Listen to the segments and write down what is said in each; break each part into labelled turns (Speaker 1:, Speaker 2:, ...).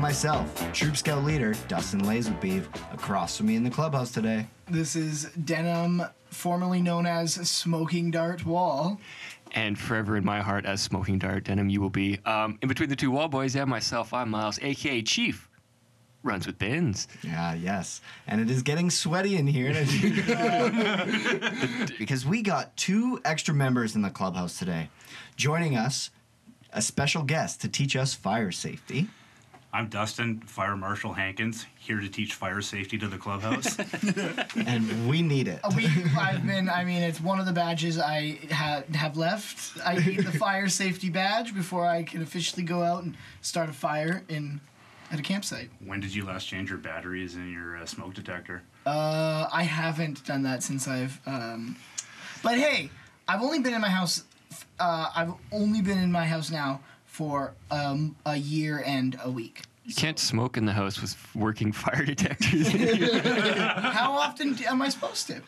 Speaker 1: myself, Troop Scout leader Dustin Laserbeeve, across from me in the clubhouse today.
Speaker 2: This is Denim, formerly known as Smoking Dart Wall.
Speaker 3: and forever in my heart as smoking dart denim you will be. Um, in between the two wall boys and myself, I'm Miles, aka Chief. Runs with bins.
Speaker 1: Ah, yes. And it is getting sweaty in here. and I- because we got two extra members in the clubhouse today. Joining us, a special guest to teach us fire safety.
Speaker 4: I'm Dustin, Fire Marshal Hankins, here to teach fire safety to the clubhouse.
Speaker 1: And we need it.
Speaker 2: We, I've been, I mean, it's one of the badges I ha- have left. I need the fire safety badge before I can officially go out and start a fire in at a campsite.
Speaker 4: when did you last change your batteries in your uh, smoke detector?
Speaker 2: Uh, I haven't done that since I've. Um, but hey, I've only been in my house. Uh, I've only been in my house now for um, a year and a week.
Speaker 3: You can't smoke in the house with working fire detectors.
Speaker 2: How often do, am I supposed to?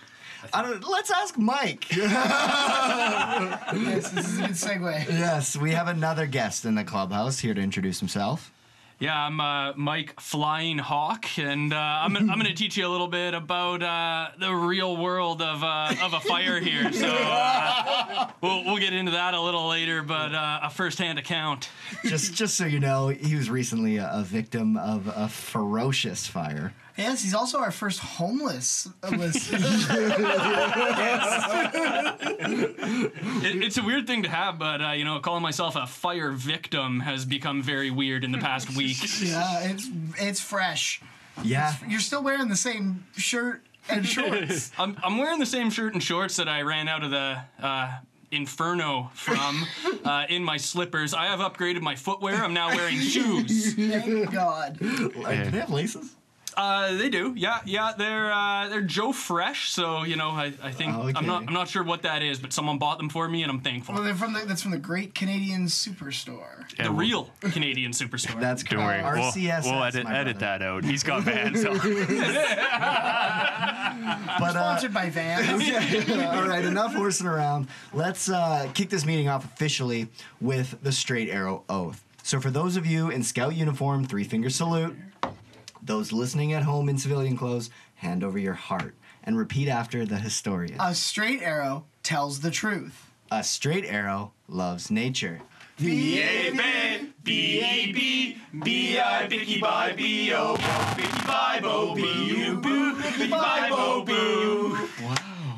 Speaker 1: I don't, let's ask Mike.
Speaker 2: Yes, this is a good segue.
Speaker 1: yes, we have another guest in the clubhouse here to introduce himself.
Speaker 5: Yeah, I'm uh, Mike Flying Hawk, and uh, I'm, I'm going to teach you a little bit about uh, the real world of, uh, of a fire here. So uh, we'll, we'll get into that a little later, but uh, a firsthand account.
Speaker 1: Just, just so you know, he was recently a, a victim of a ferocious fire.
Speaker 2: Yes, he's also our first homeless listener.
Speaker 5: It, it's a weird thing to have, but uh, you know, calling myself a fire victim has become very weird in the past week.
Speaker 2: yeah, it's it's fresh.
Speaker 1: Yeah,
Speaker 2: You're still wearing the same shirt and shorts.
Speaker 5: I'm, I'm wearing the same shirt and shorts that I ran out of the uh, inferno from uh, in my slippers. I have upgraded my footwear. I'm now wearing shoes.
Speaker 2: Thank God.
Speaker 1: Like, do they have laces?
Speaker 5: Uh, they do. Yeah, yeah. They're uh, they're Joe Fresh. So you know, I, I think
Speaker 1: Okay.
Speaker 5: I'm not I'm not sure what that is, but someone bought them for me, and I'm thankful.
Speaker 2: Well, they're from the, that's from the Great Canadian Superstore.
Speaker 5: the real Canadian superstore.
Speaker 1: That's
Speaker 3: Don't worry.
Speaker 1: correct.
Speaker 3: We'll,
Speaker 1: RCSS,
Speaker 3: we'll edit,
Speaker 1: my
Speaker 3: edit
Speaker 1: brother.
Speaker 3: that out. He's got bands on.
Speaker 1: But, uh,
Speaker 2: Sponsored by Vans.
Speaker 1: All right, enough horsing around. Let's uh, kick this meeting off officially with the straight arrow oath. So, for those of you in scout uniform, three finger salute. Those listening at home in civilian clothes, hand over your heart and repeat after the historian.
Speaker 2: A straight arrow tells the truth.
Speaker 1: A straight arrow loves nature.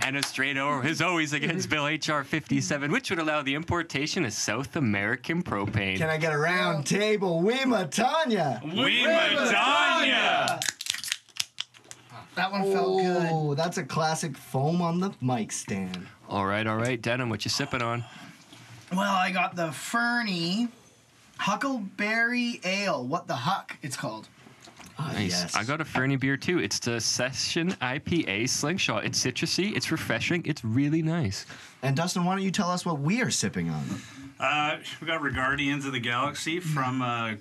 Speaker 3: and a straight arrow is always against Bill H.R. 57, which would allow the importation of South American propane.
Speaker 1: Can I get a round table? We Matanya.
Speaker 5: we
Speaker 2: That one felt good.
Speaker 1: Oh, that's a classic foam on the mic stand.
Speaker 3: all right, all right, Denim, what you sipping on?
Speaker 2: Well, I got the Fernie Huckleberry Ale. What the huck? It's called.
Speaker 1: Ah,
Speaker 3: Nice.
Speaker 1: yes.
Speaker 3: I got a Fernie beer too. It's the Session IPA Slingshot. It's citrusy, it's refreshing, it's really nice.
Speaker 1: and Dustin, why don't you tell us what we are sipping on?
Speaker 4: Uh, we got Regardians of the Galaxy from uh,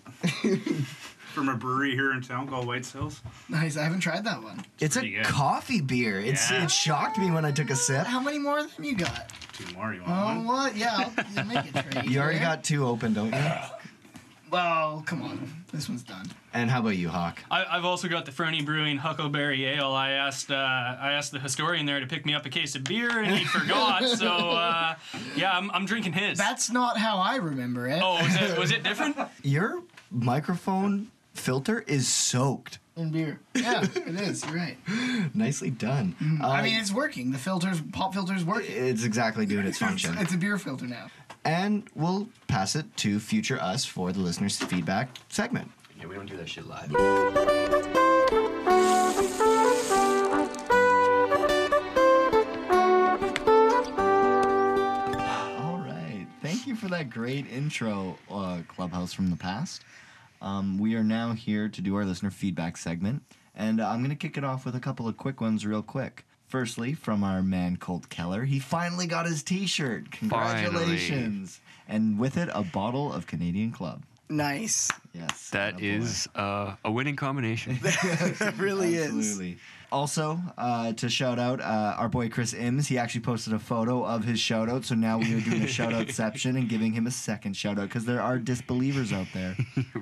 Speaker 4: from a brewery here in town called White Hills.
Speaker 2: Nice. I haven't tried that one.
Speaker 1: It's a
Speaker 4: pretty good.
Speaker 1: coffee beer. It's
Speaker 4: Yeah.
Speaker 1: it shocked me when I took a sip.
Speaker 2: How many more of them you got?
Speaker 4: Two more, you want
Speaker 2: Oh,
Speaker 4: one?
Speaker 2: what? Yeah, I'll you make it trade.
Speaker 1: You already
Speaker 2: here.
Speaker 1: got two open, don't you?
Speaker 2: Well, come on. This one's done.
Speaker 1: And how about you, Hawk?
Speaker 5: I, I've also got the Fernie Brewing Huckleberry Ale. I asked uh, I asked the historian there to pick me up a case of beer, and he forgot. So uh, yeah, I'm, I'm drinking his.
Speaker 2: That's not how I remember it.
Speaker 5: oh, was it, was it different?
Speaker 1: Your microphone filter is soaked.
Speaker 2: In beer. Yeah, it is. You're right.
Speaker 1: Nicely done. Uh,
Speaker 2: Mm. I mean, it's working. The filters, pop filters, working.
Speaker 1: it's exactly doing its function.
Speaker 2: It's a beer filter now.
Speaker 1: and we'll pass it to future us for the listeners' feedback segment.
Speaker 3: Yeah, we don't do that shit live.
Speaker 6: All right. Thank you for that great intro, uh, Clubhouse from the past. Um, we are now here to do our listener feedback segment, and I'm going to kick it off with a couple of quick ones, real quick. Firstly, from our man Colt Keller, he finally got his t shirt. Congratulations. And with it, a bottle of Canadian Club.
Speaker 2: Nice.
Speaker 6: Yes.
Speaker 3: That is uh, a winning combination.
Speaker 1: it really is.
Speaker 6: Absolutely. Also, uh, to shout out uh, our boy Chris Ims, he actually posted a photo of his shout out. So now we are doing a shout outception and giving him a second shout out because there are disbelievers out there.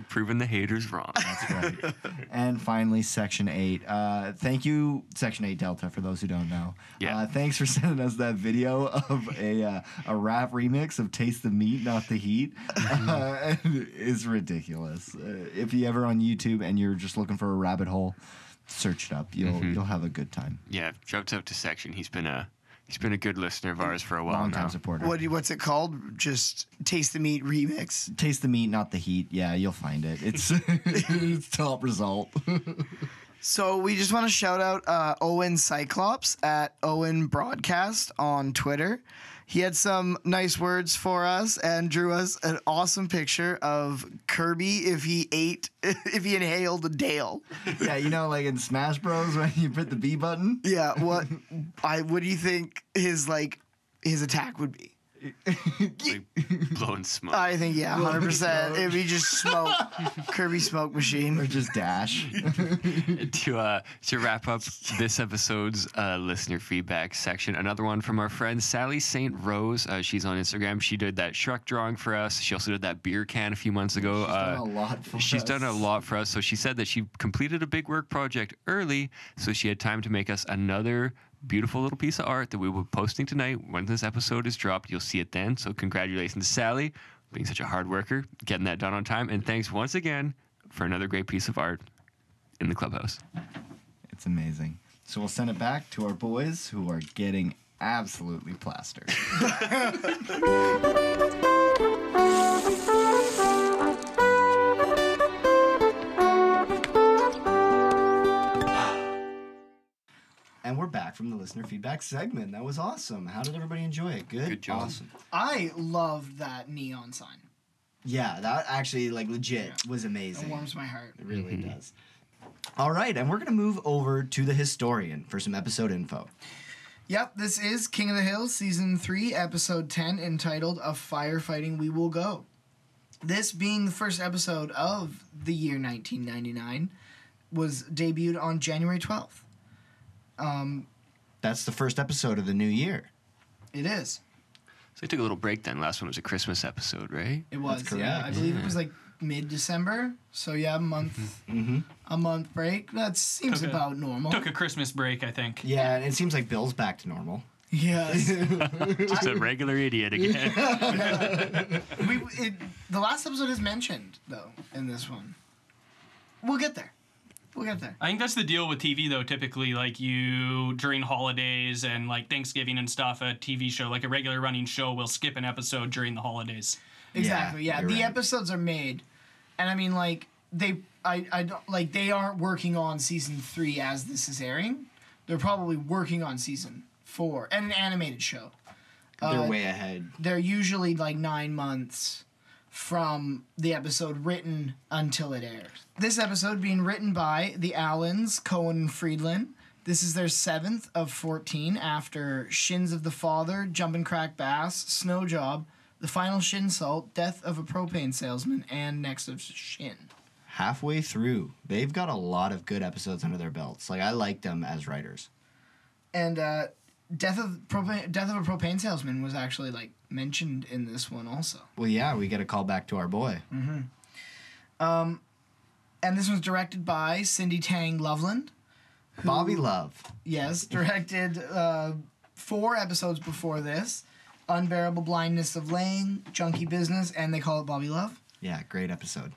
Speaker 3: Proving the haters wrong.
Speaker 6: That's right. and finally, Section 8. Uh, thank you, Section 8 Delta, for those who don't know.
Speaker 3: Yeah.
Speaker 6: Uh, thanks for sending us that video of a uh, a rap remix of Taste the Meat, Not the Heat. Uh, and it's ridiculous. Uh, if you ever on YouTube and you're just looking for a rabbit hole, search it up. You'll you'll have a good time.
Speaker 3: Yeah, shouts out to Section. He's been a he's been a good listener of ours for a while
Speaker 6: Long
Speaker 3: now.
Speaker 6: time supporter.
Speaker 1: What do you- what's it called? Just taste the meat remix.
Speaker 6: Taste the meat, not the heat. Yeah, you'll find it. It's, it's top result.
Speaker 1: So we just want to shout out uh, Owen Cyclops at Owen Broadcast on Twitter. He had some nice words for us and drew us an awesome picture of Kirby if he ate if he inhaled a Dale.
Speaker 6: yeah, you know, like in Smash Bros. when you hit the B button.
Speaker 1: Yeah, what I what do you think his like his attack would be?
Speaker 3: Like, blowing smoke.
Speaker 1: I think yeah, hundred percent. If he just smoke Kirby smoke
Speaker 6: Or
Speaker 1: machine.
Speaker 6: just dash.
Speaker 3: to uh, to wrap up this episode's uh, listener feedback section, another one from our friend Sally Saint Rose. Uh, she's on Instagram. She did that Shrek drawing for us. She also did that beer can a few months ago.
Speaker 6: She's
Speaker 3: uh,
Speaker 6: done a lot for
Speaker 3: She's
Speaker 6: us.
Speaker 3: done a lot for us. So she said that she completed a big work project early, so she had time to make us another beautiful little piece of art that we will be posting tonight. When this episode is dropped, you'll see it then. So congratulations to Sally, being such a hard worker, getting that done on time, and thanks once again for another great piece of art in the clubhouse.
Speaker 6: It's amazing. So we'll send it back to our boys who are getting absolutely plastered.
Speaker 1: And we're back from the listener feedback segment. That was awesome. How did everybody enjoy it? Good.
Speaker 3: Good job.
Speaker 1: Awesome.
Speaker 2: I loved that neon sign.
Speaker 1: Yeah, that actually like legit was
Speaker 2: It
Speaker 1: amazing.
Speaker 2: warms my heart.
Speaker 1: It really does. All right, and we're gonna move over to the historian for some episode info.
Speaker 2: Yep, this is King of the Hill, Season 3, Episode 10, entitled A Firefighting We Will Go. This being the first episode of the year 1999, was debuted on January 12th.
Speaker 1: That's the first episode of the new year.
Speaker 2: It is.
Speaker 3: So we took a little break then. Last one was a Christmas episode, right?
Speaker 2: It was, yeah. I
Speaker 1: correct.
Speaker 2: believe it was like mid December. So, yeah, a month.
Speaker 1: Mm-hmm.
Speaker 2: A month break. That seems
Speaker 5: Okay.
Speaker 2: about normal.
Speaker 5: Took a Christmas break, I think.
Speaker 1: Yeah, and it seems like Bill's back to normal.
Speaker 2: yes.
Speaker 3: Just a regular idiot again.
Speaker 2: we, it, the last episode is mentioned, though, in this one. We'll get there. We'll get there.
Speaker 5: I think that's the deal with TV though. Typically, like you during holidays and like Thanksgiving and stuff, a TV show, like a regular running show, will skip an episode during the holidays.
Speaker 2: Exactly. Yeah,
Speaker 1: you're
Speaker 2: the
Speaker 1: right.
Speaker 2: episodes are made, and I mean, like they, I, I don't like they aren't working on season three as this is airing. They're probably working on season four and an animated show.
Speaker 1: They're
Speaker 2: Uh,
Speaker 1: way ahead.
Speaker 2: They're usually like nine months from the episode written until it airs. This episode being written by the Allens, Cohen and Friedland. This is their seventh of 14 after Shins of the Father, Jumpin' Crack Bass, Snow Job, The Final Shin Salt, Death of a Propane Salesman, and Next of Shin.
Speaker 1: Halfway through, they've got a lot of good episodes under their belts. Like I like them as writers.
Speaker 2: And uh, Death of Propane, Death of a Propane Salesman was actually like mentioned in this one also.
Speaker 1: Well, yeah, we get a call back to our boy.
Speaker 2: And this was directed by Cindy Tang Loveland.
Speaker 1: Bobby Love.
Speaker 2: Yes, directed uh, four episodes before this Unbearable Blindness of Lane, Junkie Business, and they call it Bobby Love.
Speaker 1: Yeah, great episode.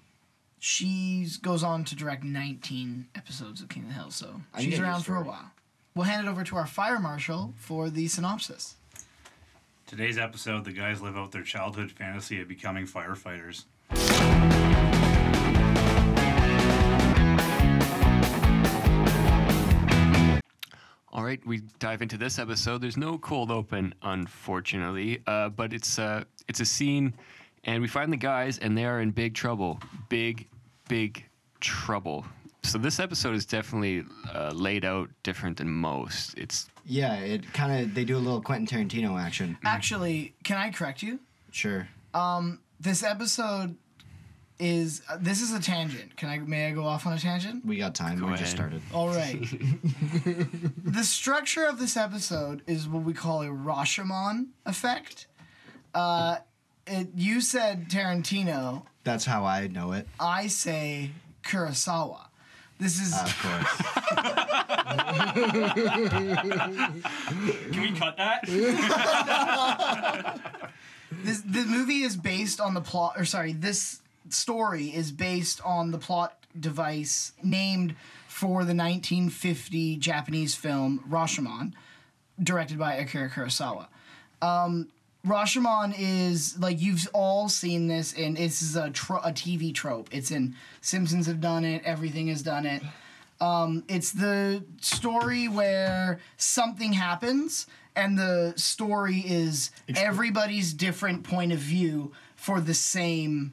Speaker 2: She goes on to direct 19 episodes of King of the Hill, so
Speaker 1: I
Speaker 2: she's
Speaker 1: get your
Speaker 2: around for a
Speaker 1: story.
Speaker 2: while. We'll hand it over to our fire marshal for the synopsis.
Speaker 4: Today's episode, the guys live out their childhood fantasy of becoming firefighters.
Speaker 3: All right, we dive into this episode. There's no cold open, unfortunately, uh, but it's uh, it's a scene, and we find the guys, and they are in big trouble, big, big trouble. So this episode is definitely uh, laid out different than most. It's
Speaker 1: Yeah, it kind of they do a little Quentin Tarantino action.
Speaker 2: Actually, can I correct you?
Speaker 1: Sure.
Speaker 2: This episode is uh, this is a tangent. Can I may I go off on a tangent?
Speaker 1: We got time.
Speaker 3: Go
Speaker 1: we just
Speaker 3: ahead.
Speaker 1: started.
Speaker 2: All right. the structure of this episode is what we call a Rashomon effect. Uh, it, you said Tarantino.
Speaker 1: That's how I know it.
Speaker 2: I say Kurosawa. This is
Speaker 1: Of course.
Speaker 5: Can we cut that?
Speaker 2: this. The movie is based on the plot, or sorry, this story is based on the plot device named for the 1950 Japanese film Rashomon, directed by Akira Kurosawa. Um, Rashomon is like you've all seen this, and this is a tro- a TV trope. It's in Simpsons have done it. Everything has done it. Um, it's the story where something happens, and the story is everybody's different point of view for the same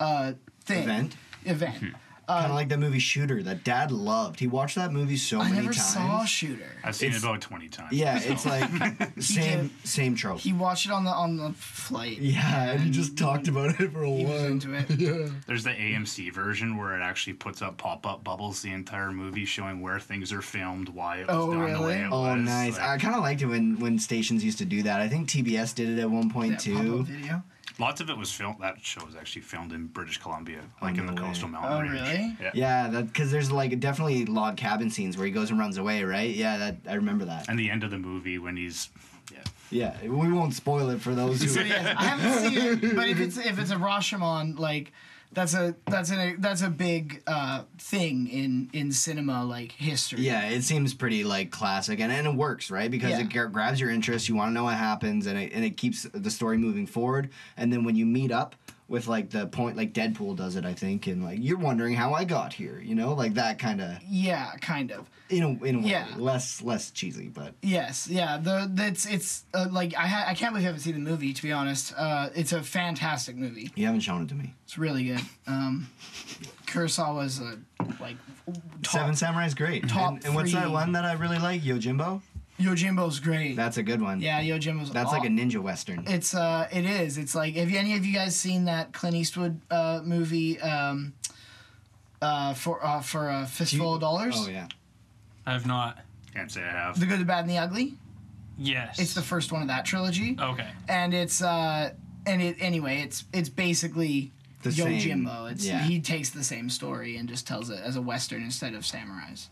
Speaker 2: uh, thing
Speaker 1: Event? Hmm.
Speaker 2: Event.
Speaker 1: kind of like that movie Shooter that Dad loved. He watched that movie so
Speaker 2: I
Speaker 1: many
Speaker 2: never
Speaker 1: times.
Speaker 2: saw Shooter.
Speaker 4: I've seen
Speaker 1: It's-
Speaker 4: it about 20 times.
Speaker 1: yeah, it's like same same trope.
Speaker 2: He watched it on the on the flight.
Speaker 1: yeah, and he just talked about it for a
Speaker 2: He was
Speaker 1: while.
Speaker 2: into it.
Speaker 4: There's the AMC version where it actually puts up pop-up bubbles the entire movie, showing where things are filmed, why it was
Speaker 2: Oh,
Speaker 4: done the way
Speaker 2: really?
Speaker 4: it
Speaker 1: Oh,
Speaker 4: was.
Speaker 1: nice! I
Speaker 4: Like,
Speaker 1: kind of liked it when when stations used to do that. I think TBS did it at one point
Speaker 2: That
Speaker 1: too.
Speaker 2: pop-up video.
Speaker 4: lots of it was filmed. That show was actually filmed in British Columbia, like in
Speaker 1: no
Speaker 4: the
Speaker 1: way.
Speaker 4: coastal mountain
Speaker 2: Oh,
Speaker 4: range.
Speaker 2: really?
Speaker 4: Yeah.
Speaker 1: Yeah, that because there's like definitely log cabin scenes where he goes and runs away, right? Yeah, that I remember that.
Speaker 4: And the end of the movie when he's, yeah,
Speaker 1: Yeah, we won't spoil it for those who.
Speaker 2: I haven't seen it, but if it's if it's a Rashomon, like that's a that's a that's a big uh, thing in in cinema like history.
Speaker 1: Yeah, it seems pretty like classic, and, and it works, right? Because
Speaker 2: Yeah.
Speaker 1: it gra- grabs your interest. You want to know what happens, and it, and it keeps the story moving forward. And then when you meet up with like the point, like Deadpool does it, I think, and like you're wondering how I got here, you know, like that kind of
Speaker 2: Yeah, kind of.
Speaker 1: in a in a way
Speaker 2: Yeah.
Speaker 1: less less cheesy, but
Speaker 2: Yes, yeah. The that's it's uh, like I ha- I can't believe I haven't seen the movie. To be honest, uh, it's a fantastic movie.
Speaker 1: you haven't shown it to me.
Speaker 2: It's really good. Um, Kurosawa's a like top,
Speaker 1: Seven Samurai's great.
Speaker 2: top
Speaker 1: and, and what's that
Speaker 2: three.
Speaker 1: one that I really like? Yojimbo.
Speaker 2: Yojimbo's great.
Speaker 1: That's a good one.
Speaker 2: yeah, Yojimbo's.
Speaker 1: That's like a
Speaker 2: aw-
Speaker 1: ninja western.
Speaker 2: It's uh, it is. It's like have you, any of you guys seen that Clint Eastwood uh movie um, uh for uh for a fistful of dollars?
Speaker 1: Oh yeah.
Speaker 5: I've not.
Speaker 4: can't say I have.
Speaker 2: The Good, the Bad, and the Ugly.
Speaker 5: Yes.
Speaker 2: It's the first one of that trilogy,
Speaker 1: Oh.
Speaker 5: Okay.
Speaker 2: and it's uh, and it anyway. It's it's basically
Speaker 1: The
Speaker 2: Yo
Speaker 1: same-
Speaker 2: Jimbo. It's
Speaker 1: yeah.
Speaker 2: he takes the same story and just tells it as a western instead of samurais.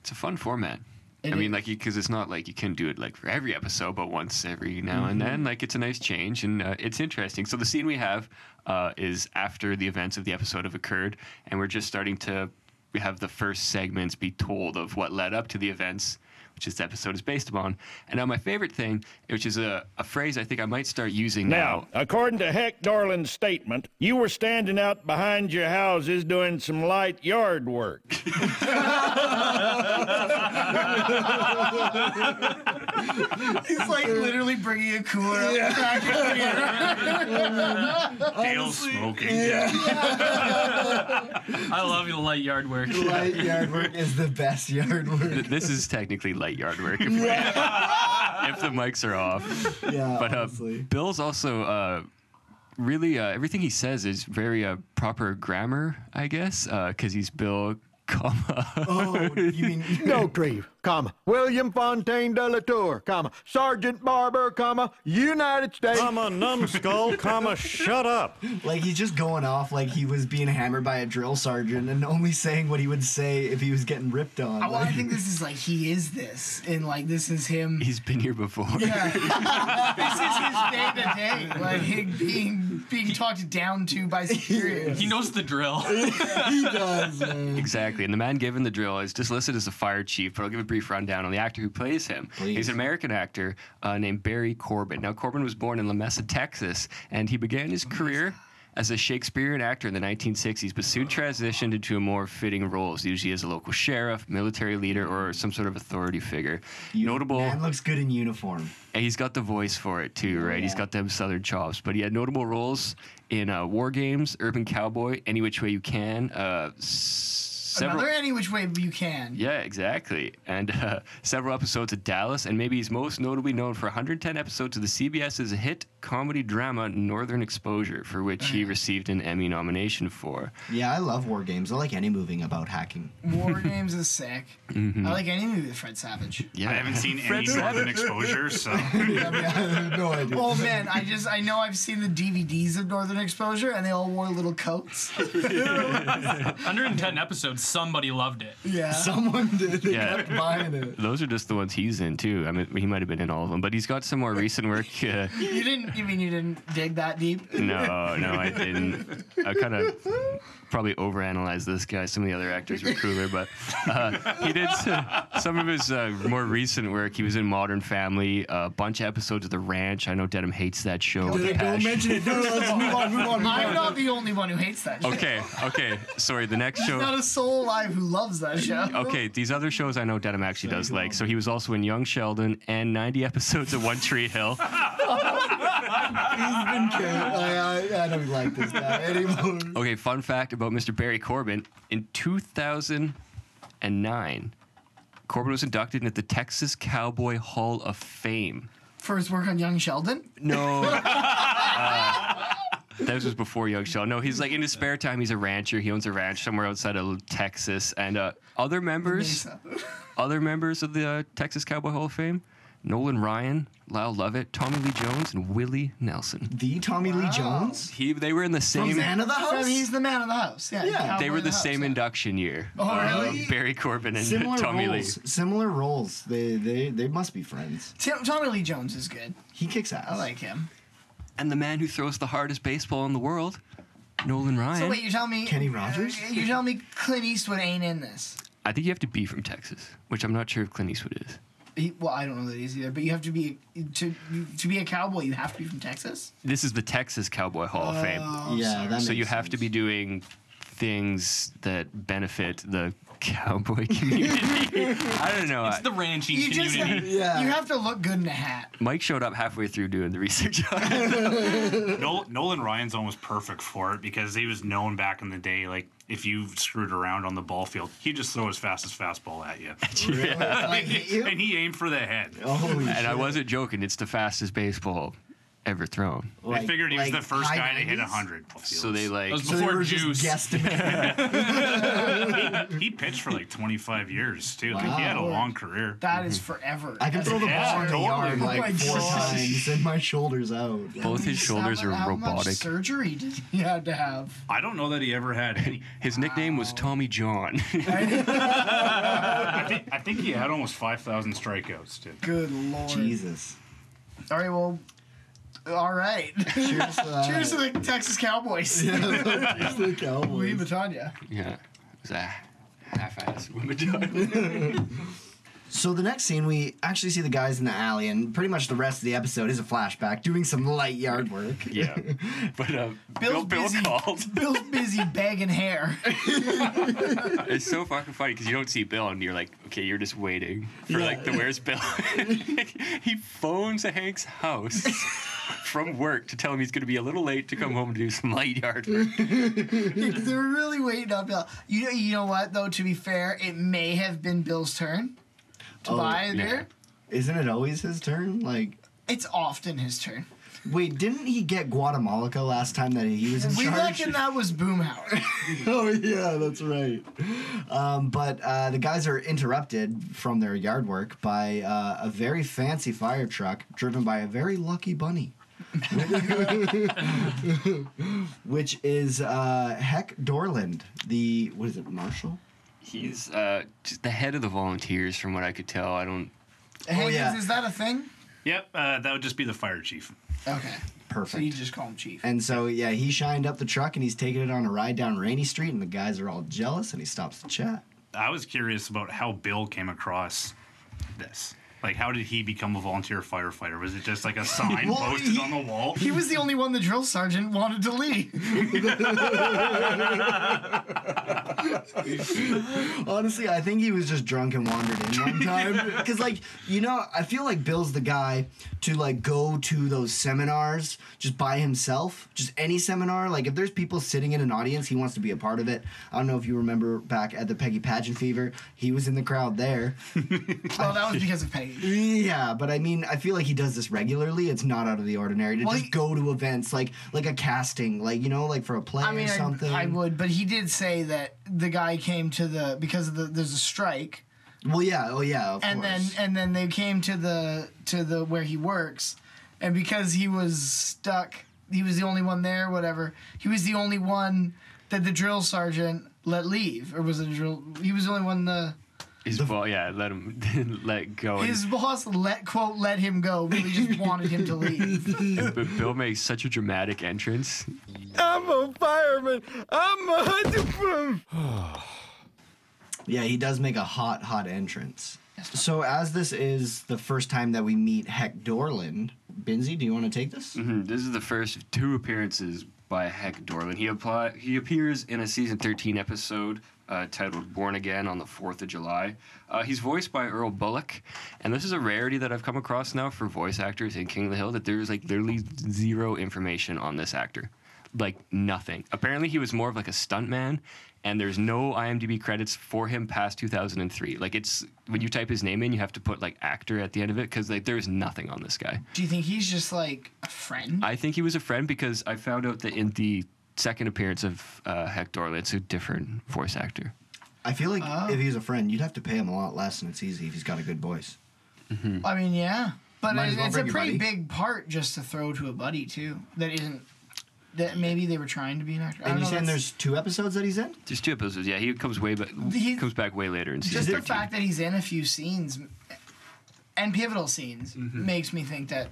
Speaker 3: It's a fun format.
Speaker 2: It
Speaker 3: I mean,
Speaker 2: is.
Speaker 3: like, because it's not like you can do it like for every episode, but once every now and
Speaker 2: Mm-hmm.
Speaker 3: then, like, it's a nice change and uh, it's interesting. So the scene we have uh, is after the events of the episode have occurred, and we're just starting to we have the first segments be told of what led up to the events, which is the episode is based upon. And now my favorite thing, which is a, a phrase I think I might start using
Speaker 7: Now, according to Heck Dorland's statement, you were standing out behind your houses doing some light yard work.
Speaker 2: It's like literally bringing a cooler up the back of the
Speaker 4: Dale smoking. Yeah.
Speaker 5: I love your light yard work.
Speaker 1: Light yard work is the best yard work.
Speaker 3: Th- this is technically light yard work if, we- if the mics are off.
Speaker 1: Yeah,
Speaker 3: But uh,
Speaker 1: honestly.
Speaker 3: Bill's also uh, really uh, everything he says is very uh, proper grammar, I guess, because he's Bill, comma.
Speaker 1: Oh, you mean
Speaker 7: Oaktree, comma, William Fontaine de la Tour, comma, Sergeant Barber, comma, United States.
Speaker 8: Um,
Speaker 7: Comma, numbskull, comma, shut up.
Speaker 1: Like he's just going off like he was being hammered by a drill sergeant and only saying what he would say if he was getting ripped on.
Speaker 2: I, well, I
Speaker 1: Like,
Speaker 2: think this is like he is this, and like this is him.
Speaker 3: He's been here before.
Speaker 2: this is his day to day, like he- being being talked down to by superiors.
Speaker 5: He knows the drill.
Speaker 1: he does, man.
Speaker 3: Exactly. And the man given the drill is just listed as a fire chief, but I'll give a brief rundown on the actor who plays him. He's an American actor uh, named Barry Corbin. Now, Corbin was born in La Mesa, Texas, and he began his career as a Shakespearean actor in the 1960s, but soon transitioned into more fitting roles, usually as a local sheriff, military leader, or some sort of authority figure. Notable.
Speaker 1: Man looks good in uniform.
Speaker 3: And he's got the voice for it too, right? He's got them southern chops. But he had notable roles in uh, War Games, Urban Cowboy, Any Which Way You Can, uh, S- several.
Speaker 2: Another any which way you can.
Speaker 3: Yeah, exactly. And uh, several episodes of Dallas, and maybe he's most notably known for 110 episodes of the CBS's hit comedy drama Northern Exposure, for which he received an Emmy nomination for.
Speaker 1: Yeah, I love war games. I like any movie about hacking.
Speaker 2: War Games is sick.
Speaker 3: Mm-hmm.
Speaker 2: I like any movie with Fred Savage.
Speaker 3: Yeah,
Speaker 4: I haven't seen any
Speaker 3: Savage.
Speaker 4: Northern Exposure, so
Speaker 1: I mean, I have no idea.
Speaker 2: Oh man, I just I know I've seen the DVDs of Northern Exposure and they all wore little coats.
Speaker 5: 110 episodes. Somebody loved it.
Speaker 2: Yeah.
Speaker 1: Someone did. They
Speaker 3: Yeah.
Speaker 1: kept buying it.
Speaker 3: Those are just the ones he's in too. I mean, he might have been in all of them, but he's got some more recent work. Uh,
Speaker 2: you didn't you mean you didn't dig that deep?
Speaker 3: no, no, I didn't. I kind of probably overanalyzed this guy. Some of the other actors were cooler, but uh, he did s- some of his uh, more recent work. He was in Modern Family, a bunch of episodes of The Ranch. I know Dedham hates that show. with a
Speaker 1: Don't
Speaker 3: passion.
Speaker 1: mention it. No, no, let's move on. Move on. Move
Speaker 2: I'm
Speaker 1: on.
Speaker 2: not the only one who hates that show.
Speaker 3: Okay, okay. Sorry, the next show.
Speaker 2: There's not a soul alive who loves that show.
Speaker 3: Okay, these other shows I know Dedham actually does like. So he was also in Young Sheldon and 90 episodes of One Tree Hill.
Speaker 1: He's been killed. I, I, I don't like this guy anymore.
Speaker 3: Okay, fun fact about Mr. Barry Corbin. In 2009, Corbin was inducted into the Texas Cowboy Hall of Fame.
Speaker 2: For his work on Young Sheldon.
Speaker 3: No. Uh, This was before Young Sheldon. No, he's like in his spare time, he's a rancher. He owns a ranch somewhere outside of Texas. And uh, other members,
Speaker 2: Mesa.
Speaker 3: other members of the uh, Texas Cowboy Hall of Fame, Nolan Ryan, Lyle Lovett, Tommy Lee Jones, and Willie Nelson.
Speaker 1: The Tommy Lee Jones?
Speaker 3: He, they were in the same.
Speaker 1: Man of the
Speaker 2: From
Speaker 1: house?
Speaker 2: he's the man of the house. Yeah.
Speaker 1: Yeah.
Speaker 2: Cowboy
Speaker 3: They were
Speaker 2: of
Speaker 3: the
Speaker 2: House,
Speaker 3: same
Speaker 2: yeah.
Speaker 3: induction year.
Speaker 2: Oh,
Speaker 3: of
Speaker 2: really?
Speaker 3: Barry Corbin and
Speaker 1: Similar
Speaker 3: Tommy
Speaker 1: roles.
Speaker 3: Lee.
Speaker 1: Similar roles. They they they must be friends.
Speaker 2: Tim, Tommy Lee Jones is good.
Speaker 1: He kicks ass.
Speaker 2: I like him.
Speaker 3: And the man who throws the hardest baseball in the world, Nolan Ryan.
Speaker 2: So wait, you tell me uh,
Speaker 1: Kenny Rogers?
Speaker 2: You tell me Clint Eastwood ain't in this.
Speaker 3: I think you have to be from Texas, which I'm not sure if Clint Eastwood is.
Speaker 2: He, well, I don't know that he's either, but you have to be to to be a cowboy. You have to be from Texas.
Speaker 3: This is the Texas Cowboy Hall of Fame.
Speaker 2: Oh,
Speaker 1: yeah, that
Speaker 3: So
Speaker 1: makes
Speaker 3: you have to
Speaker 1: sense.
Speaker 3: be doing things that benefit the cowboy community. I don't know.
Speaker 5: It's the ranching
Speaker 2: You just
Speaker 5: community.
Speaker 1: Yeah.
Speaker 2: you have to look good in a hat.
Speaker 3: Mike showed up halfway through doing the research. on it.
Speaker 4: Nol- Nolan Ryan's almost perfect for it because he was known back in the day. Like if you screwed around on the ball field, he'd just throw his fastest fastball at you,
Speaker 1: Like, you- Oh,
Speaker 4: and he aimed for the head.
Speaker 1: Holy shit.
Speaker 3: and I wasn't joking. It's the fastest baseball ever thrown.
Speaker 1: Like-
Speaker 4: they figured he was
Speaker 1: like
Speaker 4: the first
Speaker 1: high
Speaker 4: guy to hit
Speaker 1: 90s?
Speaker 4: hundred. ball
Speaker 3: So they
Speaker 4: fields.
Speaker 3: like.
Speaker 5: That was
Speaker 1: So they
Speaker 5: before
Speaker 1: were
Speaker 5: juice.
Speaker 1: just guesstimating.
Speaker 4: he pitched for like twenty five years too. Like
Speaker 1: Wow.
Speaker 4: he had a long career.
Speaker 2: That is forever.
Speaker 1: I can throw the
Speaker 4: Yeah,
Speaker 1: ball in the
Speaker 4: totally.
Speaker 1: yard
Speaker 4: Oh
Speaker 1: like
Speaker 2: my
Speaker 1: four
Speaker 2: God.
Speaker 1: times and my shoulders out.
Speaker 3: both his shoulders
Speaker 2: how,
Speaker 3: are
Speaker 2: mu- how Much
Speaker 3: robotic.
Speaker 2: surgery did he have to have?
Speaker 4: I don't know that he ever had any.
Speaker 3: His nickname was Tommy John.
Speaker 4: I think I think he had almost five thousand strikeouts too.
Speaker 2: Good lord.
Speaker 1: Jesus.
Speaker 2: All right, well, all right.
Speaker 1: Cheers to that.
Speaker 2: Cheers uh, to the Texas Cowboys.
Speaker 1: Cheers to the
Speaker 2: Louis
Speaker 1: Cowboys.
Speaker 2: Vuitton, yeah.
Speaker 3: yeah. It was a half-ass woman.
Speaker 1: So the next scene, we actually see the guys in the alley, and pretty much the rest of the episode is a flashback doing some light yard work.
Speaker 3: Yeah. But uh, Bill,
Speaker 2: Bill's
Speaker 3: Bill
Speaker 2: busy.
Speaker 3: called.
Speaker 2: Bill's busy bagging hair.
Speaker 3: It's so fucking funny because you don't see Bill and you're like, okay, you're just waiting for like the where's Bill. he phones Hank's house from work to tell him he's going to be a little late to come home to do some light yard work.
Speaker 2: They're really waiting on Bill. You know, you know what though. To be fair, it may have been Bill's turn to
Speaker 1: Oh,
Speaker 2: buy
Speaker 3: yeah.
Speaker 2: there.
Speaker 1: Isn't it always his turn? Like,
Speaker 2: It's often his turn.
Speaker 1: wait, didn't he get Guatemala last time that he was in
Speaker 2: We
Speaker 1: charge?
Speaker 2: reckon that was Boomhauer.
Speaker 1: oh yeah, that's right. Um, but uh, the guys are interrupted from their yard work by uh, a very fancy fire truck driven by a very lucky bunny. Which is uh, Heck Dorland, the what is it, Marshall?
Speaker 3: He's uh, just the head of the volunteers, from what I could tell. I don't.
Speaker 2: Hank,
Speaker 1: yeah.
Speaker 2: is, is that a thing?
Speaker 4: Yep, uh, that would just be the fire chief.
Speaker 2: Okay. So you
Speaker 1: Perfect.
Speaker 2: just call him Chief.
Speaker 1: And so yeah, he shined up the truck and he's taking it on a ride down Rainy Street, and the guys are all jealous, and he stops to chat.
Speaker 4: I was curious about how Bill came across this. Like, how did he become a volunteer firefighter? Was it just like a sign
Speaker 2: Well,
Speaker 4: posted
Speaker 2: he-
Speaker 4: on the wall?
Speaker 2: He was the only one the drill sergeant wanted to leave.
Speaker 1: Honestly, I think he was just drunk and wandered in one time. Because, like, you know, I feel like Bill's the guy to, like, go to those seminars just by himself. Just any seminar. Like, if there's people sitting in an audience, he wants to be a part of it. I don't know if you remember back at the Peggy Pageant Fever, he was in the crowd there.
Speaker 2: Well, that was because of Peggy.
Speaker 1: Yeah, but I mean, I feel like he does this regularly. It's not out of the ordinary to
Speaker 2: Well,
Speaker 1: just
Speaker 2: he-
Speaker 1: go to events like like a casting, like you know, like for a play
Speaker 2: I mean,
Speaker 1: or something.
Speaker 2: I, I would, but he did say that the guy came to the because of the, there's a strike,
Speaker 1: Well, yeah, oh yeah, of
Speaker 2: and
Speaker 1: course.
Speaker 2: then and then they came to the to the where he works, and because he was stuck, he was the only one there. Whatever, he was the only one that the drill sergeant let leave, or was it a drill? He was the only one the
Speaker 3: His ball, yeah, let him let go. and-
Speaker 2: his boss let quote let him go. Really, just wanted him to leave.
Speaker 3: but Bill makes such a dramatic entrance.
Speaker 7: I'm a fireman. Uh, I'm a.
Speaker 1: Yeah, he does make a hot, hot entrance. So, as this is the first time that we meet Heck Dorland, Binzi, do you want to take this?
Speaker 2: Mm.
Speaker 3: Mhm, This is the first of two appearances by Heck Dorlin. He apply, he appears in a season 13 episode uh, titled "Born Again" on the 4th of July. Uh, he's voiced by Earl Bullock, and this is a rarity that I've come across now for voice actors in King of the Hill that there's like literally zero information on this actor, like nothing. Apparently, he was more of like a stuntman. And there's no IMDb credits for him past 2003. Like it's when you type his name in, you have to put like actor at the end of it because like there's nothing on this guy.
Speaker 2: Do you think he's just like a friend?
Speaker 3: I think he was a friend because I found out that in the second appearance of uh, Hector, it's a different voice actor.
Speaker 1: I feel like
Speaker 2: Uh.
Speaker 1: if he's a friend, you'd have to pay him a lot less, and it's easy if he's got a good voice.
Speaker 2: I mean, yeah, but
Speaker 1: Might as
Speaker 2: it,
Speaker 1: well
Speaker 2: it's a
Speaker 1: bring your
Speaker 2: pretty
Speaker 1: buddy.
Speaker 2: big part just to throw to a buddy too. That isn't that maybe they were trying to be an actor. I
Speaker 1: And
Speaker 2: don't
Speaker 1: you're
Speaker 2: know,
Speaker 1: saying
Speaker 2: that's-
Speaker 1: there's two episodes that he's in?
Speaker 3: There's two episodes. Yeah, he comes way back.
Speaker 2: He-
Speaker 3: comes back way later in season
Speaker 2: just the
Speaker 3: 13.
Speaker 2: fact that he's in a few scenes and pivotal scenes
Speaker 1: Mm-hmm.
Speaker 2: makes me think that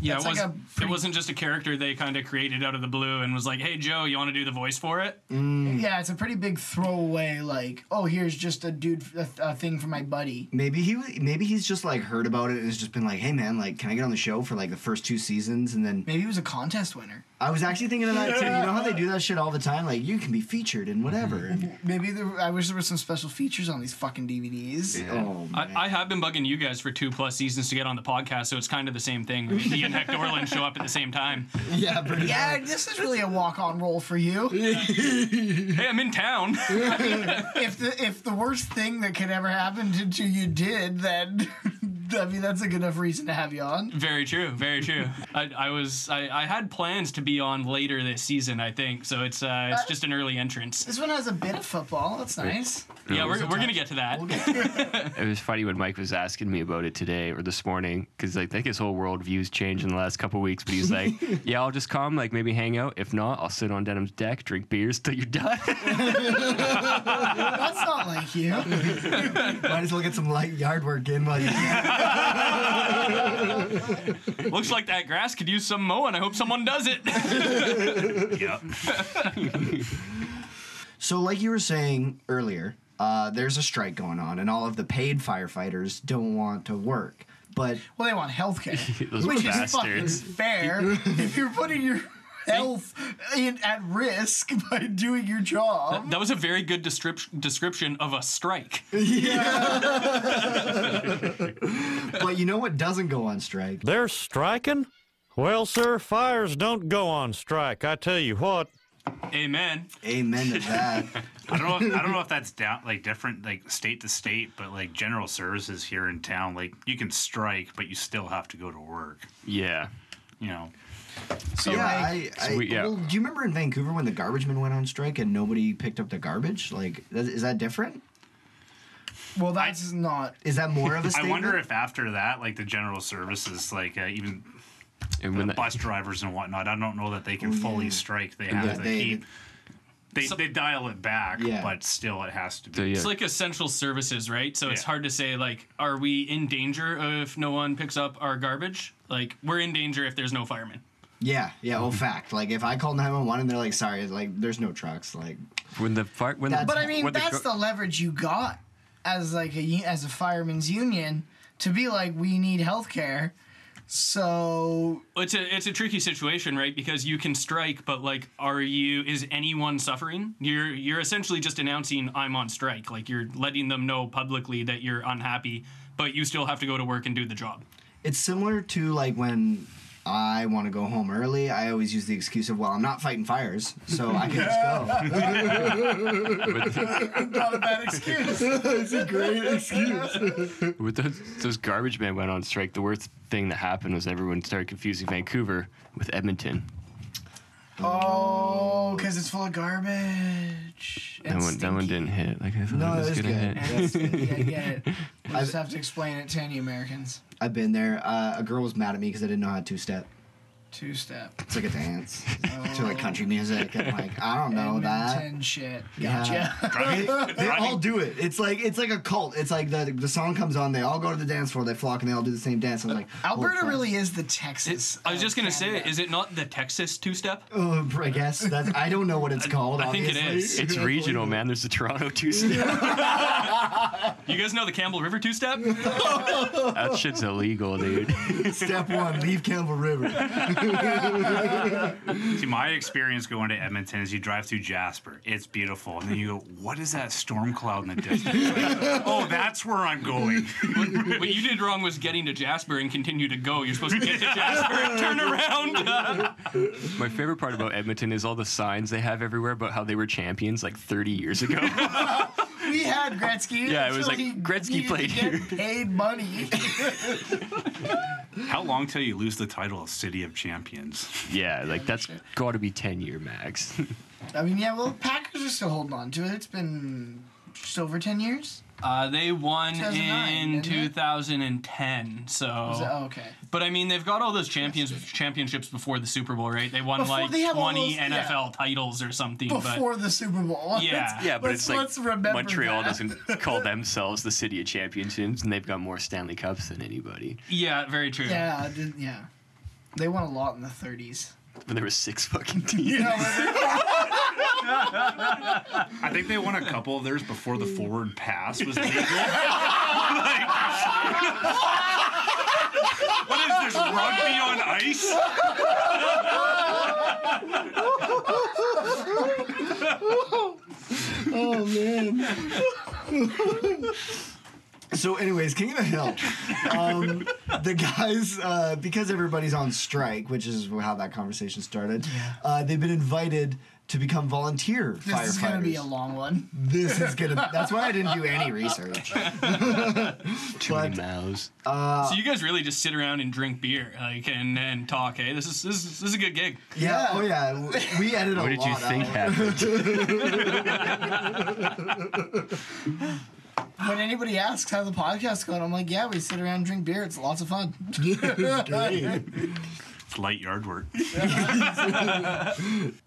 Speaker 5: Yeah,
Speaker 2: That's
Speaker 5: it
Speaker 2: like
Speaker 5: wasn't.
Speaker 2: a pretty-
Speaker 5: It wasn't just a character they kind of created out of the blue and was like, "Hey, Joe, you want to do the voice for it?"
Speaker 2: yeah, it's a pretty big throwaway. Like, oh, here's just a dude, a, a thing for my buddy.
Speaker 1: Maybe he w- maybe he's just like heard about it and has just been like, hey man, like can I get on the show for like the first two seasons? And then
Speaker 2: Maybe he was a contest winner.
Speaker 1: I was actually thinking of that too. You know how they do that shit all the time? Like you can be featured and whatever. And,
Speaker 2: Maybe there, I wish there were some special features on these fucking DVDs.
Speaker 1: oh man.
Speaker 5: I, I have been bugging you guys for two plus seasons to get on the podcast, so it's kind of the same thing. He and Hector Orland show up at the same time.
Speaker 1: yeah, pretty
Speaker 2: Yeah, this is really a walk-on role for you.
Speaker 5: Hey, I'm in town.
Speaker 2: if the if the worst thing that could ever happen to, to you did, then I mean that's a good enough reason to have you on.
Speaker 5: very true. Very true. I, I was. I, I had plans to be on later this season. I think so. It's uh, it's just an early entrance.
Speaker 2: This one has a bit of football. That's nice.
Speaker 5: Yeah, we're, we're gonna get to that.
Speaker 3: it was funny when Mike was asking me about it today or this morning because like, I think his whole worldview's changed in the last couple weeks. But he's like, "Yeah, I'll just come, like maybe hang out. If not, I'll sit on Denham's deck, drink beers till you're done."
Speaker 2: That's not like you.
Speaker 1: Might as well get some light yard work in while you
Speaker 5: Looks like that grass could use some mowing. I hope someone does it.
Speaker 4: Yep.
Speaker 1: So, like you were saying earlier, uh, there's a strike going on, and all of the paid firefighters don't want to work. But
Speaker 2: Well, they want healthcare,
Speaker 3: Those
Speaker 2: which is
Speaker 3: bastards.
Speaker 2: fucking fair. if you're putting your health in, at risk by doing your job.
Speaker 5: that was a very good descrip- description of a strike.
Speaker 1: but you know what doesn't go on strike?
Speaker 7: They're striking? Well, sir, fires don't go on strike, I tell you what.
Speaker 5: Amen.
Speaker 1: Amen to that.
Speaker 4: I don't know. If, I don't know if that's down like different like state to state, but like general services here in town, like you can strike, but you still have to go to work.
Speaker 3: yeah.
Speaker 4: You know.
Speaker 2: So
Speaker 1: yeah,
Speaker 2: like,
Speaker 1: I, I,
Speaker 3: we- yeah.
Speaker 1: Well, do you remember in Vancouver when the garbage men went on strike and nobody picked up the garbage? Like, is is that different?
Speaker 2: well, that's not.
Speaker 1: Is that more of a
Speaker 4: I
Speaker 1: statement?
Speaker 4: wonder if after that, like the general services, like uh, even
Speaker 3: And when
Speaker 4: the
Speaker 3: that-
Speaker 4: bus drivers and whatnot, I don't know that they can fully strike. They have
Speaker 1: Oh, Yeah,
Speaker 4: to
Speaker 1: they-
Speaker 4: keep. They, they dial it back,
Speaker 1: Yeah.
Speaker 4: but still it has to be.
Speaker 3: so, yeah.
Speaker 5: It's like essential services, right? So it's
Speaker 4: Yeah.
Speaker 5: hard to say like, are we in danger if no one picks up our garbage? Like we're in danger if there's no firemen.
Speaker 1: Yeah, yeah. Oh, fact. Like, if I call nine one one and they're like, "Sorry, like, there's no trucks." Like,
Speaker 3: when the fire when
Speaker 1: That's-
Speaker 2: But I mean,
Speaker 3: when
Speaker 2: that's
Speaker 3: gar-
Speaker 2: the leverage you got as like a u- as a fireman's union to be like, we need healthcare. So
Speaker 5: Well, It's a it's a tricky situation, right? Because you can strike, but like, are you? Is anyone suffering? You're you're essentially just announcing I'm on strike. Like you're letting them know publicly that you're unhappy, but you still have to go to work and do the job.
Speaker 1: It's similar to like when I want to go home early. I always use the excuse of, well, I'm not fighting fires, so I can just go.
Speaker 2: not a bad excuse.
Speaker 1: it's a great excuse.
Speaker 3: With those, those garbage men went on strike, the worst thing that happened was everyone started confusing Vancouver with Edmonton.
Speaker 2: Oh, because it's full of garbage.
Speaker 3: That
Speaker 2: It's
Speaker 3: one, that one
Speaker 2: stinky.
Speaker 3: didn't hit. Like I thought
Speaker 1: No,
Speaker 3: it was
Speaker 1: that's
Speaker 3: gonna
Speaker 1: good.
Speaker 3: hit.
Speaker 1: That's good.
Speaker 2: Yeah, I get it. We just have to explain it to any Americans.
Speaker 1: I've been there. Uh, a girl was mad at me because I didn't know how to two step.
Speaker 2: Two step.
Speaker 1: It's like a dance to like country music. And like, I don't know that.
Speaker 2: Edmonton shit.
Speaker 1: Yeah.
Speaker 2: Gotcha.
Speaker 1: They all do it. It's like it's like a cult. It's like the the song comes on, they all go to the dance floor, they flock, and they all do the same dance. I was like,
Speaker 2: Alberta
Speaker 1: holy
Speaker 2: really is the Texas.
Speaker 5: I was
Speaker 2: of
Speaker 5: just gonna
Speaker 2: Canada.
Speaker 5: say, is it not the Texas two step?
Speaker 1: crap. Uh, I guess that's. I don't know what it's called.
Speaker 5: I think it
Speaker 1: obviously.
Speaker 5: is.
Speaker 3: It's regional, man. There's the Toronto two step.
Speaker 5: You guys know the Campbell River two step?
Speaker 3: that shit's illegal, dude.
Speaker 1: Step one: leave Campbell River.
Speaker 4: See, my experience going to Edmonton is you drive through Jasper. It's beautiful. And then you go, what is that storm cloud in the distance? oh, that's where I'm going.
Speaker 5: what, what you did wrong was getting to Jasper and continue to go. You're supposed to get to Jasper and turn around.
Speaker 3: My favorite part about Edmonton is all the signs they have everywhere about how they were champions like 30 years ago.
Speaker 2: We had Gretzky.
Speaker 3: Yeah, it was
Speaker 2: until
Speaker 3: like,
Speaker 2: he
Speaker 3: Gretzky
Speaker 2: needed to
Speaker 3: played
Speaker 2: get
Speaker 3: here.
Speaker 2: Paid money.
Speaker 4: How long till you lose the title of City of Champions?
Speaker 3: yeah, like that's got to be 10 year max.
Speaker 2: I mean, yeah. Well, Packers are still holding on to it. It's been just over ten years.
Speaker 5: Uh, they won
Speaker 2: 2009,
Speaker 5: in
Speaker 2: didn't they?
Speaker 5: 2010, so.
Speaker 2: Is that- oh, okay.
Speaker 5: But I mean, they've got all those champions championships before the Super Bowl, right? They won
Speaker 2: Before
Speaker 5: like
Speaker 2: they have all
Speaker 5: 20
Speaker 2: those- yeah.
Speaker 5: NFL titles or something.
Speaker 2: Before the Super Bowl.
Speaker 5: Yeah.
Speaker 2: Let's-
Speaker 3: yeah, but
Speaker 2: let's-
Speaker 3: it's like
Speaker 2: let's remember
Speaker 3: Montreal
Speaker 2: that.
Speaker 3: doesn't call themselves the city of championships, and they've got more Stanley Cups than anybody.
Speaker 5: but yeah, very true.
Speaker 2: Yeah, I didn't- yeah. They won a lot in the 30s.
Speaker 3: But there were six fucking teams.
Speaker 4: I think they won a couple of theirs before the forward pass was legal. what is this, rugby on ice?
Speaker 1: Oh man. so, anyways, King of the Hill. Um, the guys, uh, because everybody's on strike, which is how that conversation started. Uh, they've been invited to become volunteer
Speaker 2: This
Speaker 1: firefighters.
Speaker 2: is going to be a long one.
Speaker 1: this is gonna. That's why I didn't do any research.
Speaker 3: Too many mouths.
Speaker 5: So you guys really just sit around and drink beer, like, and, and talk. Hey, this is this is, this is a good gig.
Speaker 1: Yeah. Oh yeah. We edit a
Speaker 3: What did you
Speaker 1: lot
Speaker 3: think
Speaker 1: out.
Speaker 3: happened?
Speaker 2: When anybody asks how the podcast's going, I'm like, yeah, we sit around and drink beer. It's lots of fun.
Speaker 4: It's light yard work.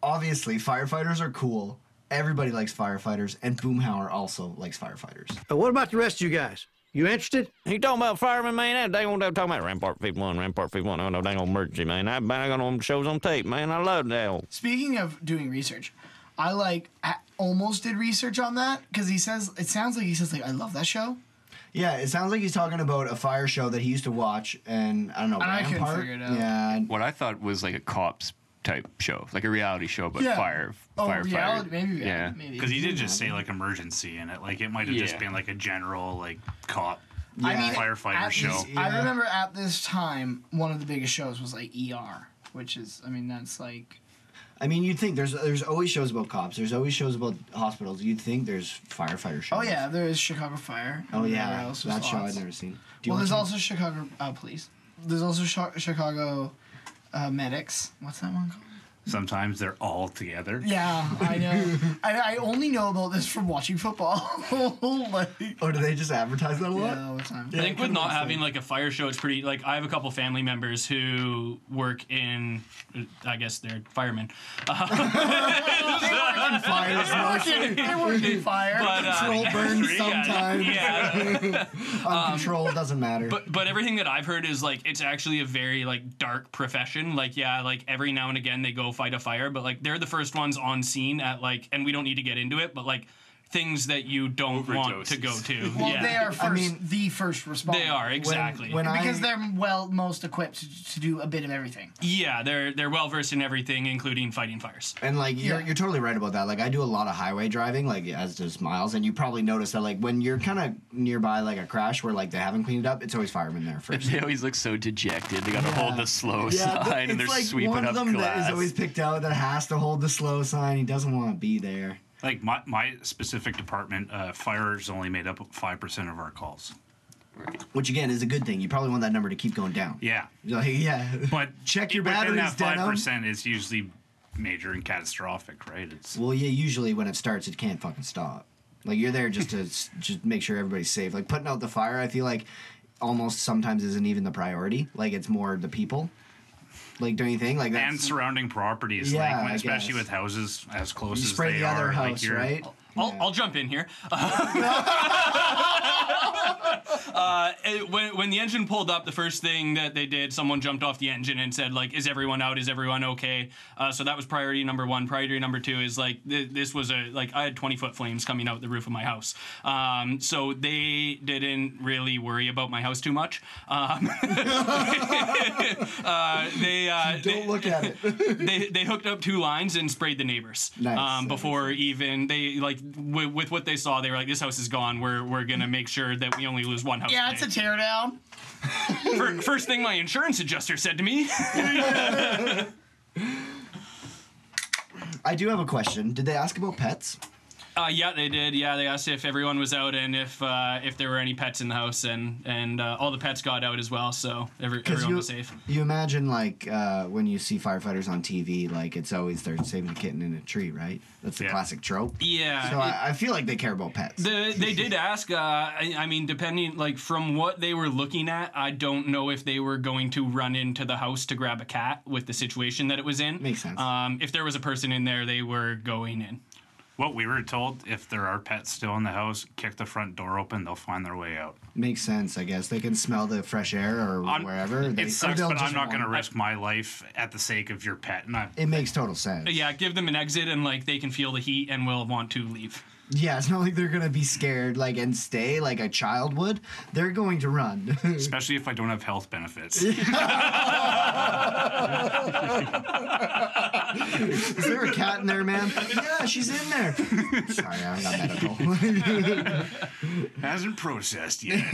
Speaker 1: Obviously, firefighters are cool. Everybody likes firefighters, and Boomhauer also likes firefighters.
Speaker 7: Uh, what about the rest of you guys? You interested?
Speaker 9: He talking about fireman, man. That dang old, talking about Rampart 51, Rampart 51. Oh, no, dang old emergency, man. I bang on them shows on tape, man. I love that old.
Speaker 2: Speaking of doing research, I like I almost did research on that because he says it sounds like he says like I love that show.
Speaker 1: Yeah, it sounds like he's talking about a fire show that he used to watch, and I don't know.
Speaker 2: And I couldn't
Speaker 1: Rampart?
Speaker 2: figure it out.
Speaker 1: Yeah,
Speaker 3: What I thought was like a cops type show, like a reality show, but
Speaker 2: Yeah.
Speaker 3: fire,
Speaker 2: Oh,
Speaker 3: firefighter.
Speaker 2: reality, maybe
Speaker 3: yeah.
Speaker 2: yeah, maybe.
Speaker 4: Because he did just say like emergency in it. Like it might have just
Speaker 3: Yeah.
Speaker 4: been like a general like cop
Speaker 2: I mean,
Speaker 4: firefighter
Speaker 2: at
Speaker 4: show.
Speaker 2: this- I remember at this time one of the biggest shows was like ER, which is I mean that's like
Speaker 1: I mean, you'd think there's there's always shows about cops. There's always shows about hospitals. You'd think there's firefighter shows.
Speaker 2: oh yeah there is Chicago Fire.
Speaker 1: Oh
Speaker 2: and
Speaker 1: yeah,
Speaker 2: there else was
Speaker 1: that show
Speaker 2: lots.
Speaker 1: I've never seen. Do you
Speaker 2: Well,
Speaker 1: want
Speaker 2: there's
Speaker 1: to-
Speaker 2: also Chicago uh, Police. There's also Chi- Chicago uh, Medics. What's that one called?
Speaker 4: Sometimes they're all together.
Speaker 2: Yeah, I know. I, I only know about this from watching football. like,
Speaker 1: Oh, do they just advertise that a lot?
Speaker 2: yeah, all the time.
Speaker 5: I think with not having like a fire show, it's pretty like I have a couple family members who work in, I guess they're firemen.
Speaker 1: Fires,
Speaker 2: Working- they work in fire.
Speaker 5: But, uh,
Speaker 1: control burns
Speaker 5: yeah,
Speaker 1: sometimes.
Speaker 5: yeah,
Speaker 1: Uncontrolled
Speaker 3: um,
Speaker 1: doesn't matter.
Speaker 5: But but everything that I've heard is like it's actually a very like dark profession. Like yeah, like every now and again they go fight a fire, but like they're the first ones on scene at like, and we don't need to get into it, but like things that you don't want to go
Speaker 4: Overdoses.
Speaker 5: to.
Speaker 2: Well,
Speaker 5: yeah.
Speaker 2: they are first,
Speaker 1: mean-
Speaker 2: the first responder.
Speaker 5: They are, exactly.
Speaker 1: when I-
Speaker 2: because they're well most equipped to, to do a bit of everything.
Speaker 5: yeah, they're they're well versed in everything, including fighting fires.
Speaker 1: And like you're,
Speaker 2: Yeah.
Speaker 1: you're totally right about that. Like I do a lot of highway driving, like as does Miles, and you probably notice that like when you're kind of nearby like a crash where like they haven't cleaned it up, it's always firemen there first.
Speaker 3: They always look so dejected. They gotta hold the slow
Speaker 1: Yeah,
Speaker 3: sign and they're sweeping
Speaker 1: one
Speaker 3: up
Speaker 1: of them that
Speaker 3: glass.
Speaker 1: is always picked out that has to hold the slow sign. He doesn't want to be there.
Speaker 4: Like my, my specific department, uh, fire is only made up of five percent of our calls.
Speaker 1: Which again is a good thing. You probably want that number to keep going down.
Speaker 4: Yeah,
Speaker 1: You're like, yeah.
Speaker 4: but
Speaker 1: Check your
Speaker 4: within
Speaker 1: batteries,
Speaker 4: that
Speaker 1: Denham.
Speaker 4: five percent is usually major and catastrophic, right? It's
Speaker 1: Well, yeah. Usually when it starts, it can't fucking stop. Like you're there just to s- just make sure everybody's safe. Like putting out the fire, I feel like almost sometimes isn't even the priority. Like it's more the people. Like don't you think? Like that's
Speaker 4: and surrounding properties,
Speaker 1: Yeah,
Speaker 4: like when,
Speaker 1: I
Speaker 4: especially
Speaker 1: guess.
Speaker 4: with houses as close
Speaker 1: you
Speaker 4: as
Speaker 1: spray
Speaker 4: they
Speaker 1: the
Speaker 4: are,
Speaker 1: other
Speaker 4: like
Speaker 1: house,
Speaker 4: you're-
Speaker 1: right?
Speaker 5: I'll,
Speaker 1: Yeah.
Speaker 5: I'll jump in here. uh, it- when, when the engine pulled up, the first thing that they did, someone jumped off the engine and said, like, is everyone out? Is everyone okay? Uh, so that was priority number one. Priority number two is like, th- this was a, like, I had 20 foot flames coming out the roof of my house. Um, so they didn't really worry about my house too much. Um, uh, they, uh, they-
Speaker 1: Don't look at it.
Speaker 5: they, they hooked up two lines and sprayed the neighbors
Speaker 1: Nice.
Speaker 5: um, before even they like w- with what they saw they were like this house is gone we're we're gonna make sure that we only lose one house
Speaker 2: Yeah, it's a teardown.
Speaker 5: Fir- first thing my insurance adjuster said to me
Speaker 1: I do have a question. Did they ask about pets?
Speaker 5: uh, yeah they did yeah they asked if everyone was out and if uh, if there were any pets in the house and and uh, all the pets got out as well so every, everyone
Speaker 1: you,
Speaker 5: was safe
Speaker 1: You imagine like uh, when you see firefighters on TV, like it's always they're saving a kitten in a tree, right? That's the
Speaker 4: Yeah.
Speaker 1: classic trope.
Speaker 5: yeah
Speaker 1: So
Speaker 5: it-
Speaker 1: I, I feel like they care about pets.
Speaker 5: The, they did ask. Uh, I, I mean, depending like from what they were looking at, I don't know if they were going to run into the house to grab a cat with the situation that it was in.
Speaker 1: Makes sense.
Speaker 5: Um, if there was a person in there, they were going in.
Speaker 4: What we were told, if there are pets still in the house, kick the front door open, they'll find their way out.
Speaker 1: Makes sense, I guess. They can smell the fresh air or
Speaker 4: I'm-
Speaker 1: wherever. They, or
Speaker 4: It sucks,
Speaker 1: they'll
Speaker 4: but I'm
Speaker 1: just
Speaker 4: not going to
Speaker 1: wander.
Speaker 4: risk my life at the sake of your pet. And I,
Speaker 1: It makes total sense.
Speaker 5: But yeah, give them an exit and like they can feel the heat and will want to leave.
Speaker 1: Yeah, it's not like they're gonna be scared like and stay like a child would. They're going to run.
Speaker 4: especially if I don't have health benefits.
Speaker 1: Is there a cat in there, man? yeah, she's in there. Sorry, I'm not medical.
Speaker 4: Hasn't processed yet.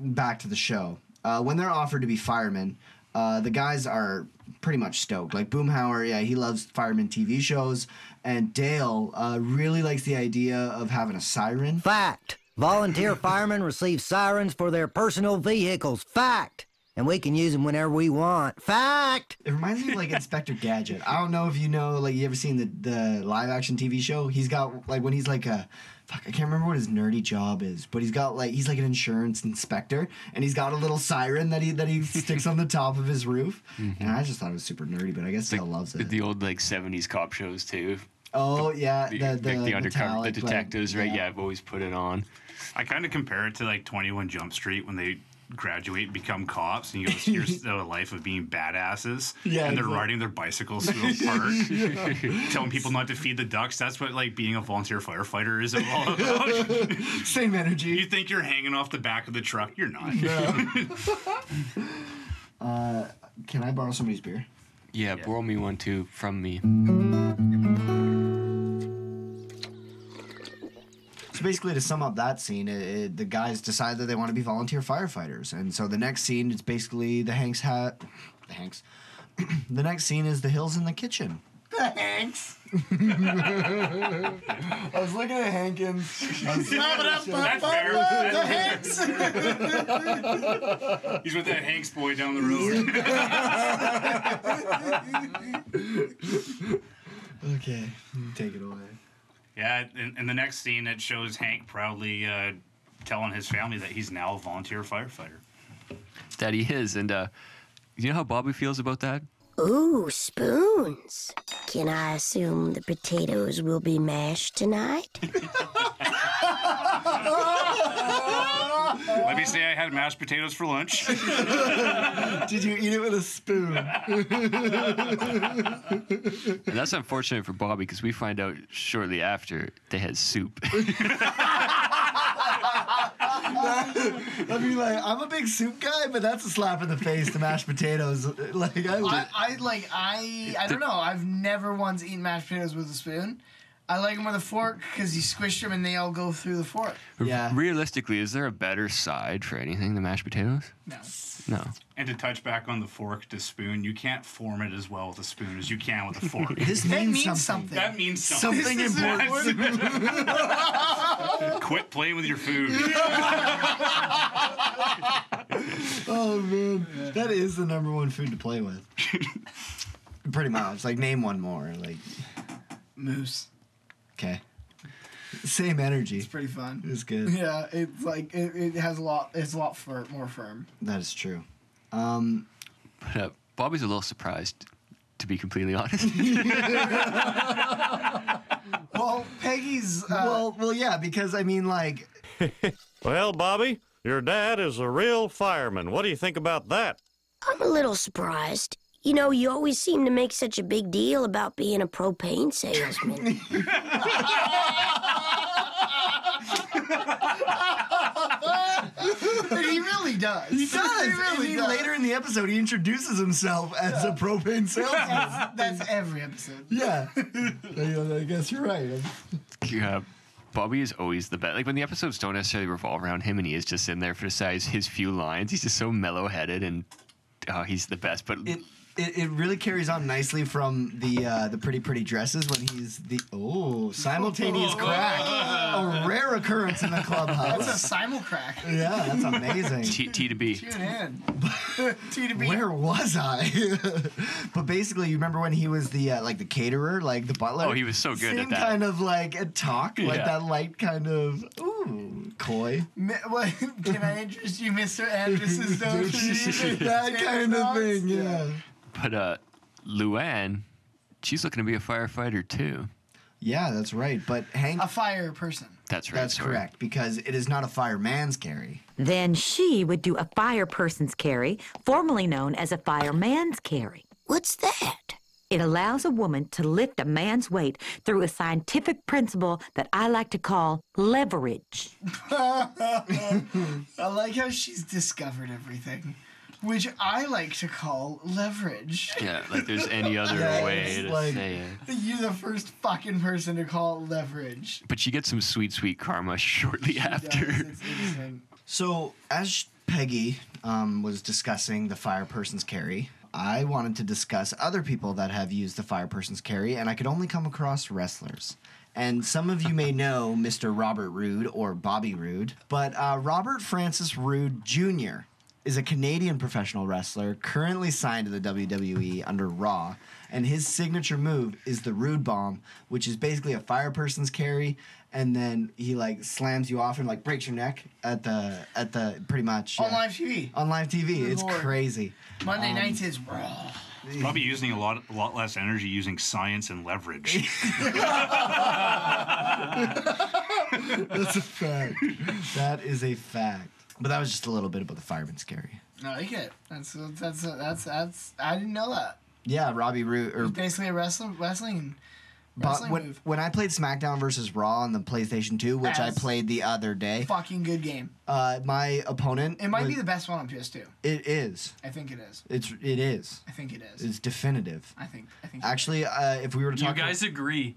Speaker 1: back to the show. Uh, when they're offered to be firemen, uh, the guys are pretty much stoked. Like Boomhauer, yeah, he loves fireman TV shows, and Dale uh, really likes the idea of having a siren.
Speaker 8: Fact. Volunteer firemen receive sirens for their personal vehicles. Fact. And we can use them whenever we want. Fact.
Speaker 1: It reminds me of like Inspector Gadget. I don't know if you know, like, you ever seen the the live action TV show? He's got like when he's like a fuck, I can't remember what his nerdy job is, but he's got like he's like an insurance inspector, and he's got a little siren that he that he sticks on the top of his roof. And I just thought it was super nerdy, but I guess Dale loves it.
Speaker 3: Mm-hmm. The old like '70s cop shows too.
Speaker 1: Oh yeah, the
Speaker 3: The,
Speaker 1: the,
Speaker 3: like, the undercover, the
Speaker 1: metallic, like,
Speaker 3: detectives, right? Yeah, I've always put it on.
Speaker 4: I kind of compare it to like 21 Jump Street when they graduate and become cops and you go, here's the life of being badasses
Speaker 1: Yeah,
Speaker 4: and they're
Speaker 1: exactly.
Speaker 4: riding their bicycles through a park telling people not to feed the ducks that's what like being a volunteer firefighter is all about
Speaker 1: Same
Speaker 4: you
Speaker 1: energy.
Speaker 4: think you're hanging off the back of the truck you're not
Speaker 1: Can I borrow somebody's beer?
Speaker 3: Yeah, borrow me one too from me.
Speaker 1: So basically, to sum up that scene, it, it, the guys decide that they want to be volunteer firefighters, and so the next scene is basically the Hanks hat. The Hanks. the next scene is the hills in the kitchen.
Speaker 2: Thanks.
Speaker 1: I was looking at Hankins.
Speaker 4: That's fair.
Speaker 2: The Hanks.
Speaker 4: He's with that Hanks boy down the road.
Speaker 1: Okay, take it away.
Speaker 4: yeah, in, in the next scene, it shows Hank proudly uh, telling his family that he's now a volunteer firefighter.
Speaker 3: That he is, and uh, you know how Bobby feels about that?
Speaker 10: Ooh, spoons. Can I assume the potatoes will be mashed tonight?
Speaker 4: Let me say I had mashed potatoes for lunch.
Speaker 1: Did you eat it with a spoon?
Speaker 3: And that's unfortunate for Bobby because we find out shortly after they had soup.
Speaker 1: I mean, like, I'm a big soup guy, but that's a slap in the face to mashed potatoes. Like, I,
Speaker 2: I, I like I I don't know. I've never once eaten mashed potatoes with a spoon. I like them with a fork because you squish them and they all go through the fork.
Speaker 1: yeah.
Speaker 3: Realistically, is there a better side for anything than mashed potatoes?
Speaker 2: No.
Speaker 3: No.
Speaker 4: and to touch back on the fork to spoon, you can't form it as well with a spoon as you can with a fork.
Speaker 1: This
Speaker 2: That
Speaker 1: means,
Speaker 2: means
Speaker 1: something.
Speaker 2: something.
Speaker 4: that means something.
Speaker 1: Something important.
Speaker 4: Quit playing with your food.
Speaker 1: Oh man, that is the number one food to play with. Pretty much. Like, name one more. Like,
Speaker 2: Moose.
Speaker 1: okay. Same energy.
Speaker 2: It's pretty fun.
Speaker 1: It's good.
Speaker 2: Yeah, it's like it, it has a lot. It's a lot fir- more firm.
Speaker 1: That is true. Um,
Speaker 3: But uh, Bobby's a little surprised, to be completely honest.
Speaker 2: Well, Peggy's. Uh,
Speaker 1: well, well, yeah, because I mean, like,
Speaker 7: Well, Bobby, your dad is a real fireman. What do you think about that?
Speaker 10: I'm a little surprised. You know, you always seem to make such a big deal about being a propane salesman.
Speaker 2: he really does.
Speaker 1: he does. I mean, later in the episode, he introduces himself as a propane salesman.
Speaker 2: That's every episode.
Speaker 1: yeah. I I guess you're right.
Speaker 3: yeah, Bobby is always the best. Like when the episodes don't necessarily revolve around him and he is just in there for size his few lines, he's just so mellow headed and oh, he's the best. But
Speaker 1: it, it, it really carries on nicely from the uh, the pretty pretty dresses when he's the oh simultaneous crack a rare occurrence in the
Speaker 2: That's a
Speaker 1: clubhouse
Speaker 2: simulcrack.
Speaker 1: yeah that's amazing
Speaker 3: T, T to B.
Speaker 2: Tune in. Tune in.
Speaker 1: where was I but basically you remember when he was the uh, like the caterer like the butler
Speaker 3: Oh, he was so good
Speaker 1: Same
Speaker 3: at that.
Speaker 1: kind of like a talk like
Speaker 3: Yeah.
Speaker 1: that light kind of ooh coy
Speaker 2: Mi- what, can I interest you, Mr. Anderson's daughter?
Speaker 1: that kind of thing yeah
Speaker 3: But uh, Luann, she's looking to be a firefighter too.
Speaker 1: yeah that's right but Hank
Speaker 2: A fire person.
Speaker 3: That's right.
Speaker 1: that's
Speaker 3: sorry.
Speaker 1: correct because it is not a fireman's carry
Speaker 11: Then she would do a fireperson's carry, formerly known as a fireman's carry.
Speaker 10: What's that?
Speaker 11: It allows a woman to lift a man's weight through a scientific principle that I like to call leverage.
Speaker 2: I like how she's discovered everything, which I like to call leverage.
Speaker 3: Yeah, like there's any other
Speaker 1: Yeah,
Speaker 3: way
Speaker 1: it's
Speaker 3: to
Speaker 1: like-
Speaker 3: say it.
Speaker 2: You're the first fucking person to call it leverage.
Speaker 3: But she gets some sweet, sweet karma shortly after.
Speaker 2: Guys, it's insane.
Speaker 1: So, as Peggy um, was discussing the fireperson's carry, I wanted to discuss other people that have used the fireperson's carry, and I could only come across wrestlers. And some of you may know Mr. Robert Roode or Bobby Roode, but uh, Robert Francis Roode Jr. is a Canadian professional wrestler currently signed to the WWE under Raw, and his signature move is the Roode Bomb, which is basically a fireperson's carry and then he like slams you off and like breaks your neck at the at the pretty much
Speaker 2: On
Speaker 1: yeah.
Speaker 2: live TV.
Speaker 1: on live TV. it's
Speaker 2: Lord.
Speaker 1: crazy.
Speaker 2: Monday
Speaker 11: Um,
Speaker 2: nights is raw.
Speaker 4: Probably using a lot, a lot less energy using science and leverage.
Speaker 1: That's a fact. that is a fact. But that was just a little bit about the fireman's carry.
Speaker 2: I like it. That's that's that's that's. I didn't know that.
Speaker 1: Yeah, Robbie Root or
Speaker 2: Basically, a wrestling wrestling
Speaker 1: but
Speaker 2: wrestling
Speaker 1: when,
Speaker 2: move.
Speaker 1: when I played SmackDown versus Raw on the PlayStation 2, which I
Speaker 2: As-
Speaker 1: played the other day,
Speaker 2: Fucking good game.
Speaker 1: uh, my opponent
Speaker 2: It might
Speaker 1: was-
Speaker 2: be the best one on PS2.
Speaker 1: it is.
Speaker 2: I think it is.
Speaker 1: It's it is.
Speaker 2: I think it is.
Speaker 1: It's definitive.
Speaker 2: I think. I think.
Speaker 1: Actually, uh, if we were to
Speaker 5: You
Speaker 1: talk
Speaker 5: guys agree.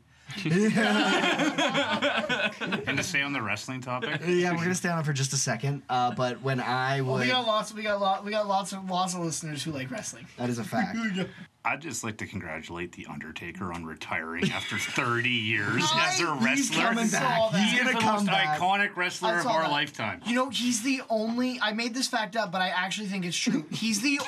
Speaker 4: and to stay on the wrestling topic,
Speaker 1: Yeah, we're gonna stay on it for just a second. Uh, but when I
Speaker 2: Well,
Speaker 1: would,
Speaker 2: Oh, we got lots. We got lot. We got lots of lots of listeners who like wrestling.
Speaker 1: that is a fact.
Speaker 4: I'd just like to congratulate The Undertaker on retiring after 30 years as a wrestler.
Speaker 1: coming
Speaker 2: I saw
Speaker 1: back.
Speaker 2: that.
Speaker 1: He's
Speaker 4: He is
Speaker 1: gonna
Speaker 4: the
Speaker 1: come
Speaker 4: most
Speaker 1: back.
Speaker 4: iconic wrestler
Speaker 2: I
Speaker 4: of
Speaker 2: saw
Speaker 4: our
Speaker 2: that.
Speaker 4: lifetime.
Speaker 2: You know, he's the only. I made this fact up, but I actually think it's true. He's the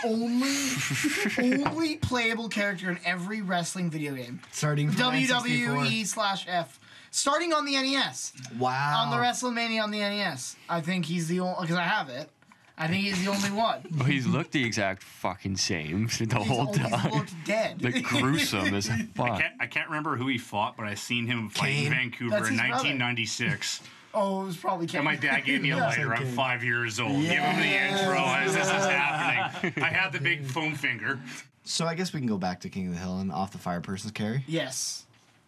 Speaker 2: only, only playable character in every wrestling video game.
Speaker 1: Starting from
Speaker 2: WWE
Speaker 1: 964.
Speaker 2: slash F, starting on the NES,
Speaker 1: Wow.
Speaker 2: E on the WrestleMania on the NES. I think he's the only because I have it. I think he's the only one.
Speaker 3: Oh, he's looked the exact fucking same the
Speaker 2: He's
Speaker 3: whole
Speaker 2: always
Speaker 3: time.
Speaker 2: looked dead.
Speaker 3: Like gruesome as fuck.
Speaker 4: I can't, I can't remember who he fought, but I seen him fight in
Speaker 1: Kane?
Speaker 4: Vancouver
Speaker 2: That's
Speaker 4: in
Speaker 2: his brother.
Speaker 4: 1996.
Speaker 2: Oh, it was probably
Speaker 4: And
Speaker 2: Kane.
Speaker 4: my dad gave me a
Speaker 2: Yeah.
Speaker 4: lighter. I'm five years old. Give him the intro as this is happening. I had the big foam finger.
Speaker 1: So I guess we can go back to King of the Hill and off the fire person's carry.
Speaker 2: Yes.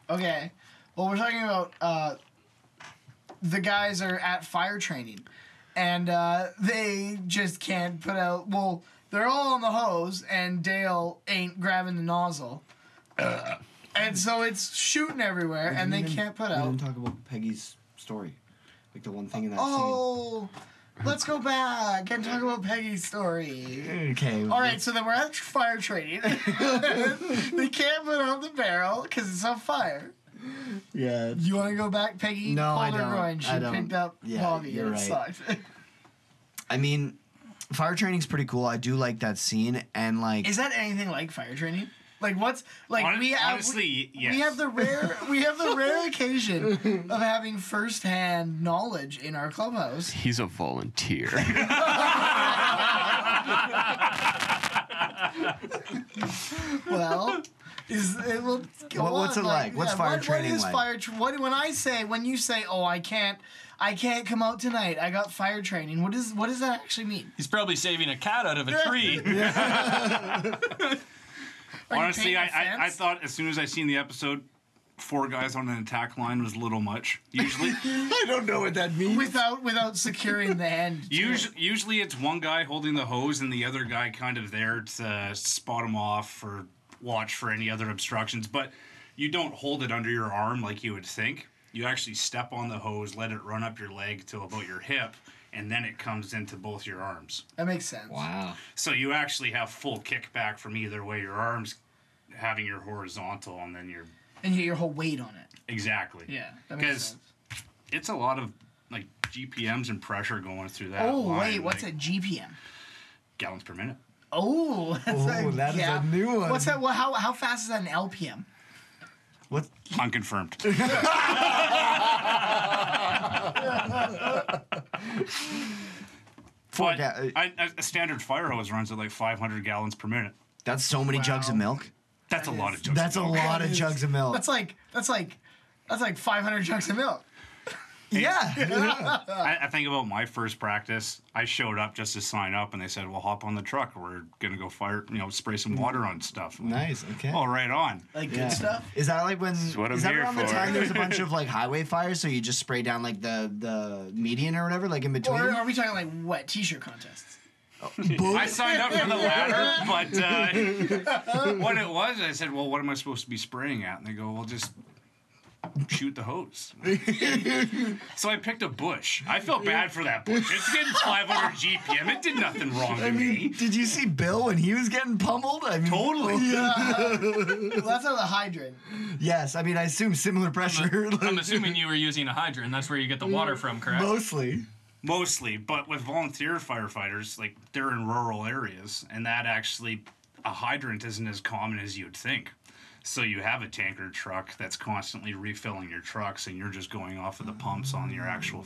Speaker 2: Okay. Well, we're talking about uh, the guys are at fire training, and uh, they just can't put out. Well, they're all on the hose, and Dale ain't grabbing the nozzle, and so it's shooting everywhere, and they can't put
Speaker 1: We
Speaker 2: out.
Speaker 1: didn't talk about Peggy's story, like the one thing in that
Speaker 2: Oh, let's go back and talk about Peggy's story.
Speaker 1: scene. Okay.
Speaker 2: All right, so then we're at fire training. they can't put out the barrel because it's on fire.
Speaker 1: Yeah.
Speaker 2: You want to go back, Peggy?
Speaker 1: No, I
Speaker 2: Pulled her
Speaker 1: don't.
Speaker 2: groin. She
Speaker 1: I don't.
Speaker 2: picked up
Speaker 1: Yeah,
Speaker 2: Bobby.
Speaker 1: you're
Speaker 2: and
Speaker 1: right.
Speaker 2: It sucked.
Speaker 1: I mean, fire training's pretty cool. I do like that scene and like.
Speaker 2: Is that anything like fire training? Like what's like
Speaker 4: Hon-
Speaker 2: we have
Speaker 4: honestly,
Speaker 2: we,
Speaker 4: yes.
Speaker 2: we have the rare we have the rare occasion of having firsthand knowledge in our clubhouse.
Speaker 3: He's a volunteer.
Speaker 2: Well, is it will go
Speaker 1: What- what's
Speaker 2: on,
Speaker 1: it like? What's fire
Speaker 2: what,
Speaker 1: training
Speaker 2: What is
Speaker 1: like?
Speaker 2: fire? Tra- what when I say when you say oh I can't I can't come out tonight I got fire training. What is what does that actually mean?
Speaker 5: He's probably saving a cat out of a tree.
Speaker 2: Are you
Speaker 4: Honestly,
Speaker 2: paying
Speaker 4: I,
Speaker 2: a
Speaker 4: I, I
Speaker 2: fence?
Speaker 4: thought as soon as I seen the episode, four guys on an attack line was a little much. Usually,
Speaker 1: I don't know what that means.
Speaker 2: without without securing the end. to it.
Speaker 4: usually, usually it's one guy holding the hose and the other guy kind of there to spot him off or watch for any other obstructions. But you don't hold it under your arm like you would think. You actually step on the hose, let it run up your leg till about your hip, and then it comes into both your arms.
Speaker 2: That makes sense.
Speaker 1: Wow.
Speaker 4: So you actually have full kickback from either way. Your arms having your horizontal, and then your
Speaker 2: And you get your whole weight on it.
Speaker 4: exactly.
Speaker 2: Yeah, that makes
Speaker 4: because
Speaker 2: sense.
Speaker 4: it's a lot of like GPMs and pressure going through that.
Speaker 2: Oh
Speaker 4: line,
Speaker 2: wait, what's
Speaker 4: like,
Speaker 2: a GPM?
Speaker 4: Gallons per minute.
Speaker 2: Oh, that's
Speaker 1: Oh, that is a new one.
Speaker 2: What's that? Well, how how fast is that an LPM?
Speaker 1: What?
Speaker 4: Unconfirmed.
Speaker 1: Four uh,
Speaker 4: But
Speaker 1: ga-
Speaker 4: I- a- a standard fire hose runs at like 500 gallons per minute.
Speaker 1: That's so many jugs of milk.
Speaker 4: That's a lot of jugs.
Speaker 1: That's a lot of jugs of milk.
Speaker 2: That's like that's like that's like 500 jugs of milk.
Speaker 1: yeah. yeah.
Speaker 4: I, I think about my first practice. I showed up just to sign up, and they said, "Well, hop on the truck. We're gonna go fire. You know, spray some water on stuff." I'm like,
Speaker 1: nice. Okay.
Speaker 4: Oh, right on.
Speaker 2: Like
Speaker 1: Yeah.
Speaker 2: good stuff.
Speaker 1: Is that like when? Is
Speaker 3: what I'm
Speaker 1: that
Speaker 3: here
Speaker 1: around the
Speaker 3: for.
Speaker 1: time there's a bunch of like highway fires, so you just spray down like the the median or whatever, like in between?
Speaker 2: Or are we talking like what t-shirt contests?
Speaker 4: I signed up for the latter, but uh, what it was, I said, "Well, what am I supposed to be spraying at?" And they go, "Well, just shoot the hose." so I picked a bush. I felt bad for that bush. It's getting 500 GPM. It did nothing wrong to me.
Speaker 1: Did you see Bill when he was getting pummeled? I mean,
Speaker 4: Totally.
Speaker 2: Well, that's not the hydrant.
Speaker 1: yes. I mean, I assume similar pressure. like,
Speaker 5: I'm assuming you were using a hydrant. That's where you get the water from, correct?
Speaker 1: mostly.
Speaker 4: Mostly, but with volunteer firefighters, like they're in rural areas, and that actually a hydrant isn't as common as you'd think. So you have a tanker truck that's constantly refilling your trucks, and you're just going off of the pumps on your actual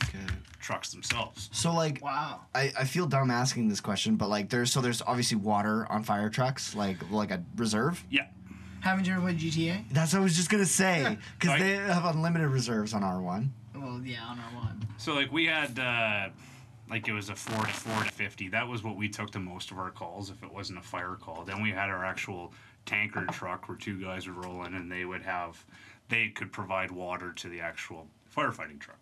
Speaker 4: trucks themselves.
Speaker 1: So like,
Speaker 2: Wow.
Speaker 1: I, I feel dumb asking this question, but like, there's so there's obviously water on fire trucks, like like a reserve.
Speaker 4: Yeah,
Speaker 2: Haven't you ever played GTA?
Speaker 1: That's what I was just gonna say, because
Speaker 4: Right.
Speaker 1: they have unlimited reserves on R1.
Speaker 2: Well, yeah, on our one.
Speaker 4: So like we had uh like it was a four to four to fifty. That was what we took to most of our calls if it wasn't a fire call. Then we had our actual tanker truck where two guys would roll in and they would have they could provide water to the actual firefighting truck.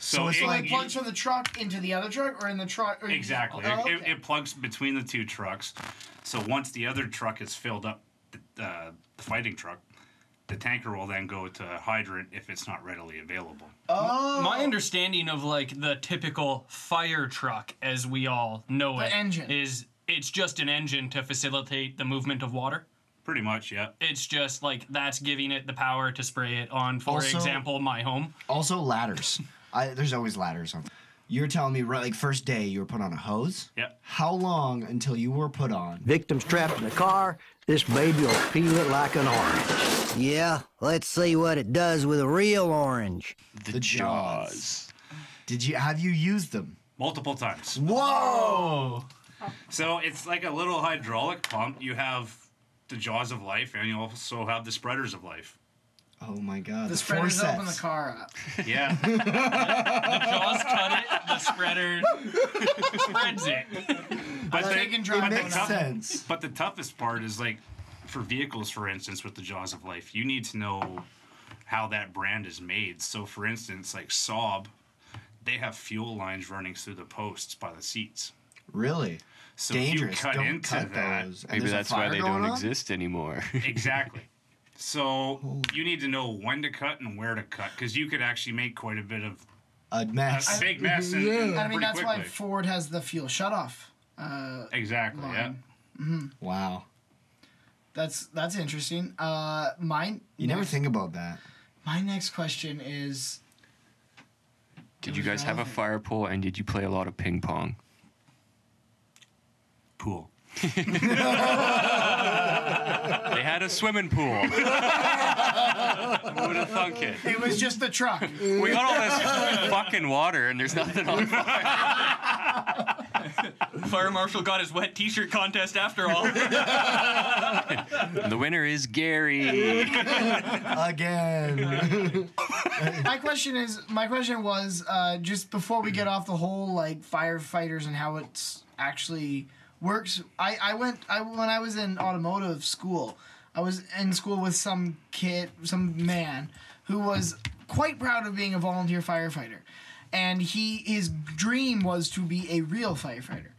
Speaker 4: So,
Speaker 1: it's
Speaker 4: it-
Speaker 2: Like
Speaker 4: it-
Speaker 2: plugs from the truck into the other truck, or in the truck? Or
Speaker 4: exactly.
Speaker 2: Oh,
Speaker 4: It- it,
Speaker 2: okay.
Speaker 4: it plugs between the two trucks. So once the other truck is filled up, the, uh, the fighting truck, the tanker will then go to a hydrant if it's not readily available.
Speaker 2: oh,
Speaker 5: My understanding of like the typical fire truck, as we all know
Speaker 2: The
Speaker 5: it,
Speaker 2: engine.
Speaker 5: is it's just an engine to facilitate the movement of water.
Speaker 4: Pretty much, yeah.
Speaker 5: It's just like that's giving it the power to spray it on, for
Speaker 1: Also-
Speaker 5: example, my home.
Speaker 1: Also ladders. I, there's always ladders on. You're telling me right like first day you were put on a hose.
Speaker 4: Yep.
Speaker 1: How long until you were put on?
Speaker 8: Victim's trapped in a car. This baby will peel it like an orange. Yeah, let's see what it does with a real orange.
Speaker 3: the,
Speaker 1: jaws. Did you have you used them?
Speaker 4: Multiple times.
Speaker 5: Whoa!
Speaker 4: So it's like a little hydraulic pump. You have the jaws of life, and you also have the spreaders of life.
Speaker 1: Oh my god.
Speaker 2: The
Speaker 1: The four
Speaker 2: spreaders open the
Speaker 1: sets.
Speaker 2: car up.
Speaker 4: Yeah.
Speaker 5: The jaws cut it. The spreader spreads it.
Speaker 4: But
Speaker 2: Like,
Speaker 4: the-
Speaker 2: they can drive
Speaker 4: but the
Speaker 2: those
Speaker 4: tough-
Speaker 1: sense.
Speaker 4: But the toughest part is like for vehicles, for instance, with the Jaws of Life, you need to know how that brand is made. So, for instance, like Saab, they have fuel lines running through the posts by the seats.
Speaker 1: Really?
Speaker 4: So if you
Speaker 1: Dangerous.
Speaker 4: cut
Speaker 1: Don't
Speaker 4: into
Speaker 1: cut
Speaker 4: that-
Speaker 1: those. And
Speaker 3: Maybe
Speaker 1: there's a
Speaker 3: that's why
Speaker 1: fire
Speaker 3: they
Speaker 1: going
Speaker 3: don't
Speaker 1: on?
Speaker 3: exist anymore.
Speaker 4: Exactly. So you need to know when to cut and where to cut because you could actually make quite a bit of
Speaker 1: A
Speaker 4: a
Speaker 1: mess.
Speaker 4: big mess. in- in
Speaker 2: Mm-hmm. I mean,
Speaker 4: pretty
Speaker 2: that's why
Speaker 4: quickly.
Speaker 2: Ford has the fuel shutoff. Uh,
Speaker 4: Exactly. Yeah.
Speaker 2: line.
Speaker 1: Wow.
Speaker 2: that's that's interesting. Uh, mine.
Speaker 1: You never think about that.
Speaker 2: My next question is
Speaker 3: did you guys have a fire pole and did you play a lot of ping pong?
Speaker 4: Pool.
Speaker 3: They had a swimming pool. Who would have thunk it?
Speaker 2: it was just the truck.
Speaker 3: We got all this fucking water and there's nothing on fire.
Speaker 5: Fire marshal got his wet T-shirt contest after all.
Speaker 3: And the winner is Gary.
Speaker 1: Again.
Speaker 2: my question is my question was uh, just before we get off the whole like firefighters and how it's actually works I, I went I when I was in automotive school I was in school with some kid some man who was quite proud of being a volunteer firefighter and he his dream was to be a real firefighter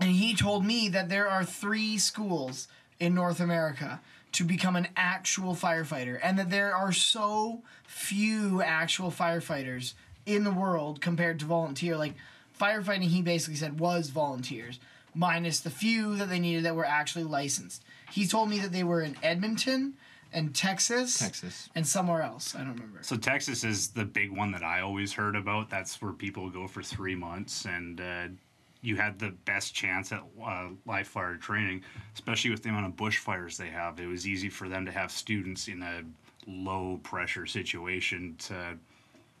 Speaker 2: and he told me that there are three schools in North America to become an actual firefighter, and that there are so few actual firefighters in the world compared to volunteer. Like, firefighting, he basically said, was volunteers, minus the few that they needed that were actually licensed. He told me that they were in Edmonton and Texas,
Speaker 1: Texas.
Speaker 2: and somewhere else. I don't remember.
Speaker 4: So Texas is the big one that I always heard about. That's where people go for three months, and uh, you had the best chance at uh, live fire training, especially with the amount of bushfires they have. It was easy for them to have students in a low pressure situation to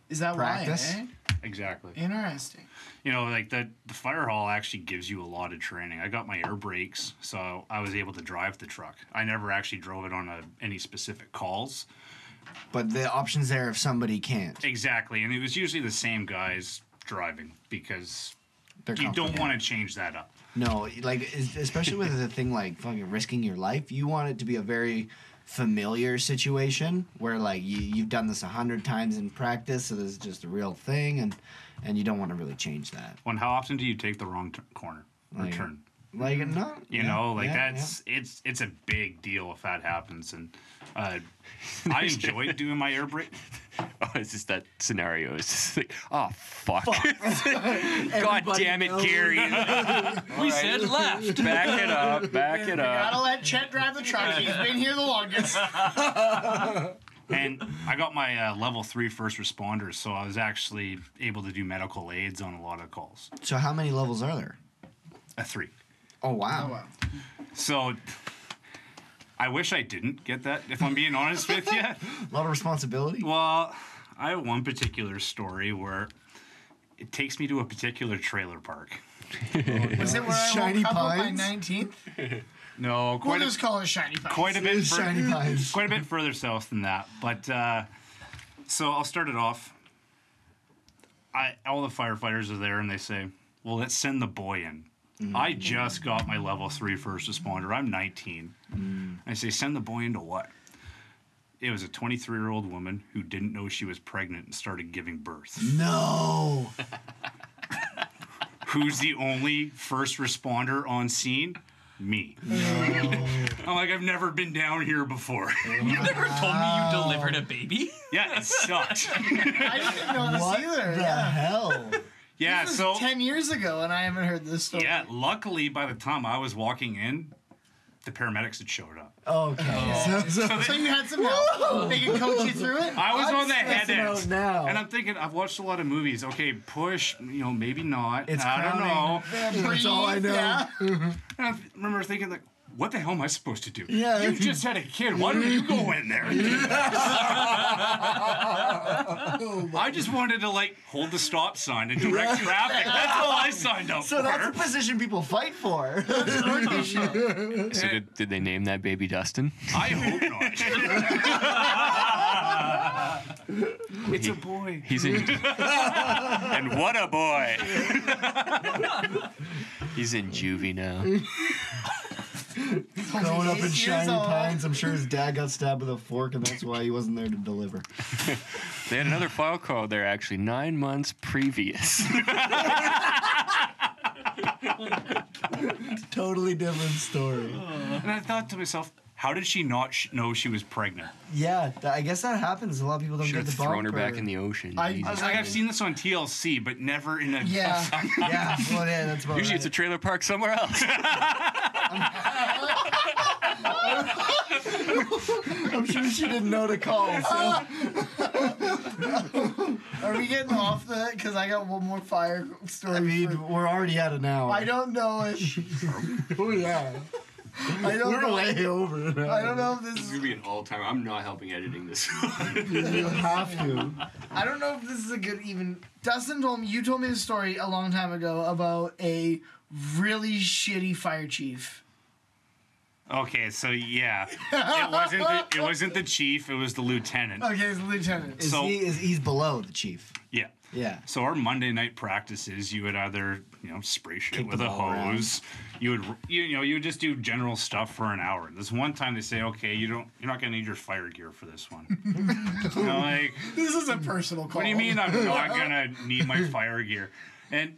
Speaker 2: Is that
Speaker 1: Practice.
Speaker 2: why?
Speaker 4: exactly.
Speaker 2: Eh? Interesting.
Speaker 4: You know, like the the fire hall actually gives you a lot of training. I got my air brakes, so I was able to drive the truck. I never actually drove it on a, any specific calls.
Speaker 1: But the option's there if somebody can't.
Speaker 4: Exactly, and it was usually the same guys driving because
Speaker 1: They're
Speaker 4: you don't
Speaker 1: confident.
Speaker 4: want to change that up.
Speaker 1: No, like es- especially with a thing like fucking risking your life, you want it to be a very familiar situation where like you, you've done this a hundred times in practice, so this is just a real thing, and and you don't want to really change that.
Speaker 4: When how often do you take the wrong t- corner or
Speaker 1: Like,
Speaker 4: turn?
Speaker 1: Like no,
Speaker 4: Mm-hmm. You
Speaker 1: yeah,
Speaker 4: know, like
Speaker 1: yeah, yeah.
Speaker 4: that's it's it's a big deal if that happens. And uh, I enjoyed doing my air brake.
Speaker 3: Oh, it's just that scenario. It's just like, oh, fuck. God damn it, Gary.
Speaker 5: we said left.
Speaker 3: Back it up. Back it up.
Speaker 2: Gotta let Chet drive the truck. He's been here the longest.
Speaker 4: And I got my uh, level three first responders, so I was actually able to do medical aids on a lot of calls.
Speaker 1: So how many levels are there?
Speaker 4: A three.
Speaker 1: Oh wow.
Speaker 4: So I wish I didn't get that. If I'm being honest with you.
Speaker 1: a lot of responsibility.
Speaker 4: Well, I have one particular story where it takes me to a particular trailer park.
Speaker 2: Was it where I
Speaker 1: Shiny
Speaker 2: woke up on my
Speaker 1: pines?
Speaker 2: 19th?
Speaker 4: No,
Speaker 2: We'll
Speaker 4: quite a,
Speaker 2: just call it Shiny Pines.
Speaker 4: quite a bit fur-
Speaker 1: Shiny pines.
Speaker 4: quite a bit further south than that. But uh, so I'll start it off. I all the firefighters are there and they say, "Well, let's send the boy in." I just got my level three first responder. I'm 19. I say, "Send the boy into what?" It was a 23 year old woman who didn't know she was pregnant and started giving birth.
Speaker 1: No.
Speaker 4: who's the only first responder on scene? Me. I'm like, I've never been down here before.
Speaker 5: You never told me you delivered a baby.
Speaker 4: yeah, it sucked.
Speaker 2: I didn't know this
Speaker 1: What
Speaker 2: either.
Speaker 1: the
Speaker 2: yeah.
Speaker 1: hell?
Speaker 4: yeah,
Speaker 2: This was
Speaker 4: so
Speaker 2: 10 years ago, and I haven't heard this story.
Speaker 4: yeah, luckily by the time I was walking in, the paramedics had showed up.
Speaker 1: Oh, Okay.
Speaker 4: Oh.
Speaker 1: So, so,
Speaker 2: So you had some help. They can coach you through it.
Speaker 4: I was on the head
Speaker 1: stressing out
Speaker 4: end.
Speaker 1: now.
Speaker 4: And I'm thinking, I've watched a lot of movies. Okay, push, you know, maybe not.
Speaker 1: It's
Speaker 4: I don't
Speaker 1: crowding.
Speaker 4: know.
Speaker 1: that's all I know.
Speaker 2: Yeah.
Speaker 4: And I th- remember thinking like, what the hell am I supposed to do?
Speaker 7: Yeah.
Speaker 4: You just had a kid. Why don't you go in there? and do that?" I just wanted to like hold the stop sign and direct traffic. That's all I signed up
Speaker 1: So
Speaker 4: for.
Speaker 1: that's a position people fight for.
Speaker 3: So did, did they name that baby Dustin?
Speaker 4: I hope not. it's a boy.
Speaker 3: He's in. and what a boy! He's in juvie now.
Speaker 1: Growing up in
Speaker 2: Years
Speaker 1: shiny
Speaker 2: old.
Speaker 1: pines, I'm sure his dad got stabbed with a fork, and that's why he wasn't there to deliver.
Speaker 3: They had another file call there actually nine months previous.
Speaker 1: totally different story.
Speaker 4: And I thought to myself, how did she not sh- know she was pregnant?
Speaker 1: Yeah, th- I guess that happens. A lot of people don't
Speaker 3: Should
Speaker 1: get
Speaker 3: have
Speaker 1: the
Speaker 3: thrown her
Speaker 1: bump
Speaker 3: back
Speaker 1: or-
Speaker 3: in the ocean.
Speaker 1: I- I
Speaker 4: I
Speaker 3: Jesus.
Speaker 4: was like, I've seen this on TLC, but never in a.
Speaker 2: Yeah, yeah. Well, yeah,
Speaker 1: that's about
Speaker 3: Usually
Speaker 1: right.
Speaker 3: it's a trailer park somewhere else.
Speaker 1: I'm sure she didn't know to call. So.
Speaker 2: Are we getting off the? Because I got one more fire story.
Speaker 1: I mean, we're already at it now.
Speaker 2: I don't know if
Speaker 1: oh yeah,
Speaker 2: I don't
Speaker 1: we're
Speaker 2: know.
Speaker 1: way over. it now.
Speaker 2: I don't know if this
Speaker 3: This is
Speaker 2: is
Speaker 3: gonna be an all time. I'm not helping editing this.
Speaker 1: You have to.
Speaker 2: I don't know if this is a good even. Dustin told me you told me a story a long time ago about a really shitty fire chief.
Speaker 4: Okay, so yeah, it wasn't. The, it wasn't the chief. It was the lieutenant.
Speaker 2: Okay, it's the lieutenant.
Speaker 1: Oh, Is
Speaker 4: So-
Speaker 1: he is he's below the chief?
Speaker 4: Yeah.
Speaker 1: Yeah.
Speaker 4: So our Monday night practices, you would either you know spray shit
Speaker 1: Kick the
Speaker 4: with a
Speaker 1: ball around.
Speaker 4: hose. You would you, you know you would just do general stuff for an hour. This one time they say, okay, you don't you're not gonna need your fire gear for this one. And I'm like,
Speaker 2: This is a personal call.
Speaker 4: what do you mean I'm not gonna need my fire gear? And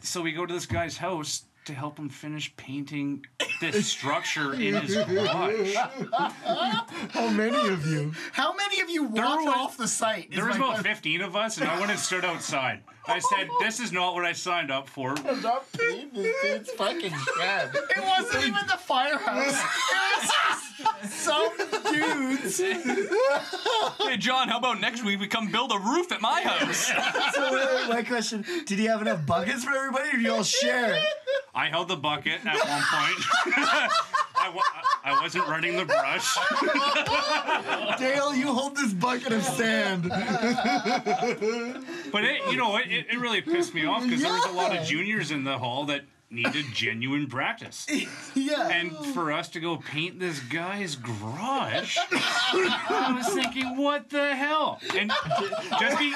Speaker 4: so we go to this guy's house to help him finish painting this structure in his garage.
Speaker 1: How many of you?
Speaker 2: How many of you walked
Speaker 4: was-
Speaker 2: off the site? is
Speaker 4: There was
Speaker 2: my
Speaker 4: about
Speaker 2: question.
Speaker 4: 15 of us, and I went and stood outside. I said, "This is not what I signed up for."
Speaker 1: Not paid this dude's fucking shed.
Speaker 2: It wasn't even the firehouse. It was just some dudes.
Speaker 5: Hey, John, how about next week we come build a roof at my house?
Speaker 1: So wait, wait, my question: Did he have enough buckets for everybody, or do you all share?
Speaker 4: I held the bucket at one point. I, wa- I wasn't running the brush.
Speaker 1: Dale, you hold this bucket of sand.
Speaker 4: But it, you know, it, it it really pissed me off because there was a lot of juniors in the hall that needed genuine practice.
Speaker 2: Yeah.
Speaker 4: And for us to go paint this guy's garage, I was thinking, what the hell? And just be,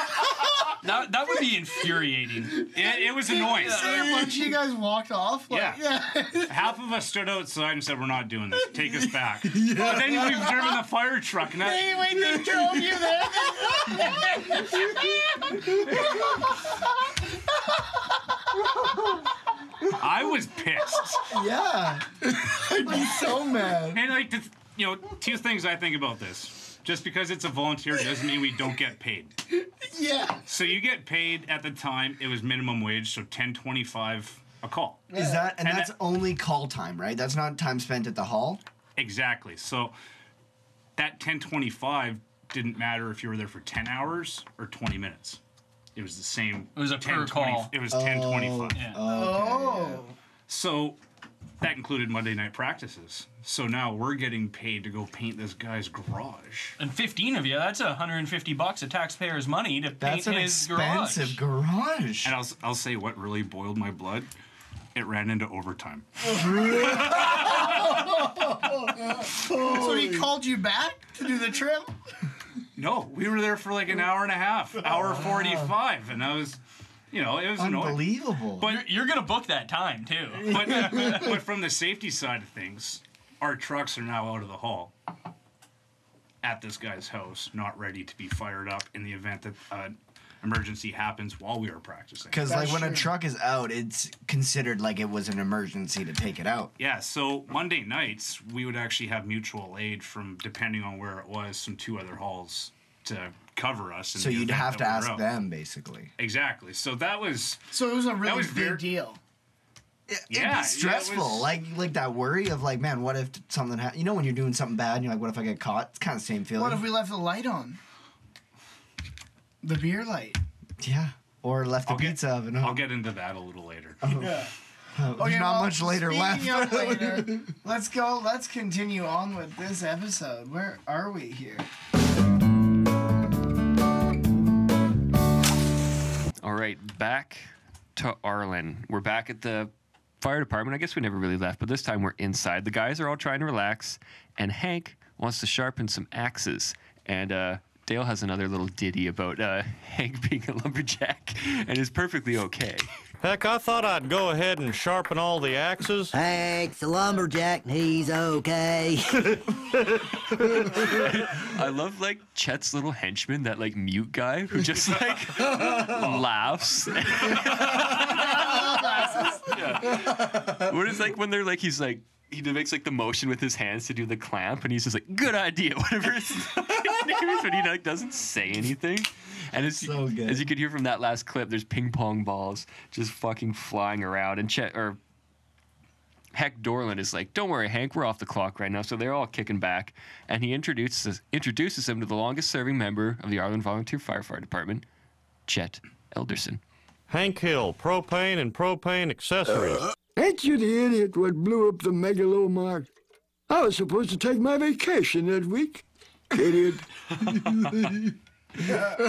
Speaker 5: That, that would be infuriating.
Speaker 4: it, it was annoying.
Speaker 2: a bunch of you guys walked off. Like,
Speaker 4: Yeah. Half of us stood outside and said, we're not doing this. Take us back. But then we've driven the fire truck and I,
Speaker 2: Anyway, they drove you there.
Speaker 4: I was pissed.
Speaker 1: Yeah, I'd be so mad.
Speaker 4: And like, the, you know, two things I think about this. Just because it's a volunteer doesn't mean we don't get paid.
Speaker 2: yeah.
Speaker 4: So you get paid at the time it was minimum wage, so ten twenty five a call.
Speaker 1: Is that and,
Speaker 4: And
Speaker 1: that's
Speaker 4: that-
Speaker 1: only call time, right? That's not time spent at the hall.
Speaker 4: Exactly. So that ten twenty five didn't matter if you were there for ten hours or twenty minutes. It was the same.
Speaker 5: It was a per
Speaker 4: 10.25
Speaker 5: call.
Speaker 4: It was ten twenty five.
Speaker 2: Oh.
Speaker 4: So that included Monday night practices. So now we're getting paid to go paint this guy's garage.
Speaker 5: And 15 of you, that's 150 bucks of taxpayers' money to paint
Speaker 1: That's an
Speaker 5: his garage.
Speaker 1: expensive garage.
Speaker 4: And I'll, s- I'll say what really boiled my blood. It ran into overtime.
Speaker 2: So he called you back to do the trip?
Speaker 4: No, we were there for like an hour and a half, hour 45. And I was, you know, it was annoying.
Speaker 1: Unbelievable.
Speaker 4: But-
Speaker 5: You're- You're gonna book that time too.
Speaker 4: But, but from the safety side of things, our trucks are now out of the hall at this guy's house, not ready to be fired up in the event that an emergency happens while we are practicing.
Speaker 1: Because like when a
Speaker 2: true.
Speaker 1: truck is out, it's considered like it was an emergency to take it out.
Speaker 4: Yeah, so Monday nights we would actually have mutual aid from depending on where it was from two other halls to cover us. in
Speaker 1: So
Speaker 4: the
Speaker 1: you'd
Speaker 4: event
Speaker 1: have
Speaker 4: that
Speaker 1: to
Speaker 4: we were
Speaker 1: ask
Speaker 4: out.
Speaker 1: them basically.
Speaker 4: Exactly. So that was
Speaker 2: So it was a really
Speaker 4: was
Speaker 2: big
Speaker 4: very-
Speaker 2: deal.
Speaker 4: yeah yeah, it
Speaker 1: Stressful,
Speaker 4: was-
Speaker 1: like like that worry of like, man, what if something happens? You know, when you're doing something bad, and you're like, what if I get caught? It's kind of the same feeling.
Speaker 2: What if we left the light on? The beer light.
Speaker 1: yeah, or left the
Speaker 4: I'll get-
Speaker 1: pizza oven.
Speaker 4: I'll
Speaker 1: on. Oh.
Speaker 4: get into that a little later.
Speaker 1: There's not much later
Speaker 2: Oh, speaking
Speaker 1: left.
Speaker 2: of later, let's go. Let's continue on with this episode. Where are we here?
Speaker 3: All right, back to Arlen. We're back at the fire department. I guess we never really left, but this time we're inside. The guys are all trying to relax, and Hank wants to sharpen some axes. And uh, Dale has another little ditty about uh, Hank being a lumberjack and is perfectly okay.
Speaker 8: Heck, I thought I'd go ahead and sharpen all the axes. Hank's a lumberjack and he's okay.
Speaker 3: I love like Chet's little henchman, that like mute guy who just like laughs. What is like when they're like he's like he makes like the motion with his hands to do the clamp, and he's just like good idea, whatever. His name is, but he like doesn't say anything. And as, as you could hear from that last clip, there's ping pong balls just fucking flying around, and Chet or Heck Dorland is like, "Don't worry, Hank, we're off the clock right now." So they're all kicking back, and he introduces introduces him to the longest-serving member of the Arlen Volunteer Firefighter Department, Chet Elderson.
Speaker 7: Hank Hill, propane and propane accessories.
Speaker 12: Ain't you the idiot what blew up the megalomart? I was supposed to take my vacation that week. Idiot.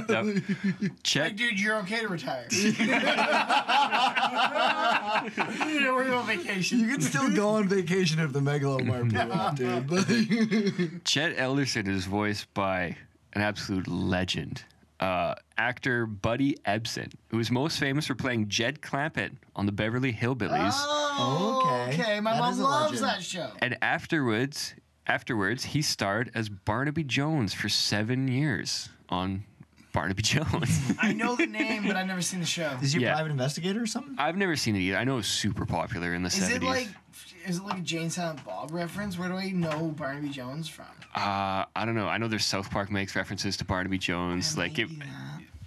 Speaker 2: Hey,
Speaker 3: Chet,
Speaker 2: dude, you're okay to retire. yeah, we're on vacation.
Speaker 1: You can still go on vacation if the megalomar blew up, dude.
Speaker 3: Chet Elderson is voiced by an absolute legend, uh, actor Buddy Ebsen, who is most famous for playing Jed Clampett on the Beverly Hillbillies.
Speaker 2: Oh, okay. My
Speaker 1: That
Speaker 2: mom
Speaker 1: is a
Speaker 2: loves
Speaker 1: legend.
Speaker 2: that show.
Speaker 3: And afterwards, afterwards, he starred as Barnaby Jones for seven years on Barnaby Jones.
Speaker 2: I know the name, but I've never seen the show.
Speaker 3: Is he a Yeah. private
Speaker 1: investigator or something?
Speaker 3: I've never seen it either. I know it's super popular in the
Speaker 2: Is it
Speaker 3: seventies.
Speaker 2: like, is it like a Jane Silent Bob reference? Where do I know Barnaby Jones from?
Speaker 3: uh, I don't know. I know there's South Park makes references to Barnaby Jones, like it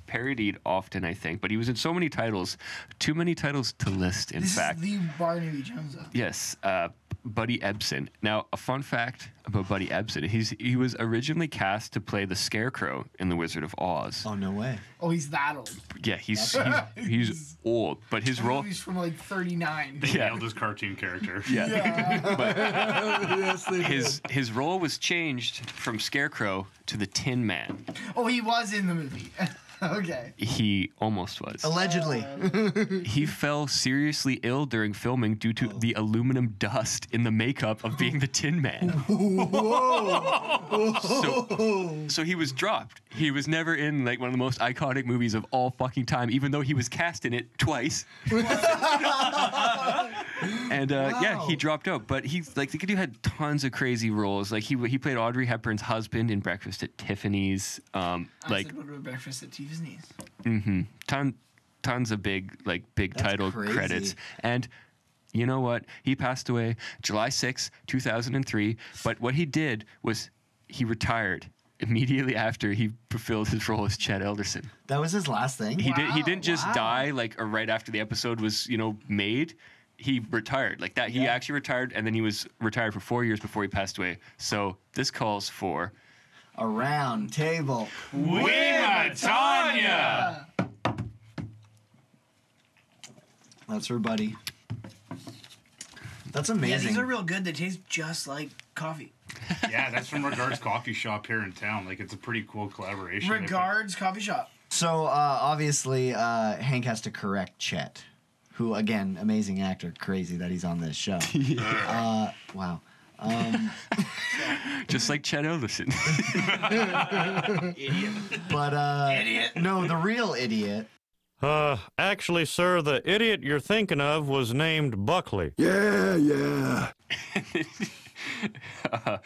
Speaker 3: parodied often, I think. But he was in so many titles, too many titles to list. In
Speaker 2: this
Speaker 3: fact,
Speaker 2: is the Barnaby Jones. Though.
Speaker 3: Yes, uh, Buddy Ebsen. Now, a fun fact about Buddy Ebsen: he's he was originally cast to play the Scarecrow in The Wizard of Oz.
Speaker 1: Oh no way!
Speaker 2: Oh, he's that old.
Speaker 3: Yeah, he's he's, he's old, but his
Speaker 2: I believe
Speaker 3: role.
Speaker 2: He's from like 39.
Speaker 3: Yeah.
Speaker 4: Nailed his cartoon character.
Speaker 3: Yeah.
Speaker 2: yes, they
Speaker 3: His his role was changed from Scarecrow to the Tin Man.
Speaker 2: Oh, he was in the movie. okay.
Speaker 3: He almost was.
Speaker 1: Allegedly.
Speaker 2: Uh,
Speaker 3: he fell seriously ill during filming due to the aluminum dust in the makeup of being the Tin Man.
Speaker 1: Whoa!
Speaker 3: So, so he was dropped. He was never in like one of the most iconic movies of all fucking time, even though he was cast in it twice. And uh, yeah, he dropped out. But he's like the kid who had tons of crazy roles. Like he he played Audrey Hepburn's husband in Breakfast at Tiffany's. Um,
Speaker 2: I
Speaker 3: like
Speaker 2: said, go to a breakfast at Tiffany's. knees.
Speaker 3: Mm-hmm. Ton, tons of big, like big title
Speaker 2: crazy.
Speaker 3: credits. And you know what? He passed away July sixth, two 2003. But what he did was he retired immediately after he fulfilled his role as Chad Elderson.
Speaker 1: That was his last thing.
Speaker 3: He did. He didn't just die like or right after the episode was you know made. He retired like that. He actually retired, and then he was retired for four years before he passed away. So this calls for
Speaker 1: a round table.
Speaker 4: Tanya!
Speaker 1: That's her buddy. That's
Speaker 2: Yeah,
Speaker 1: amazing.
Speaker 2: these are real good. They taste just like coffee.
Speaker 4: yeah, that's from Regards Coffee Shop here in town. Like, it's a pretty cool collaboration.
Speaker 2: Regards coffee shop.
Speaker 1: so uh, obviously, uh, Hank has to correct Chet, who again, amazing actor. Crazy that he's on this show. uh, wow. Um,
Speaker 3: just like Chad Elderson.
Speaker 1: but uh, no, the real idiot.
Speaker 7: Uh, actually, sir, the idiot you're thinking of was named Buckley.
Speaker 12: Yeah, yeah.
Speaker 3: Uh,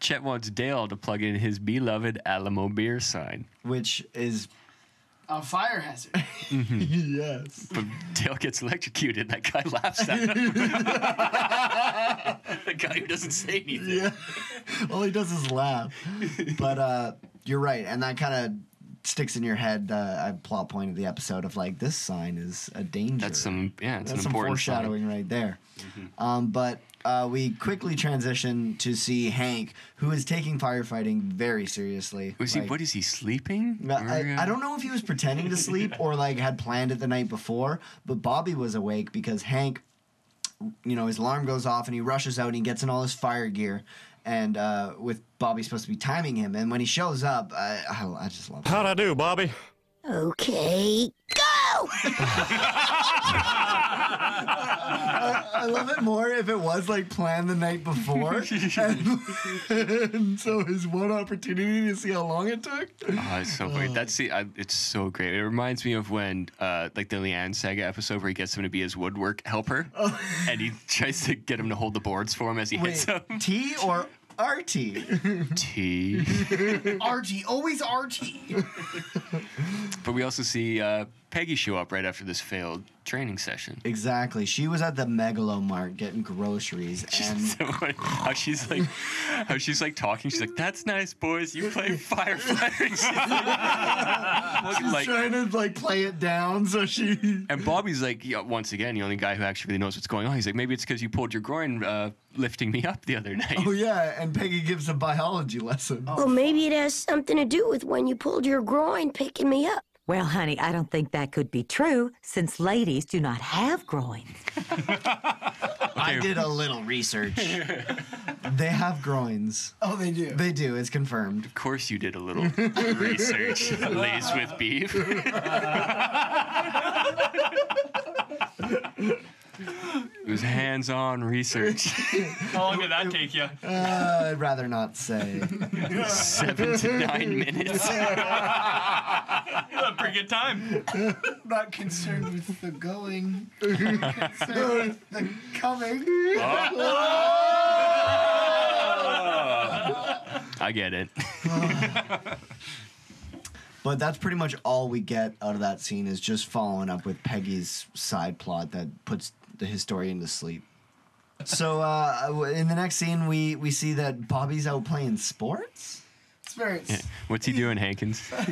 Speaker 3: Chet wants Dale to plug in his beloved Alamo beer sign.
Speaker 1: Which is.
Speaker 2: A fire hazard.
Speaker 1: yes.
Speaker 3: But Dale gets electrocuted. That guy laughs at him. the guy who doesn't say anything.
Speaker 1: Yeah. All he does is laugh. But uh, you're right, and that kind of sticks in your head. Uh, a plot point of the episode of like this sign is a danger.
Speaker 3: That's some yeah, it's
Speaker 1: That's
Speaker 3: an
Speaker 1: some
Speaker 3: important sign. Mm-hmm.
Speaker 1: foreshadowing right there. Um, but uh, we quickly transition to see Hank, who is taking firefighting very seriously.
Speaker 3: Was he? What is he sleeping?
Speaker 1: No, I, I don't know if he was pretending to sleep or like had planned it the night before, but Bobby was awake because Hank you know, his alarm goes off and he rushes out and he gets in all his fire gear. And uh, with Bobby supposed to be timing him, and when he shows up, I, I, I just love. How'd I do, Bobby?
Speaker 10: Okay. Go!
Speaker 1: I, I love it more if it was like planned the night before, and, and so his one opportunity to see how long it took.
Speaker 3: Oh, it's so funny. That's the. I, it's so great. It reminds me of when, uh, like the Leanne Saga episode where he gets him to be his woodwork helper,
Speaker 1: Oh.
Speaker 3: and he tries to get him to hold the boards for him as he hits him.
Speaker 1: T or RT?
Speaker 3: T.
Speaker 2: RT, always RT.
Speaker 3: But we also see uh, Peggy show up right after this failed training session.
Speaker 1: Exactly. She was at the Megalo Mart getting groceries, and
Speaker 3: So like, how she's like, how she's like talking. She's like, "That's nice, boys. You play firefighting." She's like-
Speaker 1: she's
Speaker 3: like-
Speaker 1: trying to like play it down, so she.
Speaker 3: And Bobby's like, yeah, once again, the only guy who actually really knows what's going on. He's like, maybe it's because you pulled your groin uh, lifting me up the other night.
Speaker 1: Oh yeah, and Peggy gives a biology lesson.
Speaker 2: Oh,
Speaker 10: Well, maybe it has something to do with when you pulled your groin picking me up.
Speaker 11: Well, honey, I don't think that could be true since ladies do not have groins.
Speaker 1: I did a little research. they have groins.
Speaker 2: Oh, they do.
Speaker 1: They do. It's confirmed.
Speaker 3: Of course, you did a little research. Lays with beef. It was hands-on research.
Speaker 5: How long did that take you?
Speaker 1: Uh, I'd rather not say.
Speaker 5: Seven
Speaker 3: to nine minutes.
Speaker 5: Pretty good time.
Speaker 2: Not concerned with the going, concerned with the coming.
Speaker 3: I get it.
Speaker 1: But that's pretty much all we get out of that scene is just following up with Peggy's side plot that puts the historian to sleep. So uh, in the next scene, we we see that Bobby's out playing sports.
Speaker 2: Spirits.
Speaker 3: Yeah. What's he doing, Hankins?
Speaker 4: Uh,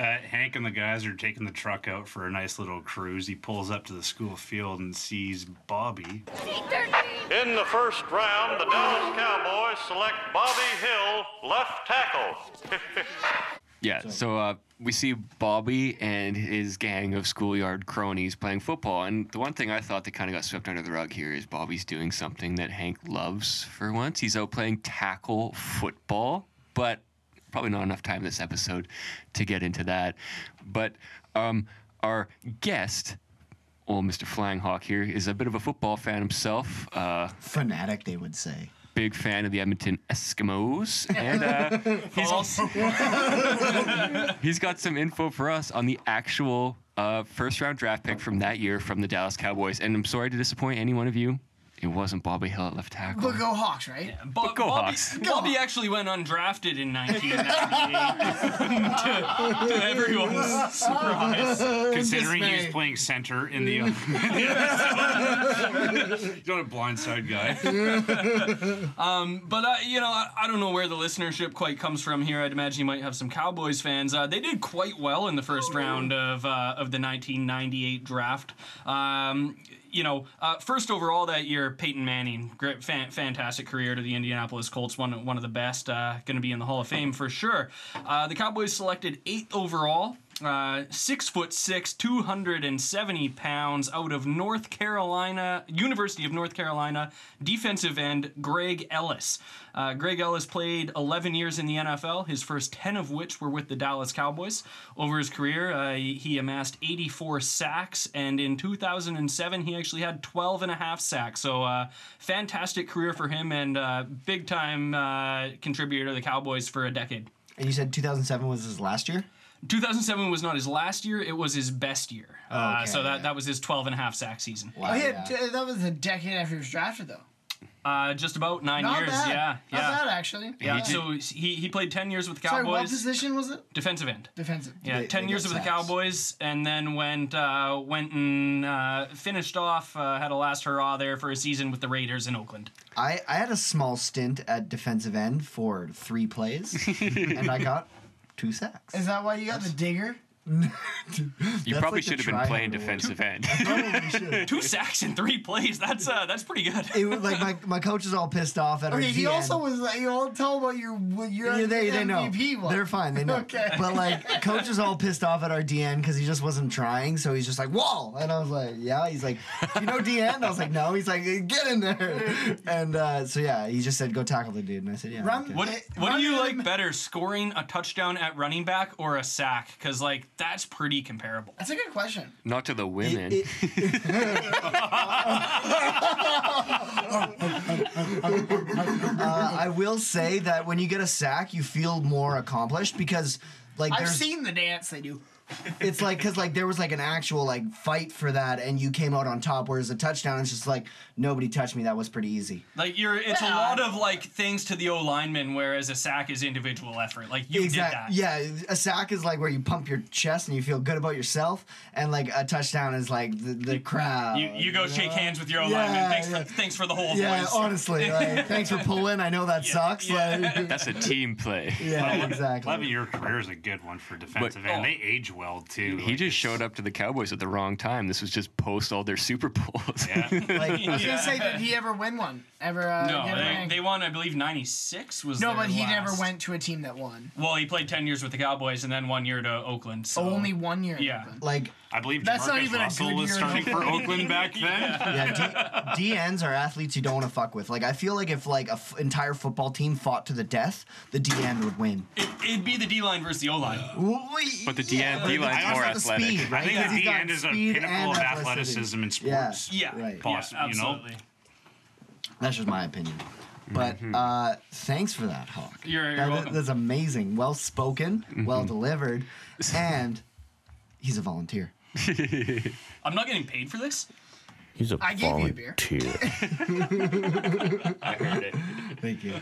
Speaker 4: Hank and the guys are taking the truck out for a nice little cruise. He pulls up to the school field and sees Bobby.
Speaker 7: In the first round, the Dallas Cowboys select Bobby Hill, left tackle.
Speaker 3: Yeah, so uh, we see Bobby and his gang of schoolyard cronies playing football. And the one thing I thought that kind of got swept under the rug here is Bobby's doing something that Hank loves for once. He's out playing tackle football, but probably not enough time this episode to get into that. But um, our guest, old Mr. Flying Hawk here, is a bit of a football fan himself. Uh,
Speaker 1: Fanatic, they would say.
Speaker 3: Big fan of the Edmonton Eskimos. And uh, he's also. He's got some info for us on the actual uh, first round draft pick from that year from the Dallas Cowboys. And I'm sorry to disappoint any one of you. It wasn't Bobby Hill at left tackle.
Speaker 2: But go Hawks, right?
Speaker 5: Bo-
Speaker 3: Go
Speaker 5: Bobby,
Speaker 3: Hawks.
Speaker 5: Bobby actually went undrafted in 1998. to, to everyone's surprise.
Speaker 4: Considering he was playing center in the. You're not a blindside guy.
Speaker 5: um, but uh, you know, I, I don't know where the listenership quite comes from here. I'd imagine you might have some Cowboys fans. Uh, they did quite well in the first round of uh, of the 1998 draft. Um, you know, uh, first overall that year, Peyton Manning, great, fan, fantastic career to the Indianapolis Colts, one one of the best, uh, going to be in the Hall of Fame for sure. Uh, the Cowboys selected eighth overall. Uh, six foot six, 270 pounds, out of North Carolina, University of North Carolina, defensive end Greg Ellis. Uh, Greg Ellis played 11 years in the NFL, his first 10 of which were with the Dallas Cowboys. Over his career, uh, he he amassed 84 sacks, and in 2007, he actually had 12 and a half sacks. So, uh, fantastic career for him and uh, big time uh, contributor to the Cowboys for a decade.
Speaker 1: And you said 2007 was his last year.
Speaker 5: 2007 was not his last year, it was his best year. uh,
Speaker 1: Okay,
Speaker 5: so that, that was his 12 and a half sack season.
Speaker 2: Oh, yeah, t- that was a decade after he was drafted, though.
Speaker 5: Uh, just about nine
Speaker 2: Not
Speaker 5: years,
Speaker 2: bad.
Speaker 5: yeah.
Speaker 2: Not
Speaker 5: yeah.
Speaker 2: bad, actually.
Speaker 5: Yeah,
Speaker 2: Not bad.
Speaker 5: so he, he played 10 years with the
Speaker 2: Sorry, what
Speaker 5: Cowboys.
Speaker 2: position was it?
Speaker 5: defensive end.
Speaker 2: Defensive.
Speaker 5: Yeah, ten years with the Cowboys, and then went uh, went and uh, finished off. Uh, had a last hurrah there for a season with the Raiders in Oakland.
Speaker 1: I, I had a small stint at defensive end for three plays, and I got two sacks.
Speaker 2: Is that why you got the digger?
Speaker 3: You
Speaker 1: That's
Speaker 3: probably
Speaker 1: like the
Speaker 3: should have been
Speaker 1: try
Speaker 3: playing
Speaker 1: rule.
Speaker 3: defensive end.
Speaker 5: Two sacks and three plays. That's uh, that's pretty good.
Speaker 1: It was like my, my coach was all pissed off at our
Speaker 2: Okay, he
Speaker 1: GM.
Speaker 2: also was like, you all tell about your what your
Speaker 1: Yeah, they, they know.
Speaker 2: MVP was.
Speaker 1: They're fine. They know.
Speaker 2: Okay.
Speaker 1: But like, coach is all pissed off at our DN because he just wasn't trying. So he's just like, "Whoa!" And I was like, "Yeah." He's like, "You know DN?" And I was like, "No." He's like, "Get in there!" And uh, so yeah, he just said, "Go tackle the dude." And I said, "Yeah." okay."
Speaker 5: What, what do you like better, scoring a touchdown at running back or a sack? Because like that's pretty comparable.
Speaker 2: That's a good question.
Speaker 3: Not to the women.
Speaker 1: Uh, I will say that when you get a sack, you feel more accomplished because like
Speaker 2: I've
Speaker 1: there's-
Speaker 2: seen the dance they do.
Speaker 1: it's like because like there was like an actual like fight for that, and you came out on top. Whereas a touchdown, it's just like nobody touched me. That was pretty easy.
Speaker 5: Like you're, it's a lot of like things to the O lineman, whereas a sack is individual effort. Like you
Speaker 1: Exact-
Speaker 5: did that.
Speaker 1: Yeah, a sack is like where you pump your chest and you feel good about yourself, and like a touchdown is like the, the crowd.
Speaker 5: You, you go shake hands with your O
Speaker 1: Yeah,
Speaker 5: lineman. Thanks,
Speaker 1: yeah.
Speaker 5: for, thanks for the whole
Speaker 1: yeah,
Speaker 5: voice.
Speaker 1: honestly, like, thanks for pulling. I know that sucks. Like,
Speaker 3: That's a team play.
Speaker 1: Yeah, exactly.
Speaker 4: Eleven year career is a good one for defensive end. They age well too.
Speaker 3: He just showed up to the Cowboys at the wrong time. This was just post all their Super Bowls.
Speaker 1: Like,
Speaker 2: I was gonna say, did he ever win one? Ever? Uh,
Speaker 5: no,
Speaker 2: get a
Speaker 5: they,
Speaker 2: ring?
Speaker 5: they won. I believe '96 was.
Speaker 2: no,
Speaker 5: their
Speaker 2: but he
Speaker 5: last.
Speaker 2: never went to a team that won.
Speaker 5: Well, he played ten years with the Cowboys and then one year to Oakland. So
Speaker 2: Only one year.
Speaker 5: Oh. yeah,
Speaker 1: like
Speaker 4: I believe
Speaker 2: That's not
Speaker 4: Jamarcus
Speaker 2: even a
Speaker 4: Russell
Speaker 2: good
Speaker 4: was
Speaker 2: year in
Speaker 4: starting for
Speaker 2: Oakland.
Speaker 4: Oakland back then.
Speaker 1: yeah, D- DNs are athletes you don't want to fuck with. Like I feel like if like a f- entire football team fought to the death, the DN would win.
Speaker 5: it, it'd be the D line versus the O line.
Speaker 1: But
Speaker 3: the DN, D line's more athletic.
Speaker 4: I think
Speaker 1: Because
Speaker 4: the
Speaker 1: he's got
Speaker 4: end is a
Speaker 1: speed
Speaker 4: pinnacle
Speaker 1: and
Speaker 4: of athleticism
Speaker 1: athleticism.
Speaker 4: in
Speaker 1: Yeah,
Speaker 4: sports.
Speaker 5: Yeah,
Speaker 1: right.
Speaker 4: Possibly, you know?
Speaker 5: absolutely.
Speaker 1: That's just my opinion. But uh, thanks for that, Hawk.
Speaker 5: Mm-hmm. You're- you're
Speaker 1: That- that-
Speaker 5: welcome. Mm-hmm.
Speaker 1: That's amazing. Well spoken, well delivered, and he's a volunteer.
Speaker 5: I'm not getting paid for this.
Speaker 9: He's a
Speaker 5: I gave you a beer.
Speaker 3: I heard it.
Speaker 1: Thank you.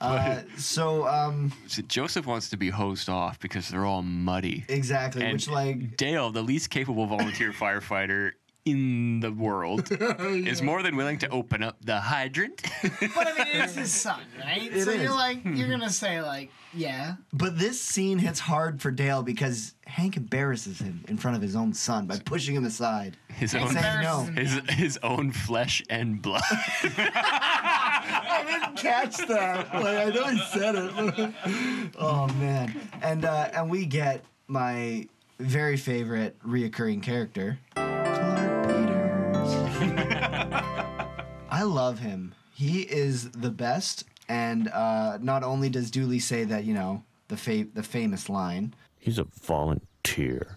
Speaker 1: Uh, so, um,
Speaker 3: So Joseph wants to be hosed off because they're all muddy.
Speaker 1: exactly.
Speaker 3: And
Speaker 1: which like
Speaker 3: Dale, the least capable volunteer firefighter in the world,
Speaker 1: Oh,
Speaker 3: is more than willing to open up the hydrant.
Speaker 2: But I mean, it's his son, right?
Speaker 1: It
Speaker 2: so
Speaker 1: is.
Speaker 2: you're like,
Speaker 5: Hmm.
Speaker 2: you're gonna say like, yeah.
Speaker 1: But this scene hits hard for Dale because Hank embarrasses him in front of his own son by pushing him aside.
Speaker 3: His
Speaker 1: and
Speaker 3: own,
Speaker 1: saying no.
Speaker 3: his, his own flesh and blood.
Speaker 1: I didn't catch that. Like I know he said it. oh man. And uh, and we get my very favorite reoccurring character, Clark Peters. I love him. He is the best. And uh, not only does Dooley say that, you know, the fa- the famous line,
Speaker 9: He's a volunteer.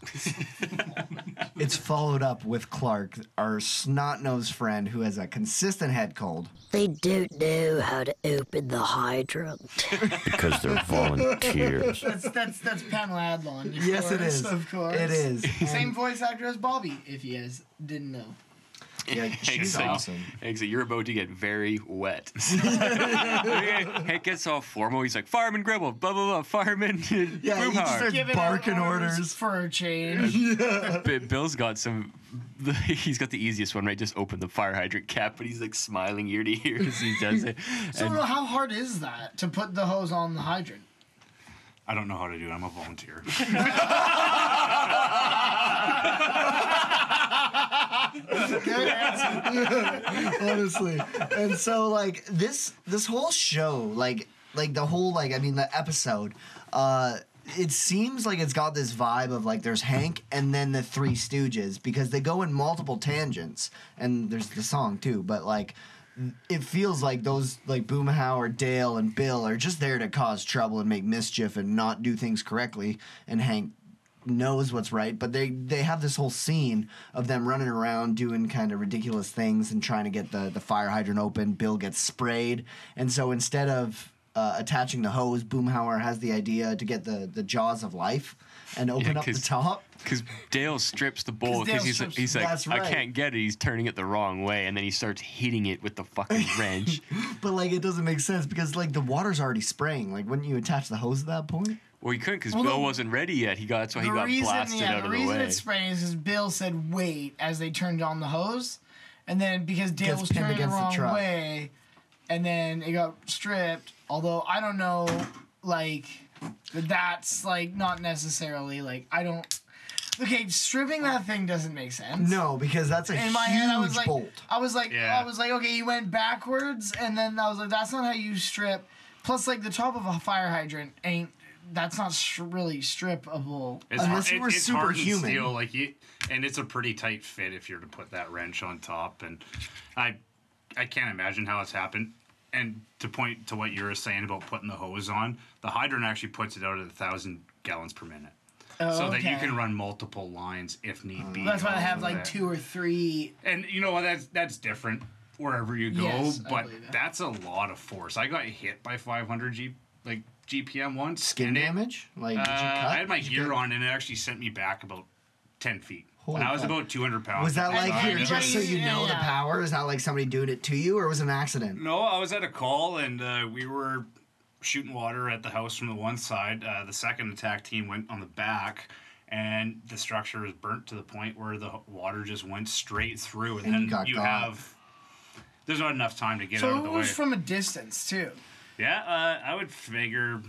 Speaker 1: It's followed up with Clark, our snot-nosed friend who has a consistent head cold.
Speaker 10: They don't know how to open the hydrant.
Speaker 9: Because they're volunteers.
Speaker 2: That's that's that's Pamela Adlon. of
Speaker 1: Yes, it
Speaker 2: course,
Speaker 1: is.
Speaker 2: Of course,
Speaker 1: It is.
Speaker 2: Same voice actor as Bobby, if you guys didn't know.
Speaker 1: Yeah, she's
Speaker 3: Exit.
Speaker 1: awesome.
Speaker 3: Exit, you're about to get very wet. Hank gets all formal. He's like, Fireman Gribble, blah, blah, blah, Fireman.
Speaker 1: Yeah, he just starts
Speaker 3: Boomhauer.
Speaker 2: Giving
Speaker 1: barking
Speaker 2: out
Speaker 1: orders.
Speaker 2: for a change. yeah.
Speaker 3: B- Bill's got some. He's got the easiest one, right? Just open the fire hydrant cap, but he's like smiling ear to ear as he does it.
Speaker 2: So
Speaker 3: And-
Speaker 2: no, how hard is that to put the hose on the hydrant?
Speaker 4: I don't know how to do it. I'm a volunteer.
Speaker 1: Honestly. And so like this this whole show, like like the whole like I mean the episode, uh it seems like it's got this vibe of like there's Hank and then the Three Stooges because they go in multiple tangents and there's the song too, but like it feels like those like Boomhauer, Dale, and Bill are just there to cause trouble and make mischief and not do things correctly. And Hank knows what's right, but they they have this whole scene of them running around doing kind of ridiculous things and trying to get the the fire hydrant open. Bill gets sprayed, and so instead of uh, attaching the hose, Boomhauer has the idea to get the the jaws of life and open up the
Speaker 3: 'cause-
Speaker 1: top.
Speaker 3: Because Dale strips the bowl
Speaker 1: 'Cause Dale
Speaker 3: because he's,
Speaker 1: strips-
Speaker 3: he's like,
Speaker 1: that's
Speaker 3: I
Speaker 1: right.
Speaker 3: can't get it. He's turning it the wrong way. And then he starts hitting it with the fucking wrench.
Speaker 1: But like it doesn't make sense because like the water's already spraying. Like wouldn't you attach the hose at that point?
Speaker 3: well, he couldn't because
Speaker 2: Well,
Speaker 3: Bill
Speaker 2: the-
Speaker 3: wasn't ready yet. He got, that's why he
Speaker 2: the
Speaker 3: got
Speaker 2: reason,
Speaker 3: blasted
Speaker 2: yeah,
Speaker 3: out
Speaker 2: the
Speaker 3: of the
Speaker 2: reason
Speaker 3: way.
Speaker 2: it's spraying is because Bill said wait as they turned on the hose, and then because Dale
Speaker 1: Gets
Speaker 2: was
Speaker 1: pinned
Speaker 2: turning the
Speaker 1: against the
Speaker 2: wrong
Speaker 1: truck.
Speaker 2: way, and then it got stripped. Although I don't know, like that's like not necessarily like I don't. Okay, stripping that thing doesn't make sense.
Speaker 1: No, because that's a
Speaker 2: In my head, I was
Speaker 1: huge
Speaker 2: like,
Speaker 1: bolt.
Speaker 2: I was like,
Speaker 1: Yeah.
Speaker 2: I was like, okay, you went backwards, and then I was like, that's not how you strip. Plus, like the top of a fire hydrant ain't. That's not str- really strippable.
Speaker 4: It's, hard- it- it's hard and steel, like you, and it's a pretty tight fit if you're to put that wrench on top. And I, I can't imagine how it's happened. And to point to what you were saying about putting the hose on, the hydrant actually puts it out at a thousand gallons per minute,
Speaker 2: Oh,
Speaker 4: so that you
Speaker 2: okay.
Speaker 4: can run multiple lines if need be.
Speaker 2: That's why I
Speaker 4: off
Speaker 2: have
Speaker 4: of
Speaker 2: like
Speaker 4: that.
Speaker 2: two or three.
Speaker 4: And you know what? That's that's different wherever you go,
Speaker 2: Yes, I
Speaker 4: but
Speaker 2: believe it.
Speaker 4: that's a lot of force. I got hit by 500 G like GPM once. Skin
Speaker 1: damage? Like
Speaker 4: uh,
Speaker 1: did you cut?
Speaker 4: I had my
Speaker 1: Did you
Speaker 4: gear
Speaker 1: get-
Speaker 4: on, and it actually sent me back about 10 feet.
Speaker 1: Holy
Speaker 4: and I was
Speaker 1: fuck.
Speaker 4: about 200 pounds.
Speaker 1: Was that
Speaker 4: at the
Speaker 1: like
Speaker 4: time.
Speaker 1: here, just so you know the power? Is that like somebody doing it to you, or was it an accident?
Speaker 4: No, I was at a call and uh, we were shooting water at the house from the one side. Uh, the second attack team went on the back, and the structure was burnt to the point where the h- water just went straight through. And,
Speaker 2: And you
Speaker 4: then
Speaker 2: got
Speaker 4: you
Speaker 2: got.
Speaker 4: have there's not enough time to get out
Speaker 2: so
Speaker 4: of the
Speaker 2: it
Speaker 4: way.
Speaker 2: was from a distance too.
Speaker 4: yeah, uh, I would figure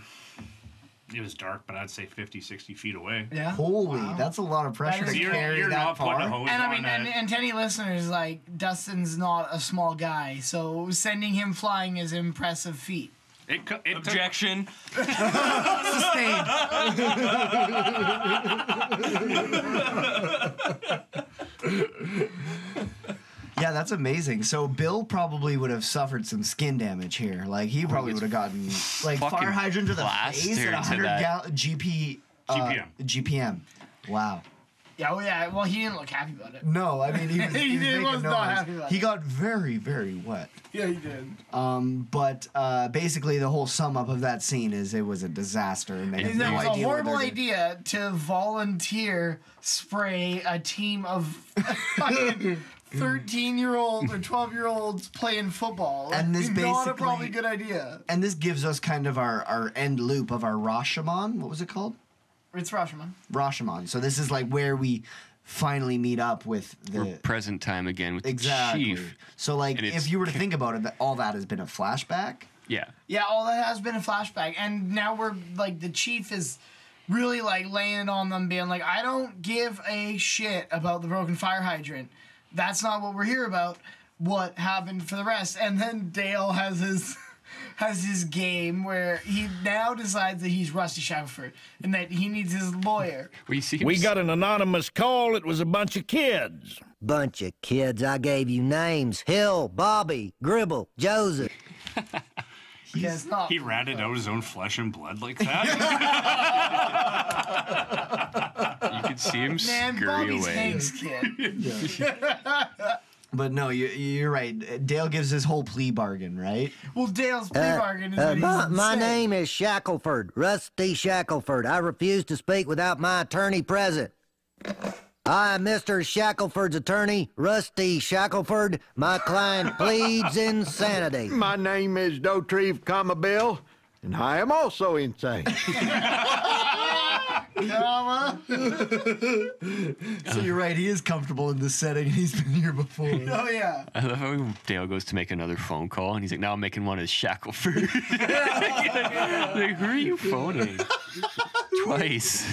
Speaker 4: it was dark, but I'd say 50, 60 feet away.
Speaker 2: Yeah.
Speaker 1: Holy, that's a lot of pressure
Speaker 4: That
Speaker 1: to
Speaker 4: is- You're-
Speaker 1: carry
Speaker 4: you're
Speaker 1: that
Speaker 4: not putting
Speaker 1: far.
Speaker 4: a hose
Speaker 2: And I
Speaker 4: on
Speaker 2: mean, and,
Speaker 4: that.
Speaker 2: and to any listeners, like Dustin's not a small guy, so sending him flying is impressive feat.
Speaker 4: It, co- it
Speaker 5: Objection.
Speaker 1: Yeah, that's amazing. So Bill probably would have suffered some skin damage here. Like he probably would have gotten like
Speaker 6: fucking
Speaker 1: fire hydrant to the face
Speaker 6: plastered to
Speaker 1: at 100
Speaker 6: that.
Speaker 1: gal- GP, uh,
Speaker 6: GPM.
Speaker 1: GPM. Wow.
Speaker 2: Yeah, well, yeah. Well, he didn't look happy about it.
Speaker 1: No, I mean he was, he
Speaker 2: He
Speaker 1: was making
Speaker 2: was
Speaker 1: noise.
Speaker 2: not happy about
Speaker 1: he
Speaker 2: it.
Speaker 1: got very very wet.
Speaker 2: Yeah, he did.
Speaker 1: Um, but uh, basically the whole sum up of that scene is it was a disaster and they
Speaker 2: It
Speaker 1: had
Speaker 2: was
Speaker 1: no
Speaker 2: a
Speaker 1: idea. what
Speaker 2: horrible
Speaker 1: they're doing.
Speaker 2: idea to volunteer spray a team of fucking thirteen-year-old or twelve-year-olds playing football. Like,
Speaker 1: And this
Speaker 2: not a
Speaker 1: basically-
Speaker 2: probably good idea.
Speaker 1: And this gives us kind of our, our end loop of our Rashomon. What was it called?
Speaker 2: It's Rashomon.
Speaker 1: Rashomon. So this is like where we finally meet up with
Speaker 3: We're
Speaker 1: the
Speaker 3: present time again with
Speaker 1: exactly.
Speaker 3: the chief.
Speaker 1: So like
Speaker 3: And
Speaker 1: if
Speaker 3: it's-
Speaker 1: you were to think about it, that all that has been a flashback.
Speaker 3: Yeah.
Speaker 2: Yeah, all that has been a flashback, and now we're like the chief is really like laying it on them, being like, "I don't give a shit about the broken fire hydrant. That's not what we're here about. What happened for the rest?" And then Dale has his has his game where he now decides that he's Rusty Shackelford and that he needs his lawyer.
Speaker 3: We see
Speaker 13: We got an anonymous call. It was a bunch of kids.
Speaker 8: Bunch of kids, I gave you names Hill, Bobby, Gribble, Joseph.
Speaker 2: He's not.
Speaker 4: He ratted out his own flesh and blood like that.
Speaker 3: you could see him
Speaker 2: Man,
Speaker 3: scurry
Speaker 2: Bobby's
Speaker 3: away.
Speaker 2: Hank's kid.
Speaker 1: But no, you, you're right. Dale gives his whole plea bargain, right?
Speaker 2: well, Dale's plea
Speaker 8: Uh,
Speaker 2: bargain is
Speaker 8: uh,
Speaker 2: that he's
Speaker 8: my, my
Speaker 2: insane.
Speaker 8: name is Shackelford, Rusty Shackelford. I refuse to speak without my attorney present. I am Mr. Shackelford's attorney, Rusty Shackelford. My client pleads insanity.
Speaker 7: My name is Dotrieve, comma Bill, and I am also insane.
Speaker 2: Comma.
Speaker 1: so you're right. He is comfortable in this setting. and He's been here before.
Speaker 2: Oh yeah.
Speaker 3: I love how Dale goes to make another phone call and he's like, now I'm making one as Shackleford. like, who are you phoning? Twice.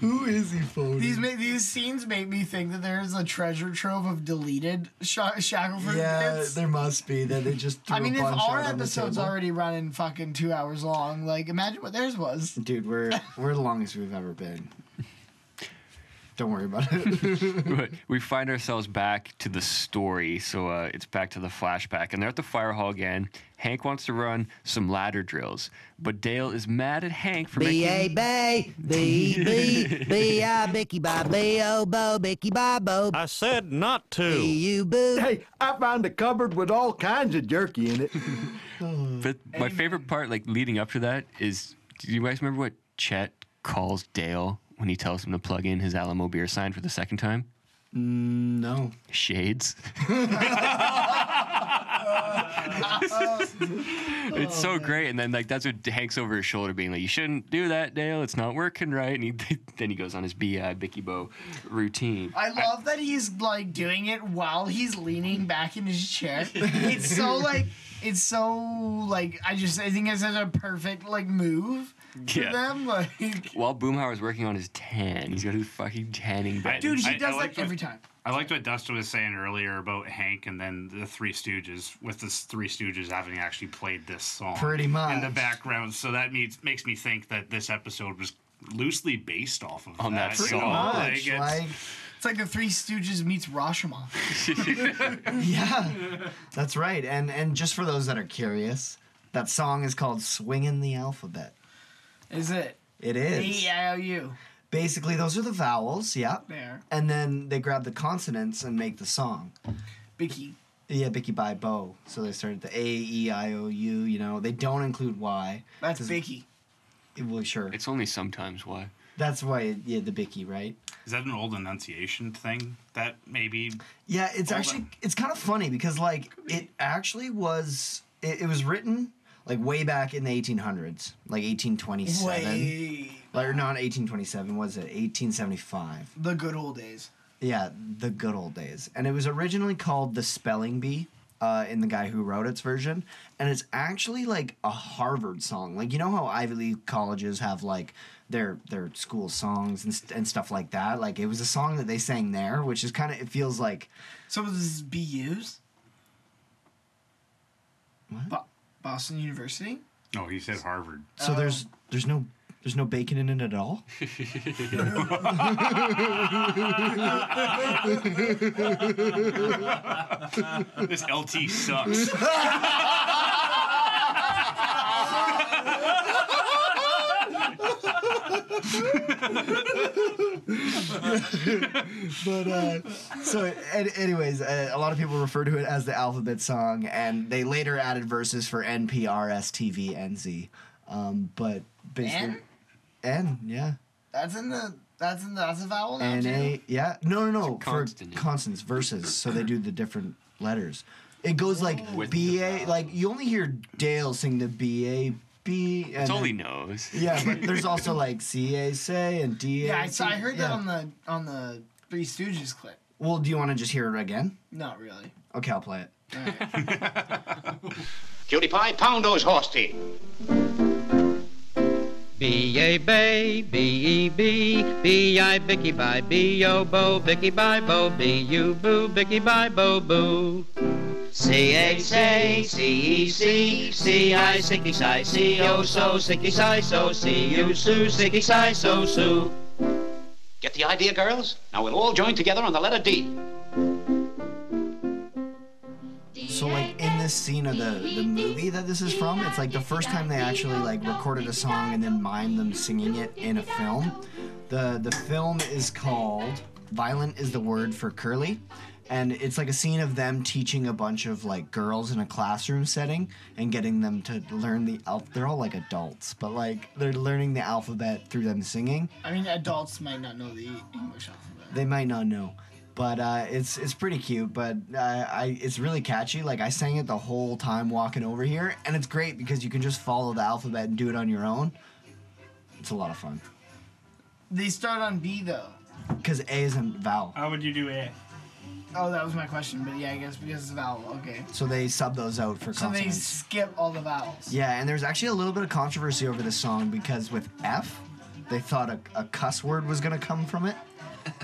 Speaker 1: Who is he phoning?
Speaker 2: These ma- these scenes make me think that there's a treasure trove of deleted Sha Shackleford
Speaker 1: Yeah,
Speaker 2: bits.
Speaker 1: there must be that they just. Threw
Speaker 2: I mean,
Speaker 1: a
Speaker 2: if
Speaker 1: bunch
Speaker 2: our
Speaker 1: out on the
Speaker 2: episode's
Speaker 1: table.
Speaker 2: already running fucking two hours long, like imagine what theirs was.
Speaker 1: Dude, we're we're the longest we've ever been. Don't worry about it.
Speaker 3: But we find ourselves back to the story. So uh, it's back to the flashback. And they're at the fire hall again. Hank wants to run some ladder drills. But Dale is mad at Hank for
Speaker 8: B A
Speaker 3: making.
Speaker 8: B B B B I Bicky Bob B O Bo Bicky Bob Bo. I said not to. B U Boo.
Speaker 7: Hey, I found a cupboard with all kinds of jerky in it.
Speaker 3: But my favorite part, like leading up to that, is do you guys remember what Chet calls Dale when he tells him to plug in his Alamo beer sign for the second time?
Speaker 1: no.
Speaker 3: Shades. it's
Speaker 1: Oh,
Speaker 3: so great. And then like that's what Hank's over his shoulder being like, you shouldn't do that, Dale. It's not working right. And he, then he goes on his bi Bicky Bo routine.
Speaker 2: I love that he's like doing it while he's leaning back in his chair. It's so like it's so like I just I think it's such a perfect like move for
Speaker 3: Yeah.
Speaker 2: them. Like,
Speaker 3: While Boomhauer's working on his tan, he's got his fucking tanning bed.
Speaker 2: dude, he
Speaker 4: I- I
Speaker 2: does
Speaker 4: like
Speaker 2: that
Speaker 4: what-
Speaker 2: every time.
Speaker 4: I liked what Dustin was saying earlier about Hank and then the Three Stooges, with the Three Stooges having actually played this song
Speaker 1: Pretty
Speaker 4: in the
Speaker 1: much.
Speaker 4: background. So that means, makes me think that this episode was loosely based off of
Speaker 3: On that
Speaker 4: song.
Speaker 3: song.
Speaker 4: Like,
Speaker 3: Pretty
Speaker 4: it's-
Speaker 1: Like,
Speaker 2: It's like the Three Stooges meets Rashomon.
Speaker 1: yeah, that's right. And and just for those that are curious, that song is called "Swingin' the Alphabet."
Speaker 2: Is it?
Speaker 1: It is.
Speaker 2: E I O U.
Speaker 1: Basically, those are the vowels. Yeah.
Speaker 2: There.
Speaker 1: And then they grab the consonants and make the song.
Speaker 2: Bicky.
Speaker 1: Yeah, Bicky by Bo. So they started the A E I O U. You know, they don't include Y.
Speaker 2: That's
Speaker 1: 'cause-
Speaker 2: Bicky.
Speaker 1: Well, sure.
Speaker 3: It's only sometimes why.
Speaker 1: That's why. Yeah, the Bicky, right?
Speaker 4: Is that an old enunciation thing that maybe
Speaker 1: Yeah, it's
Speaker 4: Hold
Speaker 1: actually it's kind of funny because like it actually was it, it was written like way back in the 1800s, like 1827.
Speaker 2: Way.
Speaker 1: Like, or not 1827, was it? 1875.
Speaker 2: The good old days.
Speaker 1: Yeah, the good old days. And it was originally called The Spelling Bee uh, in the guy who wrote its version. And it's actually like a Harvard song. Like, you know how Ivy League colleges have like their their school songs and, st- and stuff like that? Like, it was a song that they sang there, which is kind of, it feels like.
Speaker 2: So, was this BU's? Bo- Boston University?
Speaker 4: No, he said Harvard.
Speaker 1: So there's there's no there's no bacon in it at all.
Speaker 4: this LT sucks.
Speaker 1: but uh, so, an- anyways, uh, a lot of people refer to it as the alphabet song, and they later added verses for N P R S T V N Z. Um, but basically, N, yeah,
Speaker 2: That's in the. That's in the. That's a vowel now.
Speaker 1: N
Speaker 2: too?
Speaker 1: A, yeah. No, no, no, for constants verses. So they do the different letters. It goes like B A. Like you only hear Dale sing the B A B.
Speaker 3: It's
Speaker 1: and
Speaker 3: all he
Speaker 1: then-
Speaker 3: knows.
Speaker 1: Yeah, but there's also like C A say and D A.
Speaker 2: Yeah, I, saw, I heard that
Speaker 1: yeah.
Speaker 2: on the on the Three Stooges clip.
Speaker 1: Well, do you want to just hear it again?
Speaker 2: Not really.
Speaker 1: Okay, I'll play it.
Speaker 14: Cutie Pie, pound those horse teeth.
Speaker 15: B A Bay, B E B, B I Bicky by B O Bo, Bicky by Bo, B U Boo, Bicky by Bo Boo. C H A, C E C, C I Sicky Si, C O So, Sicky Si So, C U Sue, Sicky Si So Sue.
Speaker 14: Get the idea, girls? Now we'll all join together on the letter D.
Speaker 1: So like in this scene of the, the movie that this is from, it's like the first time they actually like recorded a song and then mimed them singing it in a film. The the film is called Violent is the word for curly. And it's like a scene of them teaching a bunch of like girls in a classroom setting and getting them to learn the alphabet. They're all like adults, but like they're learning the alphabet through them singing.
Speaker 2: I mean, adults might not know the English alphabet.
Speaker 1: They might not know, but uh, it's it's pretty cute. But uh, I it's really catchy. Like I sang it the whole time walking over here, and it's great because you can just follow the alphabet and do it on your own. It's a lot of fun
Speaker 2: They start on B though.
Speaker 1: because A is a vowel,
Speaker 2: How would you do A? Oh, that was my question, but yeah, I guess because it's a vowel. Okay.
Speaker 1: so they sub those out for
Speaker 2: So they
Speaker 1: consonants.
Speaker 2: skip all the vowels.
Speaker 1: Yeah, and there's actually a little bit of controversy over this song because with F, they thought a, a cuss word was gonna come from it,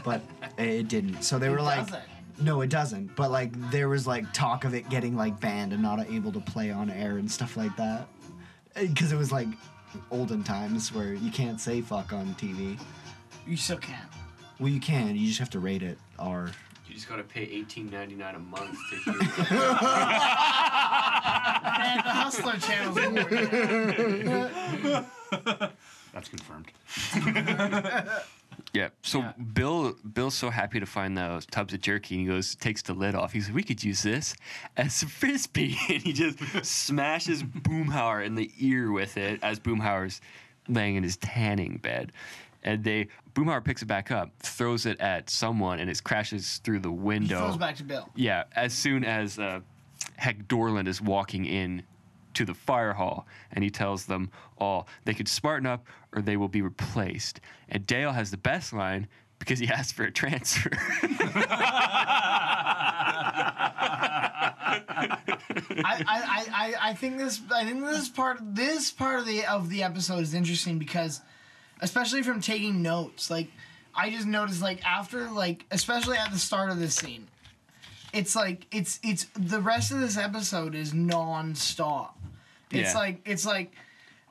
Speaker 1: but it didn't. So they
Speaker 2: It
Speaker 1: were like.
Speaker 2: doesn't.
Speaker 1: No, it doesn't. But like there was like talk of it getting like banned and not able to play on air and stuff like that, because it was like olden times where you can't say fuck on TV.
Speaker 2: You still can't.
Speaker 1: Well, you can. You just have to rate it R.
Speaker 3: You just gotta pay eighteen ninety nine a month to hear.
Speaker 2: Man, the Hustler channel's more.
Speaker 4: That's confirmed.
Speaker 3: yeah. So Bill Bill's so happy to find those tubs of jerky and he goes takes the lid off. He's like, We could use this as a frisbee and he just smashes Boomhauer in the ear with it as Boomhauer's laying in his tanning bed. And they Boomhauer picks it back up, throws it at someone, and it crashes through the
Speaker 2: He
Speaker 3: window.
Speaker 2: throws back to Bill.
Speaker 3: Yeah, as soon as uh, Heck Dorland is walking in to the fire hall, and he tells them all they could smarten up or they will be replaced. And Dale has the best line because he asked for a transfer.
Speaker 2: I, I, I, I think this I think this part this part of the of the episode is interesting because especially from taking notes like I just noticed like after like especially at the start of this scene it's like it's it's the rest of this episode is non-stop it's
Speaker 16: Yeah.
Speaker 2: like it's like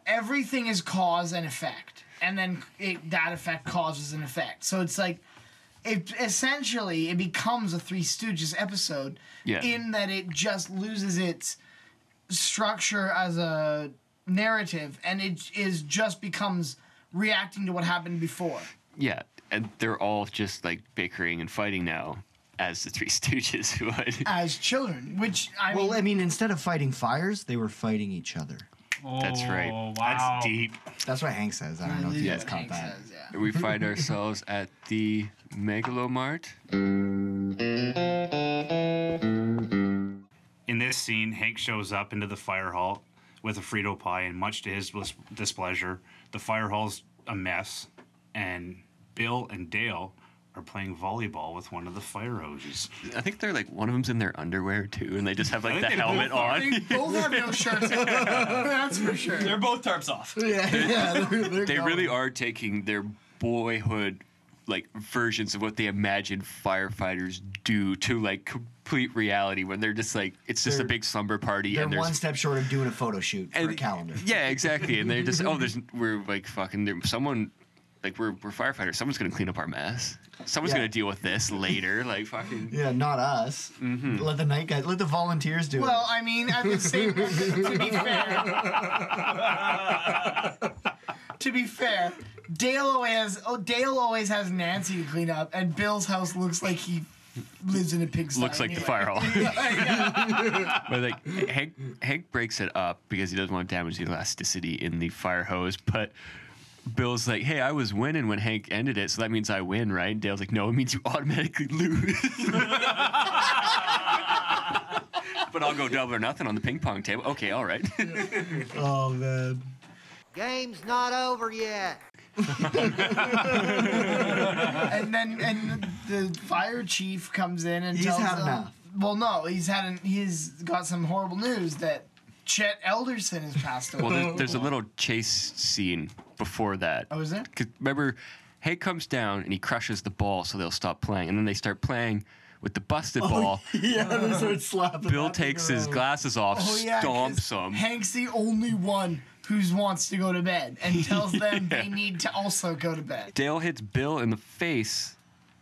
Speaker 2: everything is cause and effect and then it, that effect causes an effect so it's like it essentially it becomes a three stooges episode
Speaker 16: Yeah.
Speaker 2: in that it just loses its structure as a narrative and it is just becomes reacting to what happened before
Speaker 3: Yeah, and they're all just like bickering and fighting now as the Three Stooges would.
Speaker 2: as children which i
Speaker 1: well,
Speaker 2: mean
Speaker 1: I mean, instead of fighting fires, they were fighting each other.
Speaker 3: That's right.
Speaker 1: Oh, wow.
Speaker 3: That's deep.
Speaker 1: That's what Hank says. I don't know if you guys caught that.
Speaker 3: We find ourselves at the Megalomart.
Speaker 4: In this scene, Hank shows up into the fire hall with a Frito pie, and much to his dis- displeasure, the fire hall's a mess, and Bill and Dale are playing volleyball with one of the fire hoses.
Speaker 3: I think they're like one of them's in their underwear too, and they just have
Speaker 4: I
Speaker 3: like the
Speaker 4: think they both
Speaker 3: helmet
Speaker 4: are.
Speaker 3: on.
Speaker 4: They
Speaker 2: both have no shirts on. That's for sure.
Speaker 5: They're both tarps off.
Speaker 3: they really are taking their boyhood like versions of what they imagine firefighters do to like complete reality when they're just like it's just a
Speaker 1: They're-
Speaker 3: big slumber party
Speaker 1: They're
Speaker 3: and there's
Speaker 1: one step short of doing a photo shoot for a calendar.
Speaker 3: yeah exactly and they're just oh there's we're like fucking there, someone like we're, we're firefighters someone's gonna clean up our mess someone's
Speaker 1: Yeah.
Speaker 3: gonna deal with this later like fucking
Speaker 1: Yeah, not us.
Speaker 3: Mm-hmm.
Speaker 1: Let the night guys, let the volunteers do
Speaker 2: well i mean at the same to be fair to be fair dale always has oh dale always has nancy to clean up and bill's house looks like he lives in a pigsty
Speaker 3: Looks like the fire hall.
Speaker 2: Yeah.
Speaker 3: but like Hank, Hank breaks it up because he doesn't want to damage the elasticity in the fire hose. But Bill's like, "Hey, I was winning when Hank ended it, so that means I win, right?" And Dale's like, "No, it means you automatically lose." but I'll go double or nothing on the ping pong table. Okay, all right.
Speaker 1: it. Oh man.
Speaker 8: Game's not over yet.
Speaker 2: and then and the fire chief comes in and
Speaker 1: He's
Speaker 2: tells
Speaker 1: had
Speaker 2: them-
Speaker 1: enough.
Speaker 2: Well, no, he's had an, he's got some horrible news that Chet Elderson has passed away.
Speaker 3: Well, there's, there's a little chase scene before that.
Speaker 2: Oh, is there?
Speaker 3: 'Cause remember, Hank comes down and he crushes the ball, so they'll stop playing, and then they start playing with the
Speaker 2: Oh,
Speaker 3: busted ball.
Speaker 1: yeah, they start slapping.
Speaker 3: Bill takes his glasses off,
Speaker 2: Oh, yeah, 'cause
Speaker 3: stomps him.
Speaker 2: Hank's the only one who wants to go to bed and tells them they
Speaker 3: Yeah.
Speaker 2: need to also go to bed.
Speaker 3: Dale hits Bill in the face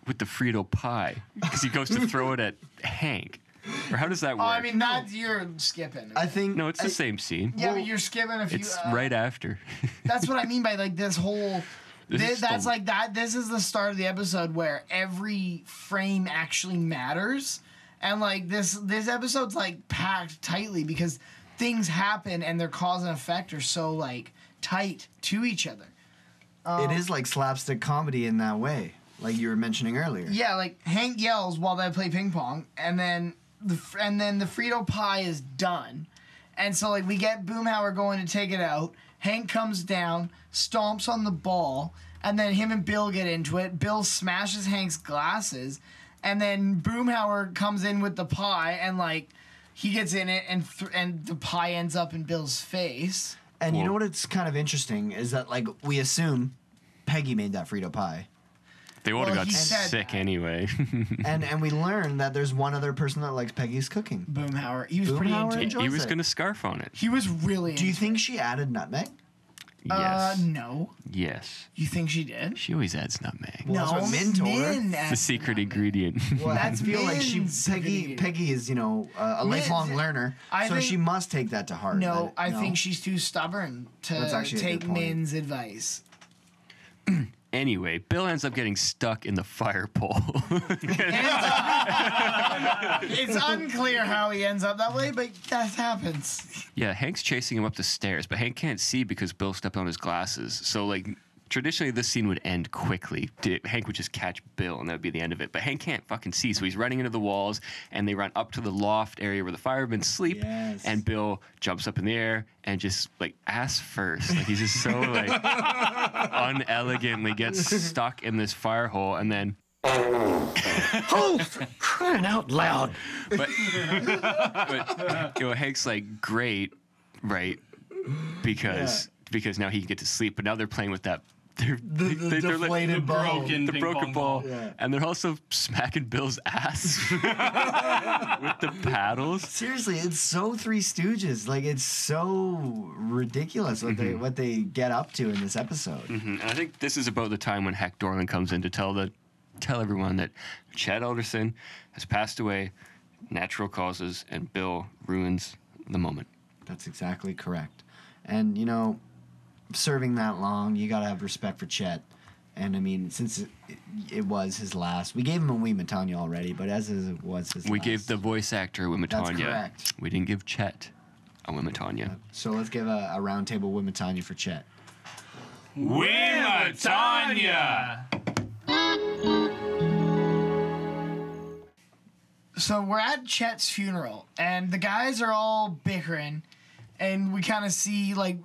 Speaker 3: with the Frito pie because he goes to throw it at Hank. Or how does that
Speaker 2: Oh,
Speaker 3: work?
Speaker 2: I mean, that's you're skipping.
Speaker 1: I think
Speaker 3: no, it's the same scene.
Speaker 2: Yeah, but you're skipping a few.
Speaker 3: It's
Speaker 2: uh,
Speaker 3: right after.
Speaker 2: That's what I mean by like this whole.
Speaker 3: This
Speaker 2: thi-
Speaker 3: is
Speaker 2: that's
Speaker 3: the-
Speaker 2: like that. This is the start of the episode where every frame actually matters, and like this this episode's like packed tightly because things happen and their cause and effect are so like tight to each other. Um,
Speaker 1: it is like slapstick comedy in that way, like you were mentioning earlier.
Speaker 2: Yeah, like Hank yells while they play ping pong, and then the fr- and then the Frito pie is done, and so like we get Boomhauer going to take it out. Hank comes down, stomps on the ball, and then him and Bill get into it. Bill smashes Hank's glasses, and then Boomhauer comes in with the pie, and like he gets in it, and th- and the pie ends up in Bill's face.
Speaker 1: And you know what? It's kind of interesting is that like we assume Peggy made that Frito pie,
Speaker 3: They would have
Speaker 1: Well,
Speaker 3: got
Speaker 1: he said
Speaker 3: sick anyway.
Speaker 1: and and we learn that there's one other person that likes Peggy's cooking.
Speaker 2: Boomhauer. He was
Speaker 3: He-
Speaker 1: pretty into
Speaker 3: he,
Speaker 1: it.
Speaker 3: was going to scarf on it.
Speaker 2: He was really.
Speaker 1: Do you think she added nutmeg?
Speaker 2: Uh, no.
Speaker 3: Yes.
Speaker 2: You think she did?
Speaker 3: She always adds nutmeg.
Speaker 1: Well, that's what Min told her.
Speaker 2: Min uh,
Speaker 3: the
Speaker 2: asked
Speaker 3: secret ingredient.
Speaker 1: Well, I feel like she
Speaker 2: Min's
Speaker 1: Peggy Peggy is you know uh, a
Speaker 2: Min-
Speaker 1: lifelong learner,
Speaker 2: I
Speaker 1: so
Speaker 2: think-
Speaker 1: she must take that to heart.
Speaker 2: No,
Speaker 1: that-
Speaker 2: I think she's too stubborn
Speaker 1: That's
Speaker 2: to
Speaker 1: actually a good
Speaker 2: take
Speaker 1: point.
Speaker 2: Min's advice.
Speaker 3: Anyway, Bill ends up getting stuck in the fire pole.
Speaker 2: it's unclear how he ends up that way, but that happens.
Speaker 3: Yeah, Hank's chasing him up the stairs, but Hank can't see because Bill stepped on his glasses. So, like, traditionally this scene would end quickly. D- Hank would just catch Bill, and that would be the end of it. But Hank can't fucking see, so he's running into the walls, and they run up to the loft area where the firemen sleep. And Bill jumps up in the air and just like ass first, like he's just so like unelegantly gets stuck in this fire hole, and then
Speaker 13: oh, for crying out loud.
Speaker 3: But, but you know, Hank's like great, right? Because because now he can get to sleep. But now they're playing with that. They're,
Speaker 1: The- the deflated
Speaker 3: the
Speaker 1: ball.
Speaker 3: broken, the
Speaker 1: Ping
Speaker 3: broken
Speaker 1: pong
Speaker 3: ball,
Speaker 1: ball. Yeah.
Speaker 3: and they're also smacking Bill's ass with the paddles.
Speaker 1: Seriously, it's so Three Stooges. Like it's so ridiculous what they what they get up to in this episode.
Speaker 3: hmm And I think this is about the time when Hack Dorland comes in to tell the tell everyone that Chad Alderson has passed away, natural causes, and Bill ruins the moment.
Speaker 1: That's exactly correct. And you know, serving that long, you gotta have respect for Chet. And I mean, since it, it was his last, we gave him a wee Matanya already, but as it was his,
Speaker 3: we
Speaker 1: last,
Speaker 3: gave the voice actor
Speaker 1: That's
Speaker 3: Wimitanya.
Speaker 1: correct.
Speaker 3: We didn't give Chet a Wimitanya.
Speaker 1: So let's give a, a round table with Matanya for Chet.
Speaker 4: Wimitanya!
Speaker 2: So we're at Chet's funeral, and the guys are all bickering, and we kind of see like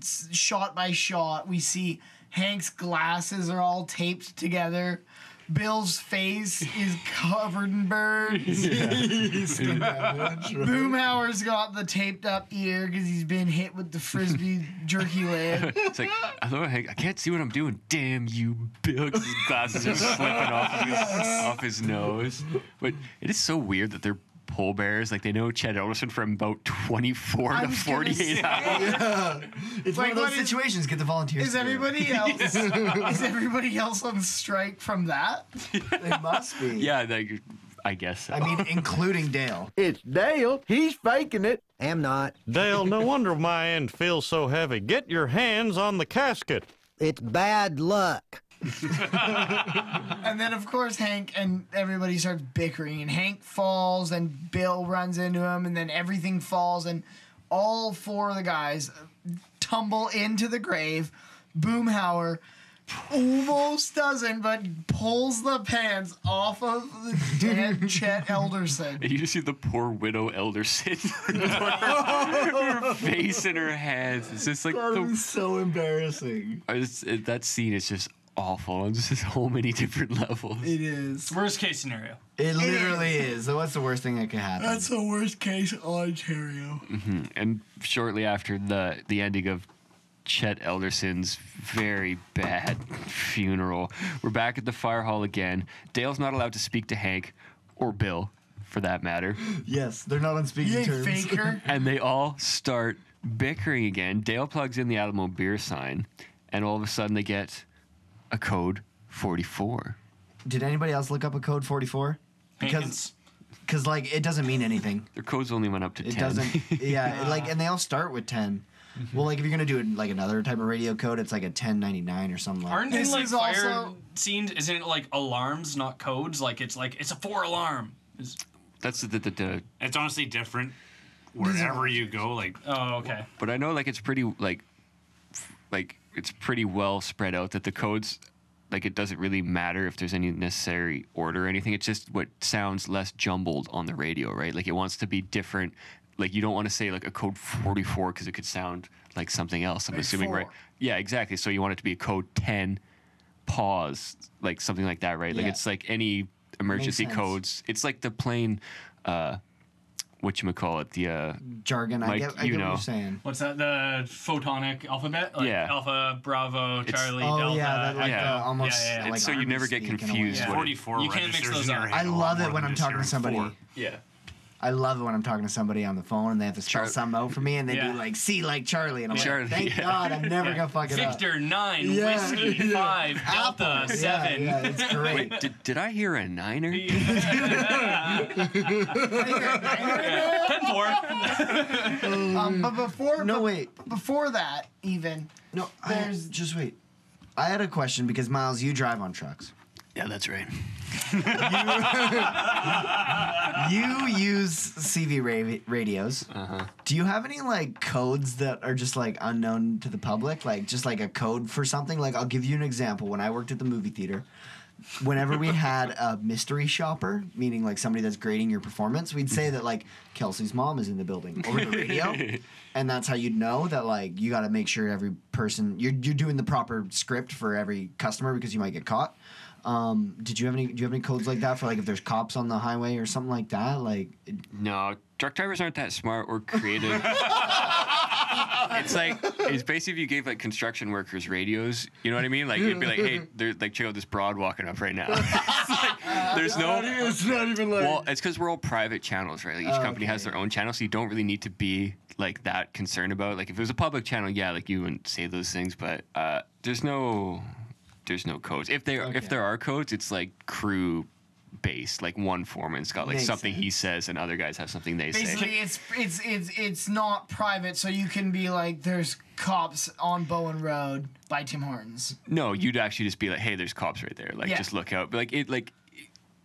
Speaker 2: s- shot by shot, we see Hank's glasses are all taped together. Bill's face is covered in burns. Boomhauer's got the taped up ear because he's been hit with the frisbee jerky leg.
Speaker 3: it's like I don't know, Hank, I can't see what I'm doing. Damn you, Bill! 'cause His glasses are slipping off his, off his nose. But it is so weird that they're pole bears. Like they know Chad Ellison from about 24
Speaker 2: I
Speaker 3: to
Speaker 2: was gonna
Speaker 3: 48
Speaker 2: say.
Speaker 3: hours.
Speaker 1: It's
Speaker 2: Like, what
Speaker 1: one of those
Speaker 2: is-
Speaker 1: situations. Get the volunteers.
Speaker 2: Is
Speaker 1: to do it.
Speaker 2: everybody else is everybody else on strike from that?
Speaker 1: They must be.
Speaker 3: Yeah, like, I guess. So.
Speaker 1: I mean, including Dale.
Speaker 7: It's Dale. He's faking it.
Speaker 8: Am not.
Speaker 16: Dale, no wonder my end feels so heavy. Get your hands on the casket.
Speaker 8: It's bad luck.
Speaker 2: And then of course Hank and everybody starts bickering and Hank falls and Bill runs into him and then everything falls and all four of the guys tumble into the grave. Boomhauer almost doesn't but pulls the pants off of the dead Chet Elderson.
Speaker 3: And you just see the poor widow elder sit her face in her hands. It's just like the,
Speaker 1: so embarrassing.
Speaker 3: it's, it, that scene is just awful on so many different levels.
Speaker 2: It is.
Speaker 5: Worst case scenario.
Speaker 1: It literally is. So what's the worst thing that could happen?
Speaker 2: the worst case Ontario.
Speaker 3: hmm And shortly after the the ending of Chet Elderson's very bad funeral, we're back at the fire hall again. Dale's not allowed to speak to Hank or Bill, for that matter.
Speaker 1: yes, they're not on speaking
Speaker 2: You ain't
Speaker 1: terms.
Speaker 2: faker.
Speaker 3: And they all start bickering again. Dale plugs in the Alamo beer sign, and all of a sudden they get a code 44.
Speaker 1: Did anybody else look up a code 44? Because because like it doesn't mean anything.
Speaker 3: Their codes only went up to
Speaker 1: It
Speaker 3: 10.
Speaker 1: doesn't. Yeah, it, like and they all start with 10.
Speaker 3: Mm-hmm.
Speaker 1: Well, like if you're gonna do it like another type of radio code, it's like a 1099 or something like.
Speaker 5: Aren't
Speaker 1: that.
Speaker 5: in like fire scenes? Isn't it like alarms, not codes? Like it's like it's a four alarm.
Speaker 3: That's the, the, the
Speaker 4: It's honestly different wherever you go. Like,
Speaker 5: oh, okay.
Speaker 3: but I know like it's pretty like f- like it's pretty well spread out that the codes like it doesn't really matter if there's any necessary order or anything. It's just what sounds less jumbled on the radio, right? Like it wants to be different. Like you don't want to say like a code 44 because it could sound like something else. I'm
Speaker 4: Like
Speaker 3: assuming, right?
Speaker 4: four.
Speaker 3: Yeah, exactly. So you want it to be a code 10 pause, like something like that, right? Like
Speaker 4: Yeah.
Speaker 3: it's like any emergency
Speaker 1: sense.
Speaker 3: codes. It's like the plain, uh, what you call it, the uh,
Speaker 1: jargon. I
Speaker 3: Mike,
Speaker 1: get, I
Speaker 3: you
Speaker 1: get what
Speaker 3: know.
Speaker 1: you're saying.
Speaker 5: What's that? The photonic alphabet? Like
Speaker 3: Yeah.
Speaker 5: Alpha, Bravo,
Speaker 3: It's-
Speaker 5: Charlie,
Speaker 1: Oh,
Speaker 5: Delta.
Speaker 1: yeah, that, like, uh, almost,
Speaker 5: Yeah, yeah, yeah.
Speaker 1: like,
Speaker 3: so you never get confused.
Speaker 5: Yeah.
Speaker 3: what it-
Speaker 5: 44 You can't mix registers those in your up.
Speaker 1: I love it when I'm talking to somebody.
Speaker 5: Yeah.
Speaker 1: I love it when I'm talking to somebody on the phone and they have to spell something out for me and they
Speaker 5: Yeah.
Speaker 1: do like C like Charlie and I'm
Speaker 5: Charlie,
Speaker 1: like, thank
Speaker 5: yeah.
Speaker 1: God I'm never
Speaker 5: Yeah.
Speaker 1: gonna fuck it up.
Speaker 5: Victor, nine,
Speaker 1: Yeah,
Speaker 5: whiskey,
Speaker 1: yeah.
Speaker 5: five, Delta,
Speaker 1: Apple, yeah,
Speaker 5: seven.
Speaker 1: yeah, it's great.
Speaker 3: Wait, did, did I hear a niner?
Speaker 5: Ten four.
Speaker 2: um, but before
Speaker 1: No wait,
Speaker 2: before that even
Speaker 1: no
Speaker 2: there's
Speaker 1: just wait. I had a question because Miles, you drive on trucks.
Speaker 3: Yeah, that's right.
Speaker 1: you use CV ra- radios. Do you have any like codes that are just like unknown to the public? Like just like a code for something? Like I'll give you an example. When I worked at the movie theater, whenever we had a mystery shopper, meaning like somebody that's grading your performance, we'd say that like Kelsey's mom is in the building over the radio. and that's how you'd know that like you got to make sure every person you're you're doing the proper script for every customer because you might get caught. Um, did you have any? Do you have any codes like that for like if there's cops on the highway or something like that? Like
Speaker 3: No, truck drivers aren't that smart or creative. it's like it's basically if you gave like construction workers radios. You know what I mean? Like you'd be like, hey, there's like check out this broad walking up right now. It's like, there's no.
Speaker 17: Not even- it's not even like-
Speaker 3: Well, it's because we're all private channels, right? Like each
Speaker 17: Oh,
Speaker 3: company has their own channel, so you don't really need to be like that concerned about. Like if it was a public channel, yeah, like you wouldn't say those things, but uh, there's no, there's no codes. If there
Speaker 17: Okay.
Speaker 3: if there are codes, it's like crew based. Like one foreman's got like
Speaker 1: Makes
Speaker 3: something he says, and other guys have something they
Speaker 2: Basically,
Speaker 3: say.
Speaker 2: it's it's it's it's not private, so you can be like, "There's cops on Bowen Road by Tim Hortons."
Speaker 3: No, you'd actually just be like, "Hey, there's cops right there. Like,
Speaker 2: Yeah.
Speaker 3: just look out." But like it, like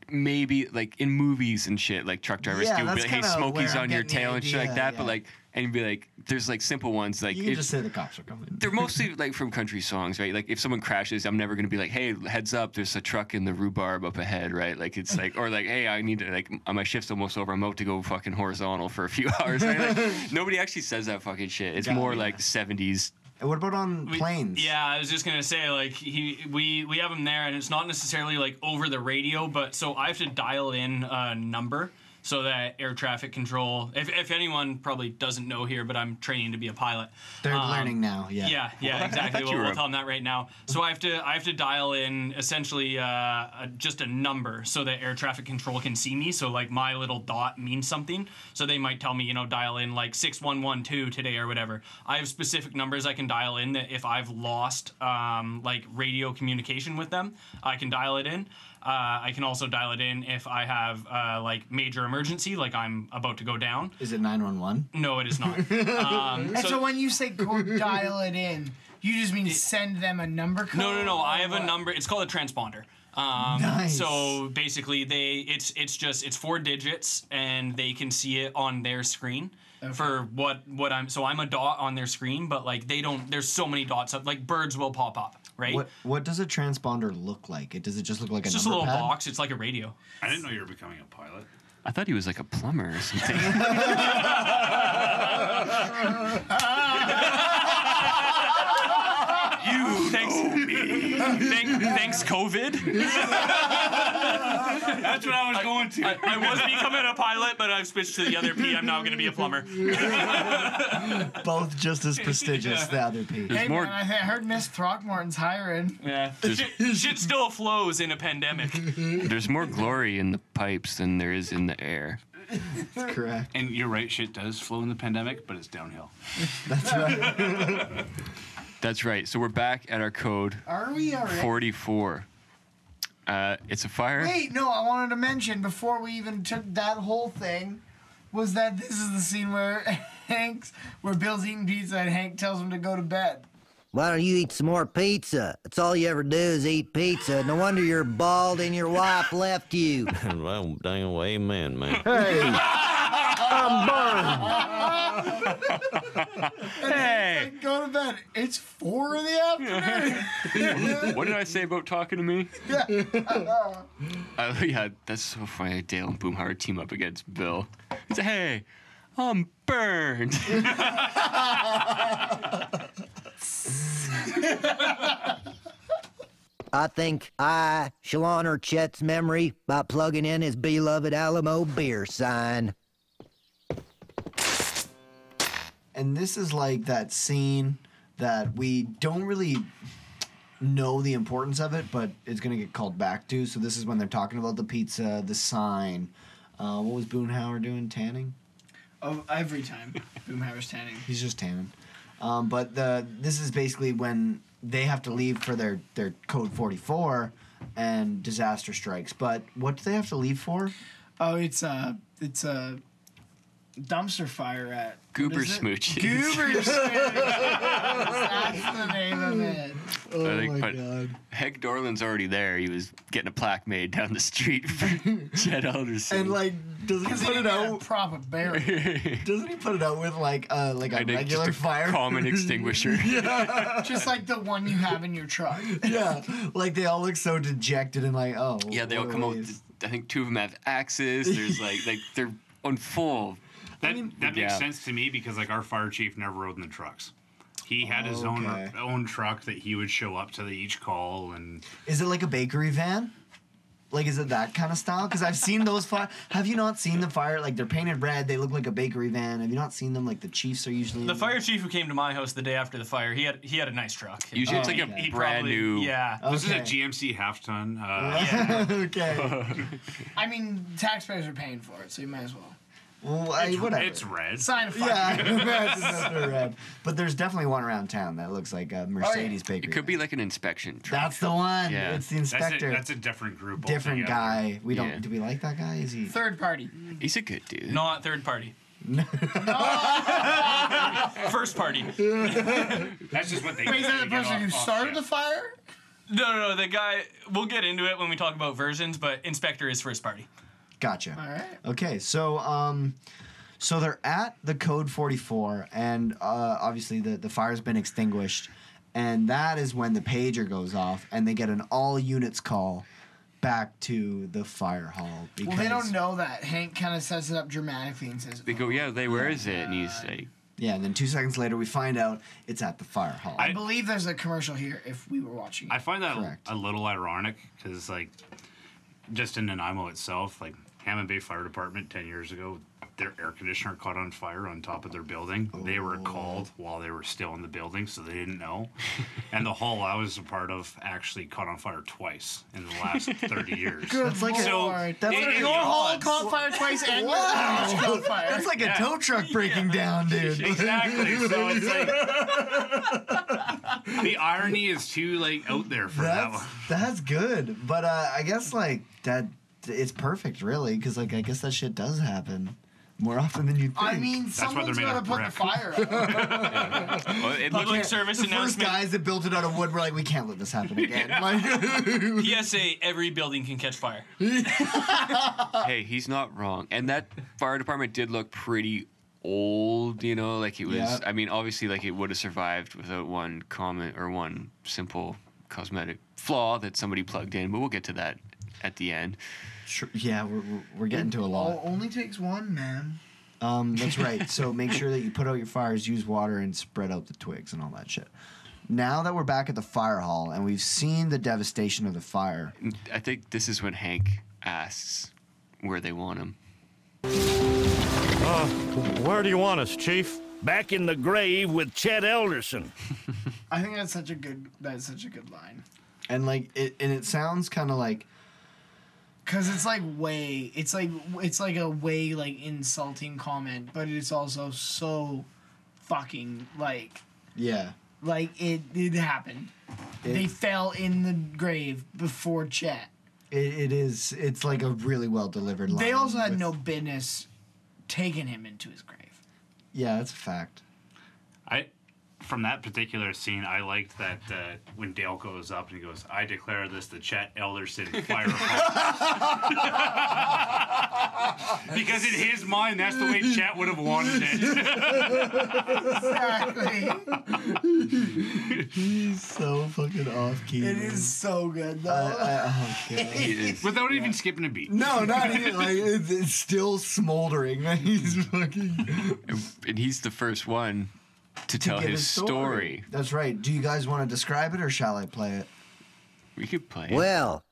Speaker 3: maybe like in movies and shit, like truck drivers
Speaker 1: Yeah,
Speaker 3: do. Be
Speaker 1: that's
Speaker 3: like, "Hey,
Speaker 1: kinda
Speaker 3: Smokey's
Speaker 1: where I'm
Speaker 3: on your
Speaker 1: getting the
Speaker 3: tail" and shit like
Speaker 1: idea,
Speaker 3: that. But
Speaker 1: yeah.
Speaker 3: like, and you'd be like, "There's like simple ones like."
Speaker 1: you can
Speaker 3: it-
Speaker 1: just say the cops are coming.
Speaker 3: they're mostly like from country songs, right? Like if someone crashes, I'm never gonna be like, "Hey, heads up! There's a truck in the rhubarb up ahead," right? Like it's like, or like, "Hey, I need to like m- my shift's almost over. I'm out to go fucking horizontal for a few hours." Right? Like, nobody actually says that fucking shit. It's
Speaker 5: Yeah,
Speaker 3: more
Speaker 5: yeah.
Speaker 3: like '70s.
Speaker 1: And what about on planes?
Speaker 5: Yeah, I was just gonna say like he we we have him there, and it's not necessarily like over the radio, but so I have to dial in a number so that air traffic control. If, if anyone probably doesn't know here, but I'm training to be a pilot.
Speaker 1: They're
Speaker 5: Um,
Speaker 1: learning now. Yeah.
Speaker 5: Yeah,
Speaker 1: What?
Speaker 5: yeah,
Speaker 1: I
Speaker 5: exactly.
Speaker 1: thought you
Speaker 5: We'll,
Speaker 1: were
Speaker 5: we'll
Speaker 1: a-
Speaker 5: tell them that right now. So I have to I have to dial in essentially uh, a, just a number so that air traffic control can see me. So like my little dot means something. So they might tell me you know dial in like six one one two today or whatever. I have specific numbers I can dial in that if I've lost um, like radio communication with them, I can dial it in. Uh, I can also dial it in if I have uh, like major emergency, like I'm about to go down.
Speaker 1: Is it nine one one?
Speaker 5: No, it is not. Um,
Speaker 2: and so, when you say go dial it in, you just mean send them a number code.
Speaker 5: No, no, no. I have a number. It's called a transponder. Um,
Speaker 2: Nice.
Speaker 5: So basically, they it's it's just it's four digits, and they can see it on their screen for what what I'm. So I'm a dot on their screen, but like they don't. There's so many dots. up Like birds will pop up, right?
Speaker 1: What What does a transponder look like? It does it just look like
Speaker 5: It's
Speaker 1: a
Speaker 5: just a
Speaker 1: number
Speaker 5: little
Speaker 1: pad?
Speaker 5: box. It's like a radio.
Speaker 4: I didn't know you were becoming a pilot.
Speaker 3: I thought he was like a plumber or something.
Speaker 5: You thanks, Thank- thanks, COVID.
Speaker 4: That's what I was going to.
Speaker 5: I, I was becoming a pilot, but I've switched to the other P. I'm now going to be a plumber.
Speaker 1: Both just as prestigious. The other P.
Speaker 2: Hey man, I, I heard Miss Throckmorton's hiring.
Speaker 5: Yeah. Shit, shit still flows in a pandemic.
Speaker 3: There's more glory in the pipes than there is in the air.
Speaker 1: Correct.
Speaker 4: And you're right, shit does flow in the pandemic, but it's downhill.
Speaker 1: That's
Speaker 4: right.
Speaker 3: That's right. So we're back at our code
Speaker 2: Are we already?
Speaker 3: 44. Uh, it's a fire.
Speaker 2: Wait, no, I wanted to mention before we even took that whole thing was that this is the scene where Hank's, where Bill's eating pizza and Hank tells him to go to bed.
Speaker 8: Why don't you eat some more pizza? That's all you ever do is eat pizza. No wonder you're bald and your wife left you.
Speaker 9: well, dang, well, amen, man.
Speaker 8: Hey.
Speaker 7: I'm burned.
Speaker 2: Hey! go to bed. It's four in the afternoon.
Speaker 3: what did I say about talking to me?
Speaker 2: yeah.
Speaker 3: Uh, yeah, that's so funny. Dale and Boomhauer team up against Bill. He's like, hey, I'm burned.
Speaker 8: I think I shall honor Chet's memory by plugging in his beloved Alamo beer sign.
Speaker 1: and this is like that scene that we don't really know the importance of it, but it's gonna get called back to. So this is when they're talking about the pizza, the sign. Uh, what was Boonhauer doing? Tanning.
Speaker 2: Oh, every time Boomhauer's tanning.
Speaker 1: He's just tanning. Um, but the this is basically when they have to leave for their their code forty four, and disaster strikes. But what do they have to leave for?
Speaker 2: Oh, it's a it's a dumpster fire at what
Speaker 3: Goober
Speaker 2: is it?
Speaker 3: smooches.
Speaker 2: Goober smooches. That's the name of it.
Speaker 3: Oh my god. Heck Dorland's already there. He was getting a plaque made down the street for Jed Alderson.
Speaker 1: And like, doesn't he
Speaker 2: Because
Speaker 1: put it out?
Speaker 2: Proper barrel.
Speaker 1: Doesn't he put it out with like uh like a
Speaker 3: And a- just
Speaker 1: regular
Speaker 3: a
Speaker 1: fire
Speaker 3: common extinguisher.
Speaker 1: yeah.
Speaker 2: Just like the one you have in your truck.
Speaker 1: yeah, like they all look so dejected and like, oh.
Speaker 3: yeah, they all
Speaker 1: what
Speaker 3: come
Speaker 1: a
Speaker 3: out.
Speaker 1: waste.
Speaker 3: I think two of them have axes. There's like, like they're on full.
Speaker 4: That, that makes
Speaker 3: Yeah.
Speaker 4: sense to me because like our fire chief never rode in the trucks. He had his own
Speaker 1: Okay.
Speaker 4: own truck that he would show up to the, each call and
Speaker 1: Is it like a bakery van? Like, is it that kind of style? Because I've seen those fire. Have you not seen the fire? Like, they're painted red. They look like a bakery van. Have you not seen them? Like, the Chiefs are usually.
Speaker 5: The fire chief who came to my house the day after the fire, he had he had a nice truck.
Speaker 1: Usually it's
Speaker 5: He-
Speaker 1: like a
Speaker 5: he
Speaker 1: brand
Speaker 5: probably-
Speaker 1: new-
Speaker 5: Yeah,
Speaker 4: This is a GMC half ton. Uh,
Speaker 1: okay.
Speaker 2: I mean, taxpayers are paying for it, so you might as well.
Speaker 1: Well, I,
Speaker 4: It's-
Speaker 1: whatever.
Speaker 4: it's red.
Speaker 2: Sign of fire.
Speaker 1: Yeah, I imagine that they're red. But there's definitely one around town that looks like a Mercedes bakery.
Speaker 3: Oh, It could be like an inspection. Truck.
Speaker 1: That's the one.
Speaker 3: Yeah.
Speaker 1: It's the
Speaker 3: That's it.
Speaker 1: inspector.
Speaker 3: That's
Speaker 4: a different group.
Speaker 1: Different guy. We don't.
Speaker 3: Yeah.
Speaker 1: Do we like that guy? Is he?
Speaker 2: Third party.
Speaker 3: He's a good dude.
Speaker 5: Not third party. First party.
Speaker 4: That's just what
Speaker 2: Wait, is that the person who started the fire?
Speaker 5: No, no, the guy. We'll get into it when we talk about versions, but Inspector is first party.
Speaker 1: Gotcha.
Speaker 5: All right.
Speaker 1: Okay, so um, so they're at the code forty four, and uh, obviously the the fire's been extinguished, and that is when the pager goes off, and they get an all units call back to the fire hall.
Speaker 2: Well,
Speaker 1: Because
Speaker 2: they don't know that. Hank kind of sets it up dramatically and says,
Speaker 3: They go, yeah, they where is it? And he's like,
Speaker 1: yeah, and then two seconds later, we find out it's at the fire hall.
Speaker 2: I believe there's a commercial here if we were watching.
Speaker 4: I find that a little ironic because, like, just in Nanaimo itself, like Hammond Bay Fire Department ten years ago, their air conditioner caught on fire on top of their building. They were
Speaker 1: Oh.
Speaker 4: called while they were still in the building, so they didn't know. and the hall I was a part of actually caught on fire twice in the last thirty years.
Speaker 1: Good That's like a-
Speaker 4: so
Speaker 1: lord.
Speaker 2: That's
Speaker 4: it-
Speaker 2: like
Speaker 4: it-
Speaker 2: your hall caught fire twice and your house caught fire.
Speaker 1: That's like
Speaker 4: Yeah.
Speaker 1: a tow truck breaking down, dude.
Speaker 4: Exactly. So it's like the irony is too like out there for that
Speaker 1: that's
Speaker 4: one.
Speaker 1: that's good, but uh, I guess like that, it's perfect, really, because like I guess that shit does happen more often than you think.
Speaker 2: I mean, someone's got to put the fire out.
Speaker 3: "Oh,
Speaker 5: Public service
Speaker 1: the first
Speaker 5: announcement.
Speaker 1: guys that built it out of wood were like, we can't let this happen again.
Speaker 5: PSA: Every building can catch fire.
Speaker 3: hey, he's not wrong. And that fire department did look pretty old, you know, like it was.
Speaker 1: Yeah.
Speaker 3: I mean, obviously, like it would have survived without one comment or one simple cosmetic flaw that somebody plugged in. But we'll get to that at the end.
Speaker 1: Sure. Yeah, we're, we're, we're getting to a lot.
Speaker 2: only takes one, man. Oh.
Speaker 1: Um, that's right. So make sure that you put out your fires, use water, and spread out the twigs and all that shit. Now that we're back at the fire hall and we've seen the devastation of the fire,
Speaker 3: I think this is when Hank asks where they want him.
Speaker 13: Uh, where do you want us, Chief? Back in the grave with Chet Elderson.
Speaker 2: I think that's such a good. That's such a good line.
Speaker 1: and like it, and it sounds kind of like
Speaker 2: Cause it's like way, it's like it's like a way like insulting comment, but it's also so fucking like
Speaker 1: yeah.
Speaker 2: like it it happened. they
Speaker 1: It-
Speaker 2: fell in the grave before Chet.
Speaker 1: It, it is. It's like a really well delivered line.
Speaker 2: They also had
Speaker 1: with-
Speaker 2: no business taking him into his grave.
Speaker 1: Yeah, that's a fact.
Speaker 4: I from that particular scene, I liked that uh, when Dale goes up and he goes, "I declare this the Chet Elderson fire." hall." because in his mind, that's the way Chet would have wanted
Speaker 2: exactly.
Speaker 1: He's so fucking off key.
Speaker 2: It is so good
Speaker 1: uh,
Speaker 2: though.
Speaker 4: it. Without even skipping a beat.
Speaker 1: No, not even. Like it's, it's still smoldering. Like, he's fucking.
Speaker 3: And he's the first one to, tell
Speaker 1: give
Speaker 3: his
Speaker 1: his
Speaker 3: story.
Speaker 1: story. That's right. Do you guys want to describe it or shall I play it?
Speaker 3: We could play
Speaker 8: Well,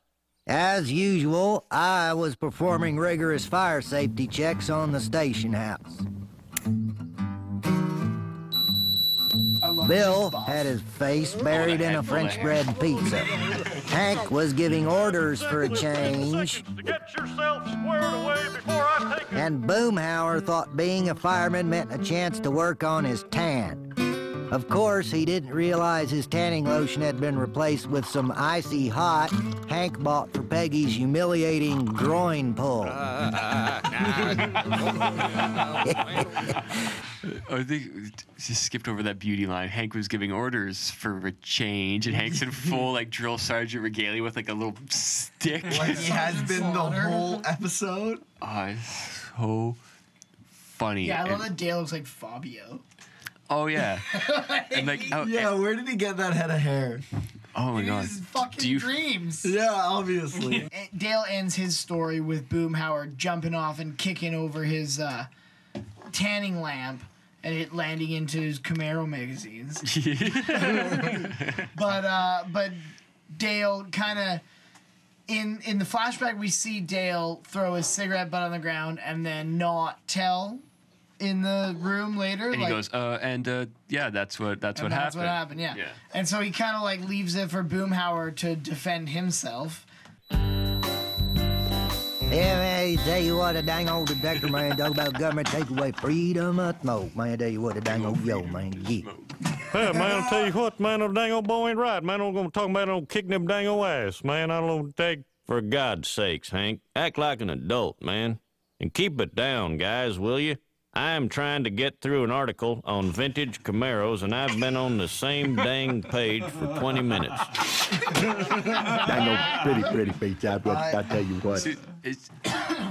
Speaker 8: as usual, I was performing rigorous fire safety checks on the station house. Bill had his face buried in a French bread pizza. Hank was giving orders for a change,
Speaker 7: Get yourself squared away before I take
Speaker 8: and Boomhauer thought being a fireman meant a chance to work on his tan. Of course, he didn't realize his tanning lotion had been replaced with some icy hot Hank bought for Peggy's humiliating groin pull.
Speaker 3: I think just skipped over that beauty line. Hank was giving orders for a change, and Hank's in full like drill sergeant regalia with like a little stick.
Speaker 1: Like he has been the whole episode.
Speaker 3: Oh, it's so funny.
Speaker 2: Yeah, I love
Speaker 3: And-
Speaker 2: that Dale looks like Fabio.
Speaker 3: Oh yeah. and like oh,
Speaker 1: Yeah, where did he get that head of hair?
Speaker 3: oh my god.
Speaker 2: Fucking
Speaker 3: Do you-
Speaker 2: dreams.
Speaker 1: Yeah, obviously.
Speaker 2: And Dale ends his story with Boomhauer jumping off and kicking over his uh, tanning lamp and it landing into Camaro magazines. but uh, but Dale kind of in in the flashback we see Dale throw his cigarette butt on the ground and then not tell in the room later.
Speaker 3: And he
Speaker 2: like,
Speaker 3: goes, uh, and uh, yeah, that's what that's
Speaker 2: and
Speaker 3: what
Speaker 2: that's
Speaker 3: happened.
Speaker 2: what happened. Yeah. And so he kind of like leaves it for Boomhauer to defend himself.
Speaker 8: Yeah, man, tell you what, a dang old detector, man, talk about government take away freedom of smoke, man, tell you what, a dang old yo, man, get.
Speaker 16: Hey, man, I'll tell you what, man, that dang old boy ain't right. Man, I'm gonna talk about no kicking them dang old ass, man. I don't take.
Speaker 9: For God's sakes, Hank, act like an adult, man. And keep it down, guys, will you? I am trying to get through an article on vintage Camaros, and I've been on the same dang page for 20 minutes.
Speaker 3: I
Speaker 17: know pretty, pretty face. I, I tell you what.
Speaker 3: It's, it's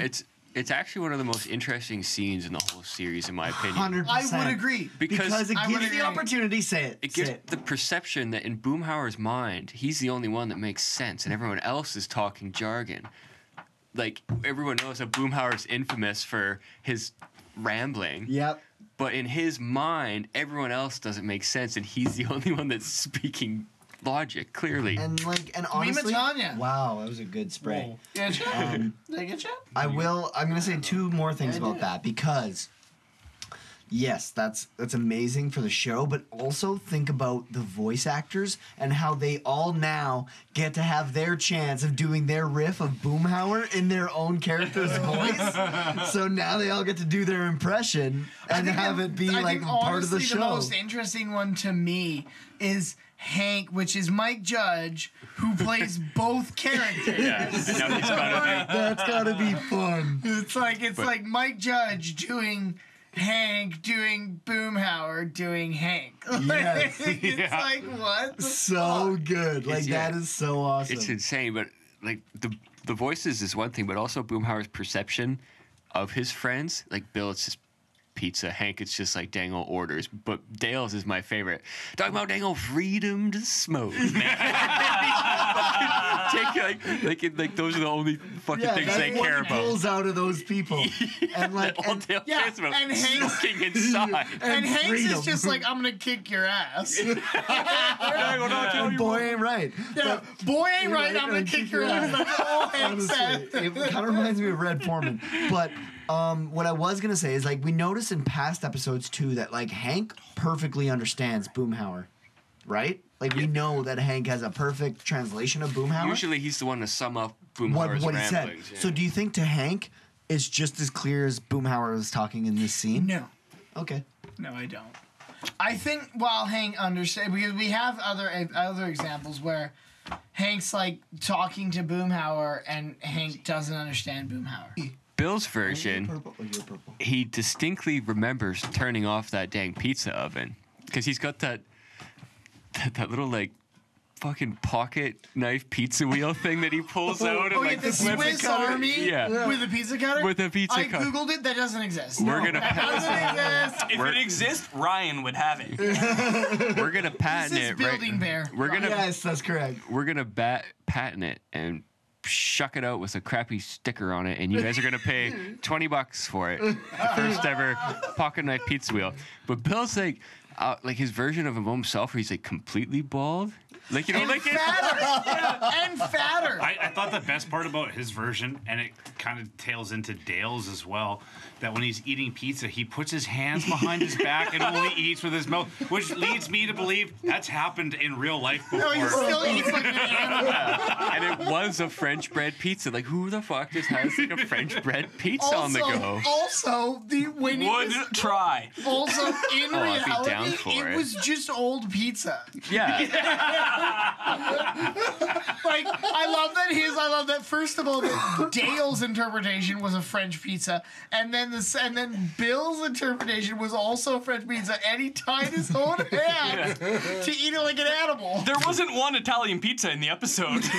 Speaker 3: it's it's actually one of the most interesting scenes in the whole series, in my opinion.
Speaker 1: 100%. I would agree.
Speaker 3: because,
Speaker 1: Because it I gives would the agree. opportunity. Say it.
Speaker 3: It
Speaker 1: say
Speaker 3: gives
Speaker 1: it.
Speaker 3: the perception that in Boomhauer's mind, he's the only one that makes sense, and everyone else is talking jargon. Like everyone knows that Boomhauer's infamous for his rambling.
Speaker 1: Yep.
Speaker 3: But in his mind, everyone else doesn't make sense, and he's the only one that's speaking logic clearly.
Speaker 1: And like, and
Speaker 2: Mima
Speaker 1: honestly,
Speaker 2: Tanya.
Speaker 1: wow, that was a good spray.
Speaker 2: Did you?
Speaker 1: Um,
Speaker 2: Did I get you?
Speaker 1: I will. I'm gonna say two more things
Speaker 2: I
Speaker 1: about
Speaker 2: did.
Speaker 1: that because, yes, that's that's amazing for the show, but also think about the voice actors and how they all now get to have their chance of doing their riff of Boomhauer in their own character's voice. So now they all get to do their impression and have it be
Speaker 2: I
Speaker 1: like
Speaker 2: think
Speaker 1: part of the
Speaker 2: honestly
Speaker 1: show.
Speaker 2: the most interesting one to me is Hank, which is Mike Judge, who plays both characters.
Speaker 3: Yeah, no, he's gotta be- That's gotta be
Speaker 1: fun.
Speaker 2: It's like it's
Speaker 3: But-
Speaker 2: like Mike Judge doing Hank, doing Boomhauer, doing Hank.
Speaker 1: Yes.
Speaker 2: it's
Speaker 1: Yeah.
Speaker 2: like what? the
Speaker 1: so good. Like
Speaker 3: It's- yeah.
Speaker 1: that is so awesome.
Speaker 3: It's insane, but like the the voices is one thing, but also Boomhauer's perception of his friends, like Bill, it's just pizza. Hank, it's just like dang old orders. But Dale's is my favorite. Talking about dang old freedom to smoke, man. Take like like, it- like those are the only fucking things
Speaker 1: that's
Speaker 3: they
Speaker 1: what
Speaker 3: care about.
Speaker 1: pulls out of those people. and like and,
Speaker 3: Dale cares about
Speaker 2: and Hank's-
Speaker 3: smoking inside.
Speaker 2: And, Hank's is just like, I'm gonna kick your ass.
Speaker 1: And Oh, boy ain't right.
Speaker 2: Yeah, boy ain't
Speaker 1: You're
Speaker 2: right, I'm gonna kick your ass. That's all Hank
Speaker 1: Honestly,
Speaker 2: said.
Speaker 1: It kind of reminds me of Red Foreman. But um, what I was gonna say is like we noticed in past episodes too that like Hank perfectly understands Boomhauer, right? Like we know that Hank has a perfect translation of Boomhauer.
Speaker 3: Usually he's the one to sum up
Speaker 1: what
Speaker 3: Boomhauer's
Speaker 1: what he said.
Speaker 3: ramblings.
Speaker 1: So do you think to Hank it's just as clear as Boomhauer was talking in this scene?
Speaker 2: No.
Speaker 1: Okay.
Speaker 2: No, I don't. I think while Hank understand because we have other e, other examples where Hank's like talking to Boomhauer and Hank doesn't understand Boomhauer.
Speaker 3: Bill's version,
Speaker 2: Oh,
Speaker 1: purple.
Speaker 3: he distinctly remembers turning off that dang pizza oven because he's got that, that that little like fucking pocket knife pizza wheel thing that he pulls out and
Speaker 2: oh,
Speaker 3: like
Speaker 2: yeah, the
Speaker 3: flips
Speaker 2: Swiss
Speaker 3: it.
Speaker 2: Army
Speaker 3: Yeah.
Speaker 2: with a pizza cutter.
Speaker 3: With a pizza
Speaker 2: I
Speaker 3: cutter.
Speaker 2: googled it. That doesn't exist.
Speaker 3: We're gonna
Speaker 2: that
Speaker 3: pass
Speaker 2: doesn't exist.
Speaker 5: If it exists, Ryan would have it.
Speaker 3: We're gonna patent
Speaker 2: This is
Speaker 3: it,
Speaker 2: Building
Speaker 3: right?
Speaker 2: Bear.
Speaker 3: We're gonna
Speaker 1: Yes, that's correct.
Speaker 3: we're gonna bat, patent it and shuck it out with a crappy sticker on it, and you guys are gonna pay twenty bucks for it. The first ever pocket knife pizza wheel. But Bill's like, uh, like his version of himself, where he's like completely bald. Like you know,
Speaker 2: and
Speaker 3: like it-
Speaker 2: fatter. and fatter.
Speaker 4: I, I thought the best part about his version, and it kind of tails into Dale's as well, that when he's eating pizza, he puts his hands behind his back and only eats with his mouth, which leads me to believe that's happened in real life before.
Speaker 2: No, he still eats like an animal.
Speaker 3: and it was a French bread pizza. Like who the fuck just has like a French bread pizza on the go?
Speaker 2: Also, the when he
Speaker 5: Would
Speaker 2: was-
Speaker 5: try.
Speaker 2: Also, in
Speaker 3: Oh, I'd be
Speaker 2: reality,
Speaker 3: down for
Speaker 2: it,
Speaker 3: it.
Speaker 2: was just old pizza.
Speaker 5: Yeah.
Speaker 2: Like I love that his. I love that first of all, that Dale's interpretation was a French pizza, and then this, and then Bill's interpretation was also a French pizza, and he tied his own hand
Speaker 5: Yeah.
Speaker 2: to eat it like an animal.
Speaker 5: there wasn't one Italian pizza in the episode.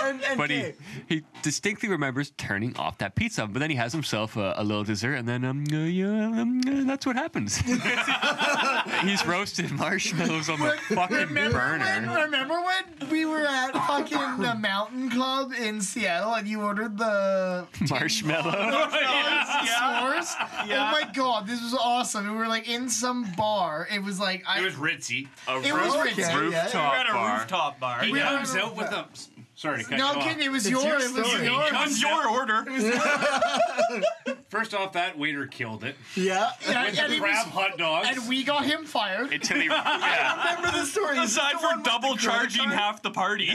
Speaker 2: And, and
Speaker 3: but he, he distinctly remembers turning off that pizza oven, but then he has himself a, a little dessert, and then um, uh, yeah, um, uh, that's what happens. He's roasted marshmallows on the fucking
Speaker 2: When-
Speaker 3: burner.
Speaker 2: remember when we were at fucking the Mountain Club in Seattle and you ordered the
Speaker 3: Marshmallow.
Speaker 2: marshmallows and
Speaker 5: Yeah.
Speaker 2: s'mores? house. Oh my god, this was awesome. And we were like in some bar. It was like I
Speaker 4: It was ritzy. A
Speaker 2: It was
Speaker 4: roof-
Speaker 2: ritzy. Yeah, yeah.
Speaker 4: Rooftop
Speaker 2: We were at a
Speaker 4: bar.
Speaker 2: rooftop bar.
Speaker 4: He
Speaker 2: We were at a
Speaker 4: comes out with a.
Speaker 2: rooftop.
Speaker 4: Sorry to cut
Speaker 2: No,
Speaker 4: you
Speaker 2: I'm
Speaker 4: off.
Speaker 2: kidding, it was It's your- your it was story. your-
Speaker 4: Comes
Speaker 2: your
Speaker 4: out-
Speaker 2: order.
Speaker 4: It was your order. First off, that waiter killed it.
Speaker 1: Yeah.
Speaker 2: Yeah,
Speaker 4: with
Speaker 2: and he
Speaker 4: crab
Speaker 2: was-
Speaker 4: hot dogs.
Speaker 2: And we got him fired.
Speaker 4: Until he- yeah. I remember
Speaker 2: the story.
Speaker 5: Aside for double charging half the party.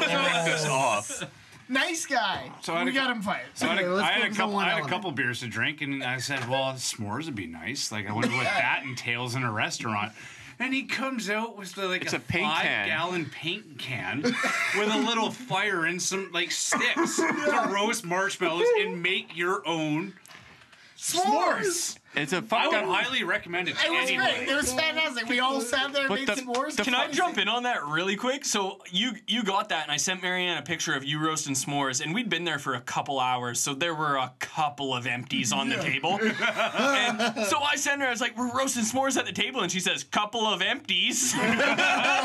Speaker 4: Make this off.
Speaker 2: Nice guy.
Speaker 4: So I had
Speaker 2: we
Speaker 4: a-
Speaker 2: got him fired.
Speaker 4: So I had, a, I had a couple. I had a couple beers to drink, and I said, "Well, s'mores would be nice." Like I wonder what that entails in a restaurant. And he comes out with the, like
Speaker 3: It's a paint
Speaker 4: five
Speaker 3: can.
Speaker 4: gallon paint can with a little fire and some like sticks to roast marshmallows and make your own s'mores.
Speaker 3: It's a
Speaker 4: I
Speaker 3: fucked
Speaker 4: would
Speaker 3: up.
Speaker 4: highly recommend it. to
Speaker 2: It was
Speaker 4: anybody.
Speaker 2: great. It was fantastic. We all sat there and
Speaker 5: But
Speaker 2: made
Speaker 5: the-
Speaker 2: some wars.
Speaker 5: can I jump in on that really quick? So you you got that, and I sent Marianne a picture of you roasting s'mores, and we'd been there for a couple hours, so there were a couple of empties on the
Speaker 3: Yeah.
Speaker 5: table. and so I sent her, I was like, "We're roasting s'mores at the table," and she says, "Couple of empties."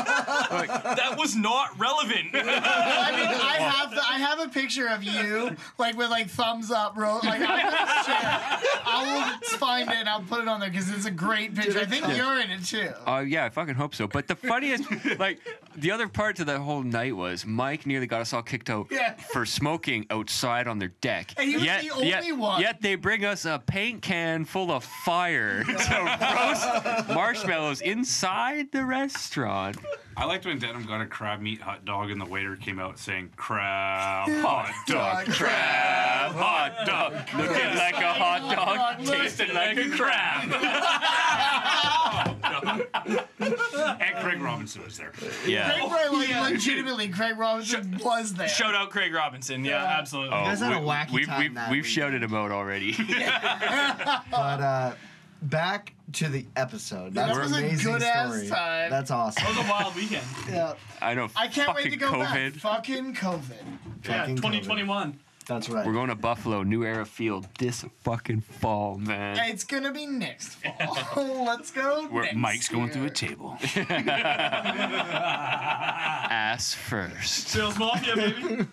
Speaker 5: that was not relevant.
Speaker 2: I mean, I have the, I have a picture of you like with like thumbs up, bro. Like I'll, share. I will find it. and I'll put it on there because it's a great picture. I think
Speaker 3: Yeah.
Speaker 2: you're in it too.
Speaker 3: Oh yeah, I fucking hope so. But the funniest, like, the other part to that whole night was Mike nearly got us all kicked out
Speaker 2: Yeah.
Speaker 3: for smoking outside on their deck.
Speaker 2: And he was the only
Speaker 3: yet,
Speaker 2: one.
Speaker 3: Yet they bring us a paint can full of fire to roast marshmallows inside the restaurant.
Speaker 4: I liked when Denham got a crab meat hot dog and the waiter came out saying, Crab hot dog, crab hot
Speaker 2: Oh,
Speaker 4: dog, Oh, looking like a hot dog, tasting like a crab. and Craig Robinson was there.
Speaker 2: Craig Roy, like, legitimately, Craig Robinson was there.
Speaker 5: Shout out Craig Robinson. Yeah, absolutely.
Speaker 3: Oh, we- we've,
Speaker 1: time
Speaker 3: we've,
Speaker 1: that
Speaker 3: we've
Speaker 1: week.
Speaker 3: shouted him out already.
Speaker 1: but uh, back to the episode.
Speaker 2: That
Speaker 1: That's
Speaker 2: was a
Speaker 1: an amazing
Speaker 2: good-ass
Speaker 1: story.
Speaker 2: time. Oh,
Speaker 1: That's awesome.
Speaker 5: That was a wild weekend.
Speaker 2: Yeah.
Speaker 3: I know.
Speaker 2: I can't wait
Speaker 3: fucking
Speaker 2: to go back.
Speaker 3: COVID.
Speaker 2: Fucking COVID.
Speaker 3: Yeah,
Speaker 5: 2021.
Speaker 1: That's right.
Speaker 3: We're going to Buffalo, New Era Field, this fucking fall, man.
Speaker 2: It's gonna be next fall. Let's go.
Speaker 3: Where
Speaker 2: next
Speaker 3: Mike's going
Speaker 2: year.
Speaker 3: through a table. Ass first.
Speaker 5: Sales Mafia, baby.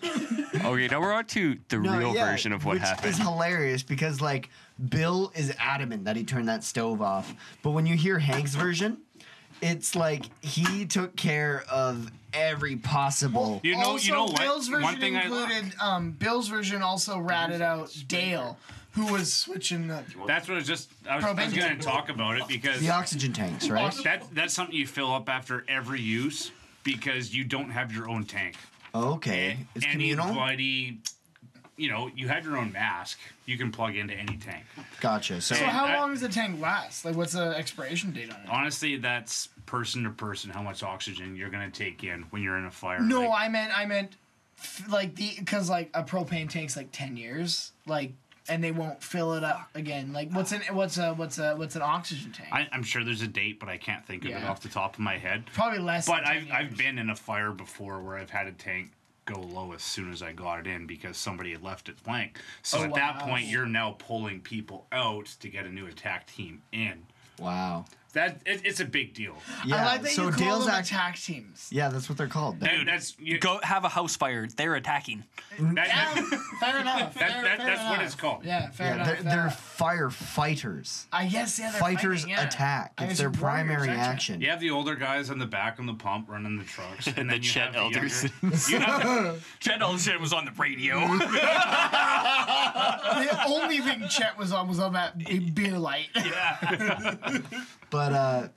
Speaker 3: Okay, now we're on to the
Speaker 1: No,
Speaker 3: real
Speaker 1: yeah,
Speaker 3: version of what
Speaker 1: which
Speaker 3: happened.
Speaker 1: is hilarious because like Bill is adamant that he turned that stove off, but when you hear Hank's version, it's like he took care of every possible.
Speaker 2: also, Bill's version included. um, Bill's version also ratted out Dale, who was switching the.
Speaker 4: That's what I was just, I was, I was going to talk about it because.
Speaker 1: the oxygen tanks, right?
Speaker 4: That, that's something you fill up after every use because you don't have your own tank.
Speaker 1: Okay, it's communal.
Speaker 4: Anybody, you know, you have your own mask. You can plug into any tank.
Speaker 1: Gotcha. So,
Speaker 2: So how
Speaker 4: I-
Speaker 2: long does the tank last? Like, what's the expiration date on it?
Speaker 4: Honestly, that's person to person how much oxygen you're gonna take in when you're in a fire.
Speaker 2: No,
Speaker 4: Like,
Speaker 2: I meant I meant f- like the because like a propane takes like ten years, like and they won't fill it up again. Like what's an what's a what's a what's an oxygen tank?
Speaker 4: I, I'm sure there's a date, but I can't think of it
Speaker 2: Yeah.
Speaker 4: off the top of my head.
Speaker 2: Probably less.
Speaker 4: But
Speaker 2: than
Speaker 4: I've
Speaker 2: 10
Speaker 4: I've been in a fire before where I've had a tank go low as soon as I got it in because somebody had left it blank. So
Speaker 2: Oh,
Speaker 4: at that
Speaker 2: wow.
Speaker 4: point, you're now pulling people out to get a new attack team in.
Speaker 1: wow.
Speaker 4: That it, it's a big deal.
Speaker 1: Yeah,
Speaker 2: I like that
Speaker 1: so
Speaker 2: you call
Speaker 1: Dale's
Speaker 2: them
Speaker 1: act-
Speaker 2: attack teams.
Speaker 1: Yeah, that's what they're called.
Speaker 4: Dude, that's
Speaker 5: go have a house fire. They're attacking.
Speaker 2: Fair enough.
Speaker 4: That-
Speaker 2: fair,
Speaker 4: that-
Speaker 2: fair
Speaker 4: that's what
Speaker 2: enough.
Speaker 4: it's called.
Speaker 2: Yeah, fair
Speaker 1: yeah,
Speaker 2: enough.
Speaker 1: they're,
Speaker 2: fair
Speaker 1: they're
Speaker 2: enough.
Speaker 1: firefighters.
Speaker 2: I guess yeah, they're
Speaker 1: Fighters
Speaker 2: fighting, yeah.
Speaker 1: attack.
Speaker 2: I
Speaker 1: It's
Speaker 2: guess
Speaker 1: their
Speaker 2: warriors,
Speaker 1: primary
Speaker 2: aren't you?
Speaker 1: action.
Speaker 4: You have the older guys on the back on the pump running the trucks, and then you have
Speaker 5: Chet
Speaker 4: the younger-
Speaker 5: Eldersons.
Speaker 4: you have-
Speaker 5: Chet Elderson was on the radio.
Speaker 2: the only thing Chet was on was on that b- beer light. Yeah.
Speaker 1: But uh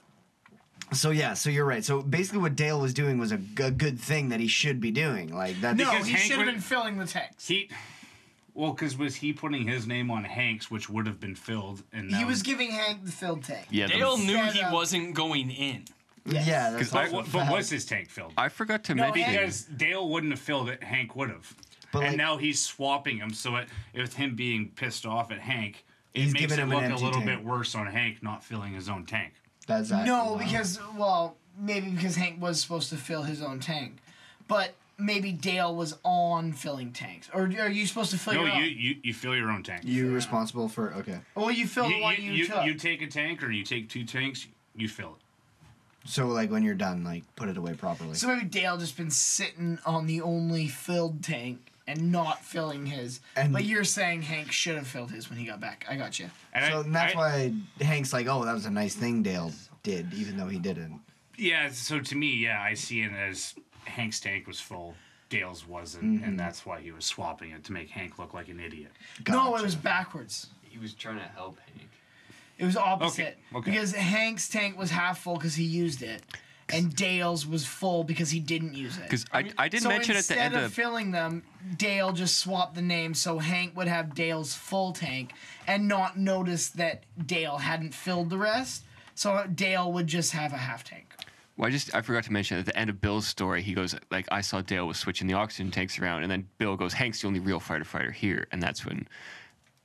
Speaker 1: so yeah, so you're right. So basically what Dale was doing was a, g- a good thing that he should be doing. Like that
Speaker 2: no, he should have been filling the tank.
Speaker 4: He, well, because was he putting his name on Hank's, which would have been filled, and
Speaker 2: He
Speaker 4: now-
Speaker 2: was giving Hank the filled tank.
Speaker 5: Dale knew
Speaker 2: Set
Speaker 5: he
Speaker 2: up.
Speaker 5: wasn't going in.
Speaker 1: Yeah,
Speaker 4: Because I- but was his tank filled?
Speaker 3: I forgot to
Speaker 4: No,
Speaker 3: mention.
Speaker 4: because Dale wouldn't have filled it. Hank would have.
Speaker 1: But
Speaker 4: and
Speaker 1: like-
Speaker 4: now he's swapping him, so it, with him being pissed off at Hank, it
Speaker 1: He's
Speaker 4: makes
Speaker 1: giving
Speaker 4: it
Speaker 1: him an
Speaker 4: look a
Speaker 1: empty
Speaker 4: little
Speaker 1: tank.
Speaker 4: bit worse on Hank not filling his own tank.
Speaker 1: That's
Speaker 2: No, because well, maybe because Hank was supposed to fill his own tank, but maybe Dale was on filling tanks. Or are you supposed to fill
Speaker 4: no,
Speaker 2: your own?
Speaker 4: you, you you fill your own tank.
Speaker 1: you responsible for okay.
Speaker 2: Well, you fill the one you, took.
Speaker 4: you take a tank or you take two tanks, you fill it.
Speaker 1: So like when you're done, like put it away properly.
Speaker 2: so maybe Dale just been sitting on the only filled tank and not filling his.
Speaker 1: And-
Speaker 2: but you're saying Hank should have filled his when he got back. I got you.
Speaker 1: so and that's why Hank's like, oh, that was a nice thing Dale did, even though he didn't.
Speaker 4: Yeah, so to me, yeah, I see it as Hank's tank was full, Dale's wasn't,
Speaker 1: Mm-hmm.
Speaker 4: and that's why he was swapping it to make Hank look like an idiot.
Speaker 2: No, it was backwards.
Speaker 4: He was trying to help Hank.
Speaker 2: It was opposite.
Speaker 4: okay.
Speaker 2: Because Hank's tank was half full because he used it, and Dale's was full because he didn't use it.
Speaker 3: 'Cause I- I did
Speaker 2: so
Speaker 3: mention at the
Speaker 2: instead
Speaker 3: end
Speaker 2: of,
Speaker 3: of-
Speaker 2: filling them, Dale just swapped the name so Hank would have Dale's full tank and not notice that Dale hadn't filled the rest. So Dale would just have a half tank.
Speaker 3: Well, I just I forgot to mention at the end of Bill's story, he goes like, "I saw Dale was switching the oxygen tanks around," and then Bill goes, "Hank's the only real firefighter here," and that's when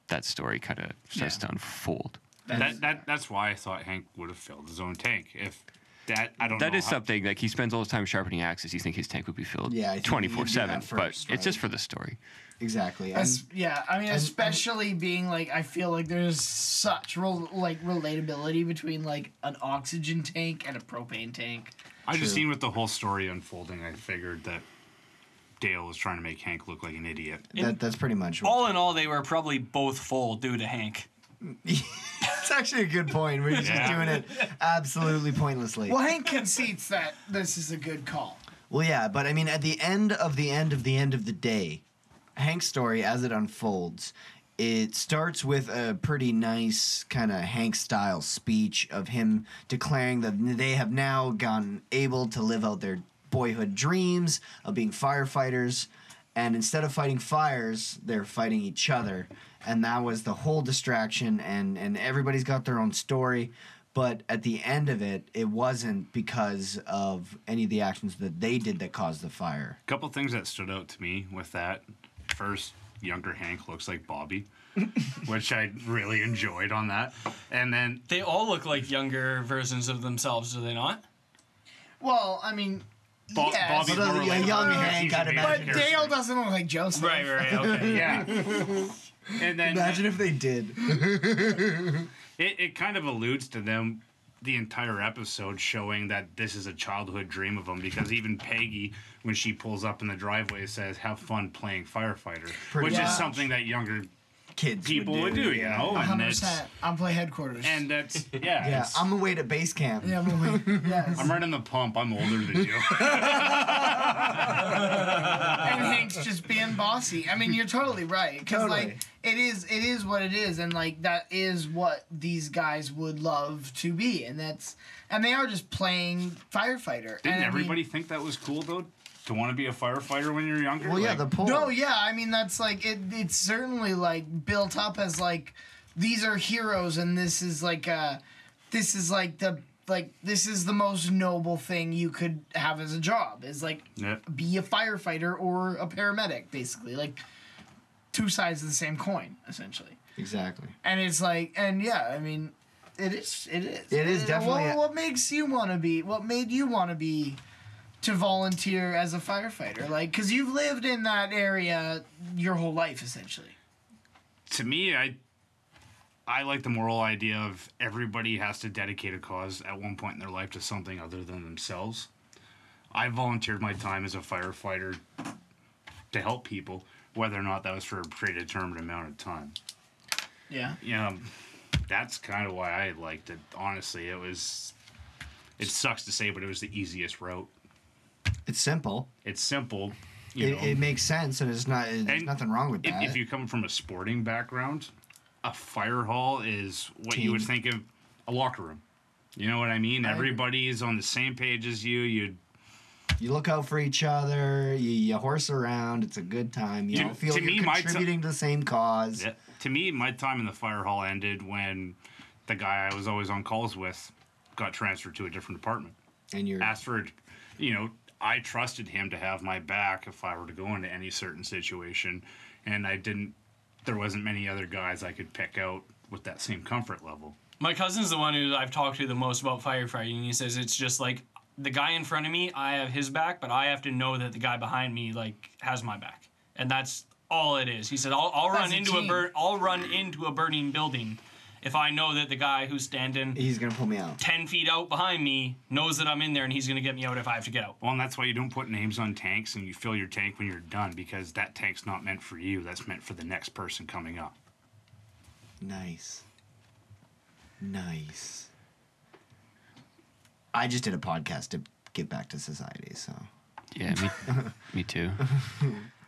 Speaker 3: that story kind of starts to unfold.
Speaker 4: That, that, that's why I thought Hank would have filled his own tank. If that, I don't know.
Speaker 3: That is
Speaker 4: how-
Speaker 3: something like he spends all his time sharpening axes. You think his tank would be filled
Speaker 4: Yeah, I think we
Speaker 3: twenty
Speaker 4: could do
Speaker 3: four seven,
Speaker 4: that
Speaker 3: but
Speaker 4: first,
Speaker 3: it's just for the story.
Speaker 1: Exactly.
Speaker 2: Es- yeah, I mean, especially being like, I feel like there's such rel- like relatability between like an oxygen tank and a propane tank.
Speaker 4: I just seen with the whole story unfolding, I figured that Dale was trying to make Hank look like an idiot.
Speaker 1: That, that's pretty much
Speaker 18: All in all, they were probably both full due to Hank.
Speaker 1: It's actually a good point. We're just
Speaker 18: Yeah.
Speaker 1: doing it absolutely pointlessly.
Speaker 2: Well, Hank concedes that this is a good call.
Speaker 1: Well, yeah, but I mean, at the end of the end of the end of the day, Hank's story as it unfolds, it starts with a pretty nice kind of Hank style speech of him declaring that they have now gotten able to live out their boyhood dreams of being firefighters. And instead of fighting fires, they're fighting each other. And that was the whole distraction, and, and everybody's got their own story but at the end of it, it wasn't because of any of the actions that they did that caused the fire.
Speaker 4: A couple things that stood out to me with that. First, younger Hank looks like Bobby, which I really enjoyed on that. And then
Speaker 18: They all look like younger versions of themselves, do they not?
Speaker 2: Well, I mean,
Speaker 18: Bo-
Speaker 2: yes.
Speaker 18: Bobby's But, uh, more yeah, relatable. young Hank, I'd imagine.
Speaker 2: But Dale doesn't look like Joseph. Right,
Speaker 18: right,
Speaker 4: okay, yeah. And then
Speaker 1: imagine if they did.
Speaker 4: it, it kind of alludes to them the entire episode showing that this is a childhood dream of them because even Peggy, when she pulls up in the driveway, says, Have fun playing firefighter,
Speaker 1: Pretty
Speaker 4: which
Speaker 1: much.
Speaker 4: is something that younger
Speaker 1: kids
Speaker 4: people would do, you know?
Speaker 2: One
Speaker 4: And
Speaker 2: hundred
Speaker 4: it's,
Speaker 2: percent. I'm play headquarters.
Speaker 4: And that's yeah.
Speaker 1: Yeah,
Speaker 4: it's-
Speaker 1: I'm away to base camp.
Speaker 2: Yeah, I'm away. Yes.
Speaker 4: I'm running the pump. I'm older than you.
Speaker 2: and Hank's just being bossy. I mean, you're totally right because
Speaker 1: Totally.
Speaker 2: like it is, it is what it is, and like that is what these guys would love to be, and that's and they are just playing firefighter.
Speaker 4: Didn't
Speaker 2: and I mean-
Speaker 4: everybody think that was cool though? To want to be a firefighter when you're younger? Like,
Speaker 2: No, yeah, I mean that's like it. It's certainly like built up as like these are heroes, and this is like uh, this is like the like this is the most noble thing you could have as a job is like
Speaker 4: Yep.
Speaker 2: be a firefighter or a paramedic, basically like two sides of the same coin, essentially.
Speaker 1: Exactly.
Speaker 2: And it's like, and yeah, I mean, it is, it is,
Speaker 1: It is
Speaker 2: Uh,
Speaker 1: definitely
Speaker 2: What,
Speaker 1: a-
Speaker 2: what makes you want to be? What made you want to be to volunteer as a firefighter? Like, because you've lived in that area your whole life, essentially.
Speaker 4: To me, I I like the moral idea of everybody has to dedicate a cause at one point in their life to something other than themselves. I volunteered my time as a firefighter to help people, whether or not that was for a predetermined amount of time.
Speaker 2: Yeah.
Speaker 4: Yeah, um, that's kind of why I liked it. Honestly, it was. It sucks to say, but it was the easiest route.
Speaker 1: It's simple.
Speaker 4: It's simple. You
Speaker 1: It,
Speaker 4: know,
Speaker 1: it makes sense, and it's not. There's nothing wrong with that.
Speaker 4: if, if you come from a sporting background, a fire hall is what you would think of a locker room. You know what I mean?
Speaker 1: I agree.
Speaker 4: Everybody is on the same page as you. You
Speaker 1: you look out for each other. You, you horse around. It's a good time. You
Speaker 4: To-
Speaker 1: don't feel
Speaker 4: to
Speaker 1: you're
Speaker 4: me, my t-
Speaker 1: contributing to the same cause.
Speaker 4: Yeah. To me, my time in the fire hall ended when the guy I was always on calls with got transferred to a different department.
Speaker 1: And you're
Speaker 4: asked for, you know, I trusted him to have my back if I were to go into any certain situation, and I didn't. There wasn't many other guys I could pick out with that same comfort level.
Speaker 18: My cousin's the one who I've talked to the most about firefighting, and he says it's just like the guy in front of me, I have his back, but I have to know that the guy behind me like has my back, and that's all it is. He said, "I'll, I'll
Speaker 5: That's
Speaker 18: run
Speaker 5: a
Speaker 18: into a
Speaker 5: team.
Speaker 18: burn, I'll run into a burning building,
Speaker 5: if I know that the guy who's standing
Speaker 1: He's gonna pull me out.
Speaker 5: ten feet out behind me knows that I'm in there and he's gonna get me out if I have to get out.
Speaker 4: Well, and that's why you don't put names on tanks and you fill your tank when you're done because that tank's not meant for you. That's meant for the next person coming up.
Speaker 1: Nice. Nice. I just did a podcast to get back to society, so.
Speaker 3: Yeah, me, me too.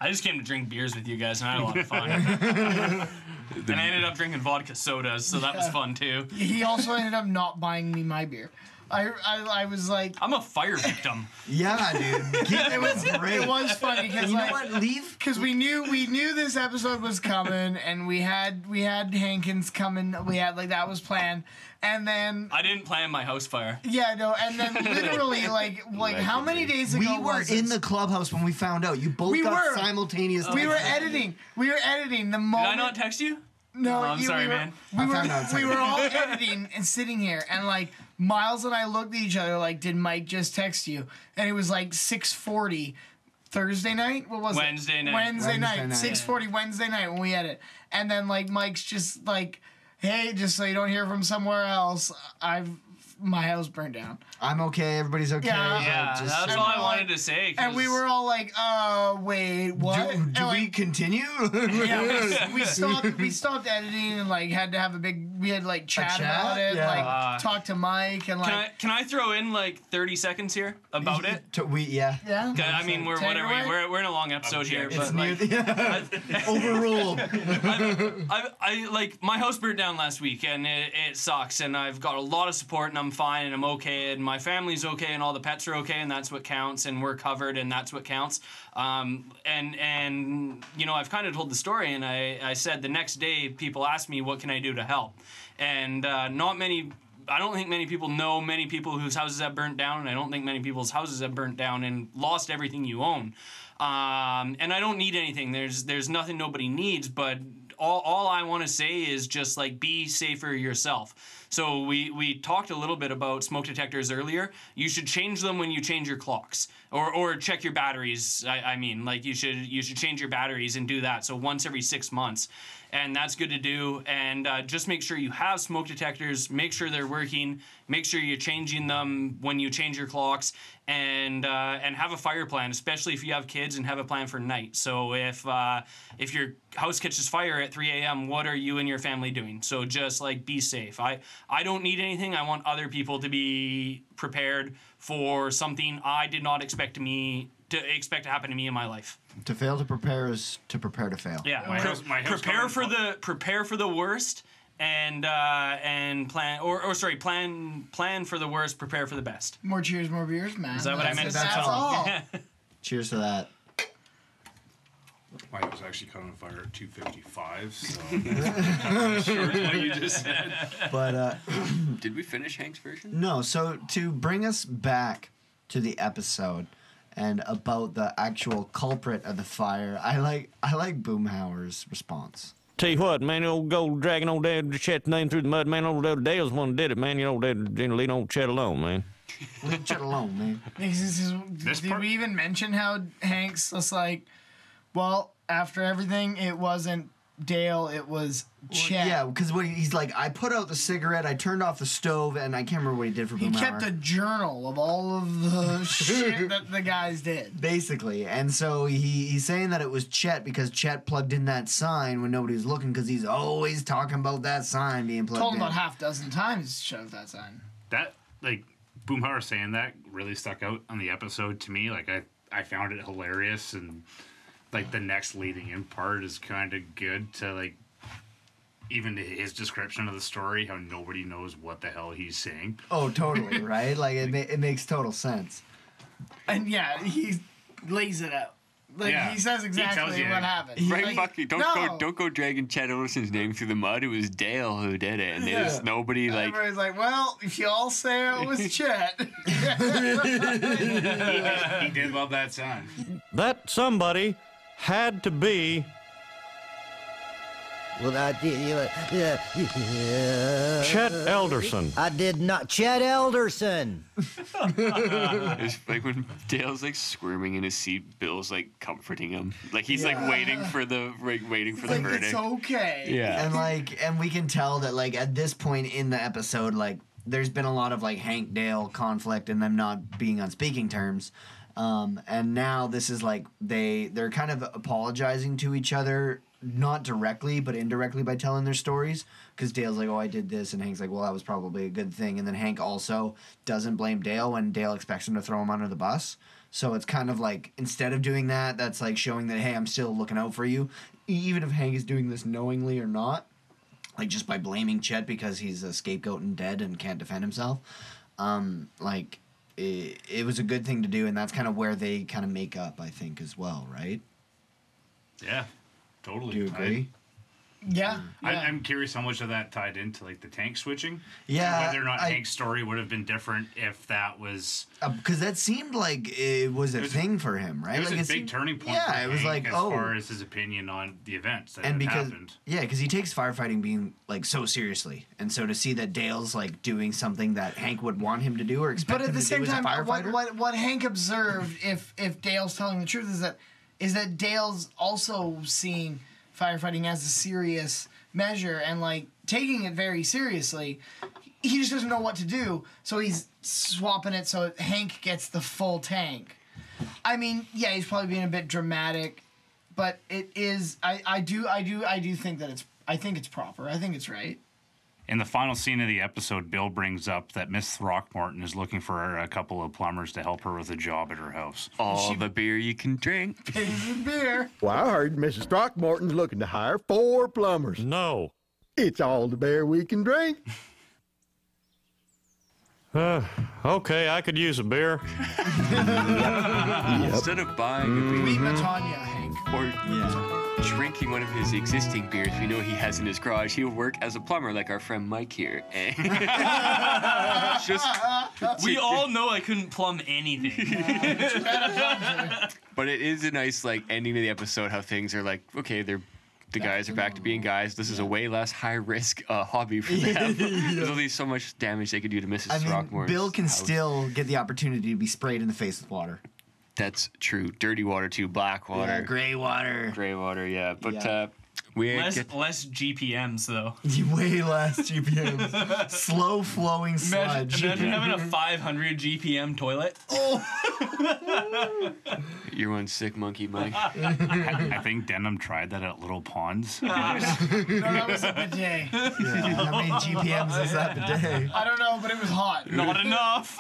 Speaker 5: I just came to drink beers with you guys and I had a lot of fun. and I ended up drinking vodka sodas, so that was
Speaker 2: Yeah.
Speaker 5: fun too.
Speaker 2: He also ended up not buying me my beer. I, I, I was like,
Speaker 5: I'm a fire victim.
Speaker 1: Yeah, dude.
Speaker 2: it was it was funny because
Speaker 1: You know
Speaker 2: like,
Speaker 1: what? Leave
Speaker 2: because we knew we knew this episode was coming and we had we had Hankins coming we had like that was planned and then
Speaker 5: I didn't plan my house fire.
Speaker 2: yeah no and then literally like like how many days ago
Speaker 1: We were
Speaker 2: was
Speaker 1: in
Speaker 2: it?
Speaker 1: the clubhouse when we found out. You both
Speaker 2: we
Speaker 1: got
Speaker 2: were
Speaker 1: simultaneous.
Speaker 2: we were
Speaker 1: texts.
Speaker 2: editing we were editing the
Speaker 5: Did
Speaker 2: moment
Speaker 5: I not text you?
Speaker 2: No,
Speaker 5: Oh, I'm
Speaker 2: you-
Speaker 5: sorry,
Speaker 2: we were,
Speaker 5: man.
Speaker 2: We
Speaker 5: I
Speaker 2: were,
Speaker 5: found out it's
Speaker 2: we were
Speaker 5: like-
Speaker 2: all editing and sitting here, and like Miles and I looked at each other like, "Did Mike just text you?" And it was like six forty Thursday night. What was
Speaker 5: Wednesday
Speaker 2: it?
Speaker 5: night.
Speaker 2: Wednesday,
Speaker 5: Wednesday
Speaker 2: night.
Speaker 5: night.
Speaker 2: Six forty Wednesday night when we edit, and then like Mike's just like, "Hey, just so you don't hear from somewhere else, I've my house burned down."
Speaker 1: I'm okay. Everybody's okay.
Speaker 2: Yeah.
Speaker 1: I
Speaker 5: Yeah,
Speaker 1: just-
Speaker 5: that's all I wanted to say.
Speaker 2: And we
Speaker 5: 'cause-
Speaker 2: were all like, "Uh, wait, what?"
Speaker 1: Do, do we continue?
Speaker 2: yeah, we, we stopped. We stopped editing and like had to have a big. We had like chat,
Speaker 5: chat?
Speaker 2: about it,
Speaker 5: Yeah.
Speaker 2: like
Speaker 5: Uh,
Speaker 2: talk to Mike and like.
Speaker 5: Can I, can I throw in like 30 seconds here about it?
Speaker 1: To- we yeah.
Speaker 2: Yeah.
Speaker 5: I mean, we're
Speaker 1: Take it
Speaker 5: what are we?
Speaker 1: away.
Speaker 5: We're, we're in a long episode here,
Speaker 1: It's
Speaker 5: but
Speaker 1: near
Speaker 5: like,
Speaker 1: the- overruled.
Speaker 5: I, I like my house burnt down last week and it, it sucks and I've got a lot of support and I'm fine and I'm okay and my family's okay and all the pets are okay and that's what counts and we're covered and that's what counts. Um, and and you know I've kind of told the story and I, I said the next day people asked me what can I do to help and uh, not many I don't think many people know many people whose houses have burnt down, and I don't think many people's houses have burnt down and lost everything you own. Um, and I don't need anything. There's there's nothing nobody needs, but all, all I want to say is just like be safer yourself. So we we talked a little bit about smoke detectors earlier. You should change them when you change your clocks, or or check your batteries. I, I mean, like you should you should change your batteries and do that. So once every six months and that's good to do. And uh, just make sure you have smoke detectors, make sure they're working, make sure you're changing them when you change your clocks, and uh, and have a fire plan, especially if you have kids and have a plan for night. So if uh, if your house catches fire at 3 a.m., what are you and your family doing? So just like be safe. I I don't need anything. I want other people to be prepared for something I did not expect me to expect to happen to me in my life.
Speaker 1: to fail to prepare is to prepare to fail.
Speaker 5: Yeah,
Speaker 1: My
Speaker 5: pre-
Speaker 1: house- my house
Speaker 5: prepare for the prepare for the worst and uh, and plan or, or sorry plan plan for the worst, prepare for the best.
Speaker 2: more cheers, more beers, man.
Speaker 5: Is that what I meant to
Speaker 2: That's,
Speaker 5: tell
Speaker 2: all.
Speaker 5: him?
Speaker 1: Cheers to that.
Speaker 4: My was actually caught on fire at 255, so. that's short what you just said.
Speaker 1: But uh,
Speaker 3: Did we finish Hank's version?
Speaker 1: No, so to bring us back to the episode and about the actual culprit of the fire, I like I like Boomhauer's response.
Speaker 9: Tell you what, man, old gold dragon, old dad, Chet name through the mud, man, old dad, Dale's the one that did it, man. You know, dad, didn't leave old Chet alone, man.
Speaker 1: Leave Chet alone, man.
Speaker 2: This is- did we even mention how Hanks was like? Well, after everything, it wasn't Dale. It was Chet.
Speaker 1: Yeah, because he's like, I put out the cigarette, I turned off the stove, and I can't remember what he did for
Speaker 2: He
Speaker 1: Boomhauer.
Speaker 2: kept a journal of all of the shit that the guys did.
Speaker 1: Basically, and so he, he's saying that it was Chet because Chet plugged in that sign when nobody was looking because he's always talking about that sign being plugged
Speaker 2: Told
Speaker 1: in.
Speaker 2: him about half dozen times. Shove that sign.
Speaker 4: That, like, Boomhauer saying that really stuck out on the episode to me. Like, I, I found it hilarious, and, like, the next leading in part is kind of good to, like, even his description of the story, how nobody knows what the hell he's saying.
Speaker 1: oh, totally, right? Like, it, ma- it makes total sense.
Speaker 2: And yeah, he lays it out. Like
Speaker 3: Yeah.
Speaker 2: he says
Speaker 3: He
Speaker 2: exactly
Speaker 3: tells you.
Speaker 2: what happened.
Speaker 3: Right,
Speaker 2: Like,
Speaker 3: fuck you. Don't
Speaker 2: no.
Speaker 3: go, don't go dragging Chad Olsen's name through the mud. It was Dale who did it, and
Speaker 2: Yeah.
Speaker 3: there's nobody like.
Speaker 2: Everybody's like, well, if you all say it was Chet.
Speaker 1: Oh,
Speaker 4: he did love that sign.
Speaker 7: That somebody had to be
Speaker 8: Well, I did. Yeah, yeah.
Speaker 16: Chet Elderson.
Speaker 8: I did not. Chet Elderson.
Speaker 3: it's like when Dale's like squirming in his seat, Bill's like comforting him. Like he's
Speaker 1: Yeah.
Speaker 3: like waiting for the like waiting for the
Speaker 1: Like,
Speaker 3: verdict.
Speaker 1: it's
Speaker 2: okay.
Speaker 3: Yeah.
Speaker 1: And like and we can tell that like at this point in the episode, like there's been a lot of like Hank Dale conflict and them not being on speaking terms. Um, and now this is like they they're kind of apologizing to each other, not directly but indirectly by telling their stories. Because Dale's like, "Oh, I did this," and Hank's like, "Well, that was probably a good thing." And then Hank also doesn't blame Dale when Dale expects him to throw him under the bus. So it's kind of like instead of doing that, that's like showing that hey, I'm still looking out for you, E, even if Hank is doing this knowingly or not. Like just by blaming Chet because he's a scapegoat and dead and can't defend himself. Um, like it, it was a good thing to do, and that's kind of where they kind of make up, I think, as well, right?
Speaker 4: Yeah, totally.
Speaker 1: Do you
Speaker 4: I-
Speaker 1: agree?
Speaker 2: Yeah.
Speaker 4: I, I'm curious how much of that tied into like the tank switching.
Speaker 1: Yeah,
Speaker 4: Whether or not
Speaker 1: I-
Speaker 4: Hank's story would have been different if that was.
Speaker 1: Because Uh, that seemed like it was a
Speaker 4: It was a-
Speaker 1: thing for him, right?
Speaker 4: It was
Speaker 1: like
Speaker 4: a big
Speaker 1: seemed-
Speaker 4: turning point.
Speaker 1: Yeah,
Speaker 4: for
Speaker 1: it was
Speaker 4: Hank
Speaker 1: like
Speaker 4: as
Speaker 1: oh,
Speaker 4: far as his opinion on the events that
Speaker 1: and
Speaker 4: had
Speaker 1: because
Speaker 4: happened.
Speaker 1: yeah, because he takes firefighting being like so seriously, and so to see that Dale's like doing something that Hank would want him to do or expect
Speaker 2: But at
Speaker 1: him
Speaker 2: the
Speaker 1: to
Speaker 2: same
Speaker 1: do
Speaker 2: time,
Speaker 1: as a
Speaker 2: what,
Speaker 1: firefighter.
Speaker 2: what what Hank observed, if if Dale's telling the truth, is that is that Dale's also seeing firefighting as a serious measure and like taking it very seriously. He just doesn't know what to do, so he's swapping it so Hank gets the full tank. I mean, yeah, he's probably being a bit dramatic, but it is. I I do I do I do think that it's I think it's proper. I think it's right.
Speaker 4: In the final scene of the episode, Bill brings up that Miss Throckmorton is looking for a couple of plumbers to help her with a job at her house.
Speaker 3: All the beer you can drink.
Speaker 2: beer.
Speaker 17: Well, I heard Mrs. Throckmorton's looking to hire four plumbers.
Speaker 16: No.
Speaker 17: It's all the beer we can drink.
Speaker 16: Uh, okay, I could use a beer.
Speaker 3: Instead of buying a beer
Speaker 1: Mm-hmm.
Speaker 2: Tanya, Hank.
Speaker 3: or drinking one of his existing beers we know he has in his garage, he'll work as a plumber like our friend Mike here. Just
Speaker 5: we all know I couldn't plumb anything.
Speaker 3: But it is a nice like ending to the episode how things are like okay they're the guys are back to being guys. This is a way less high risk uh, hobby for them. There's only so much damage they could do to Mrs.
Speaker 1: I mean,
Speaker 3: Throckmorton.
Speaker 1: Bill can still get the opportunity to be sprayed in the face with water.
Speaker 3: That's true. Dirty water too. Black water.
Speaker 1: Yeah, gray water.
Speaker 3: Gray water. Yeah. But
Speaker 1: Yeah.
Speaker 3: uh, we
Speaker 5: less
Speaker 3: get
Speaker 5: less GPMs though.
Speaker 1: Way less GPMs. Slow flowing sludge.
Speaker 5: Imagine, imagine having a 500 GPM toilet.
Speaker 3: you're one sick monkey, Mike.
Speaker 4: I, I think Denham tried that at Little Ponds.
Speaker 2: No, that was a bidet.
Speaker 1: How many GPMs is that bidet?
Speaker 2: I don't know, but it was hot.
Speaker 5: Not enough.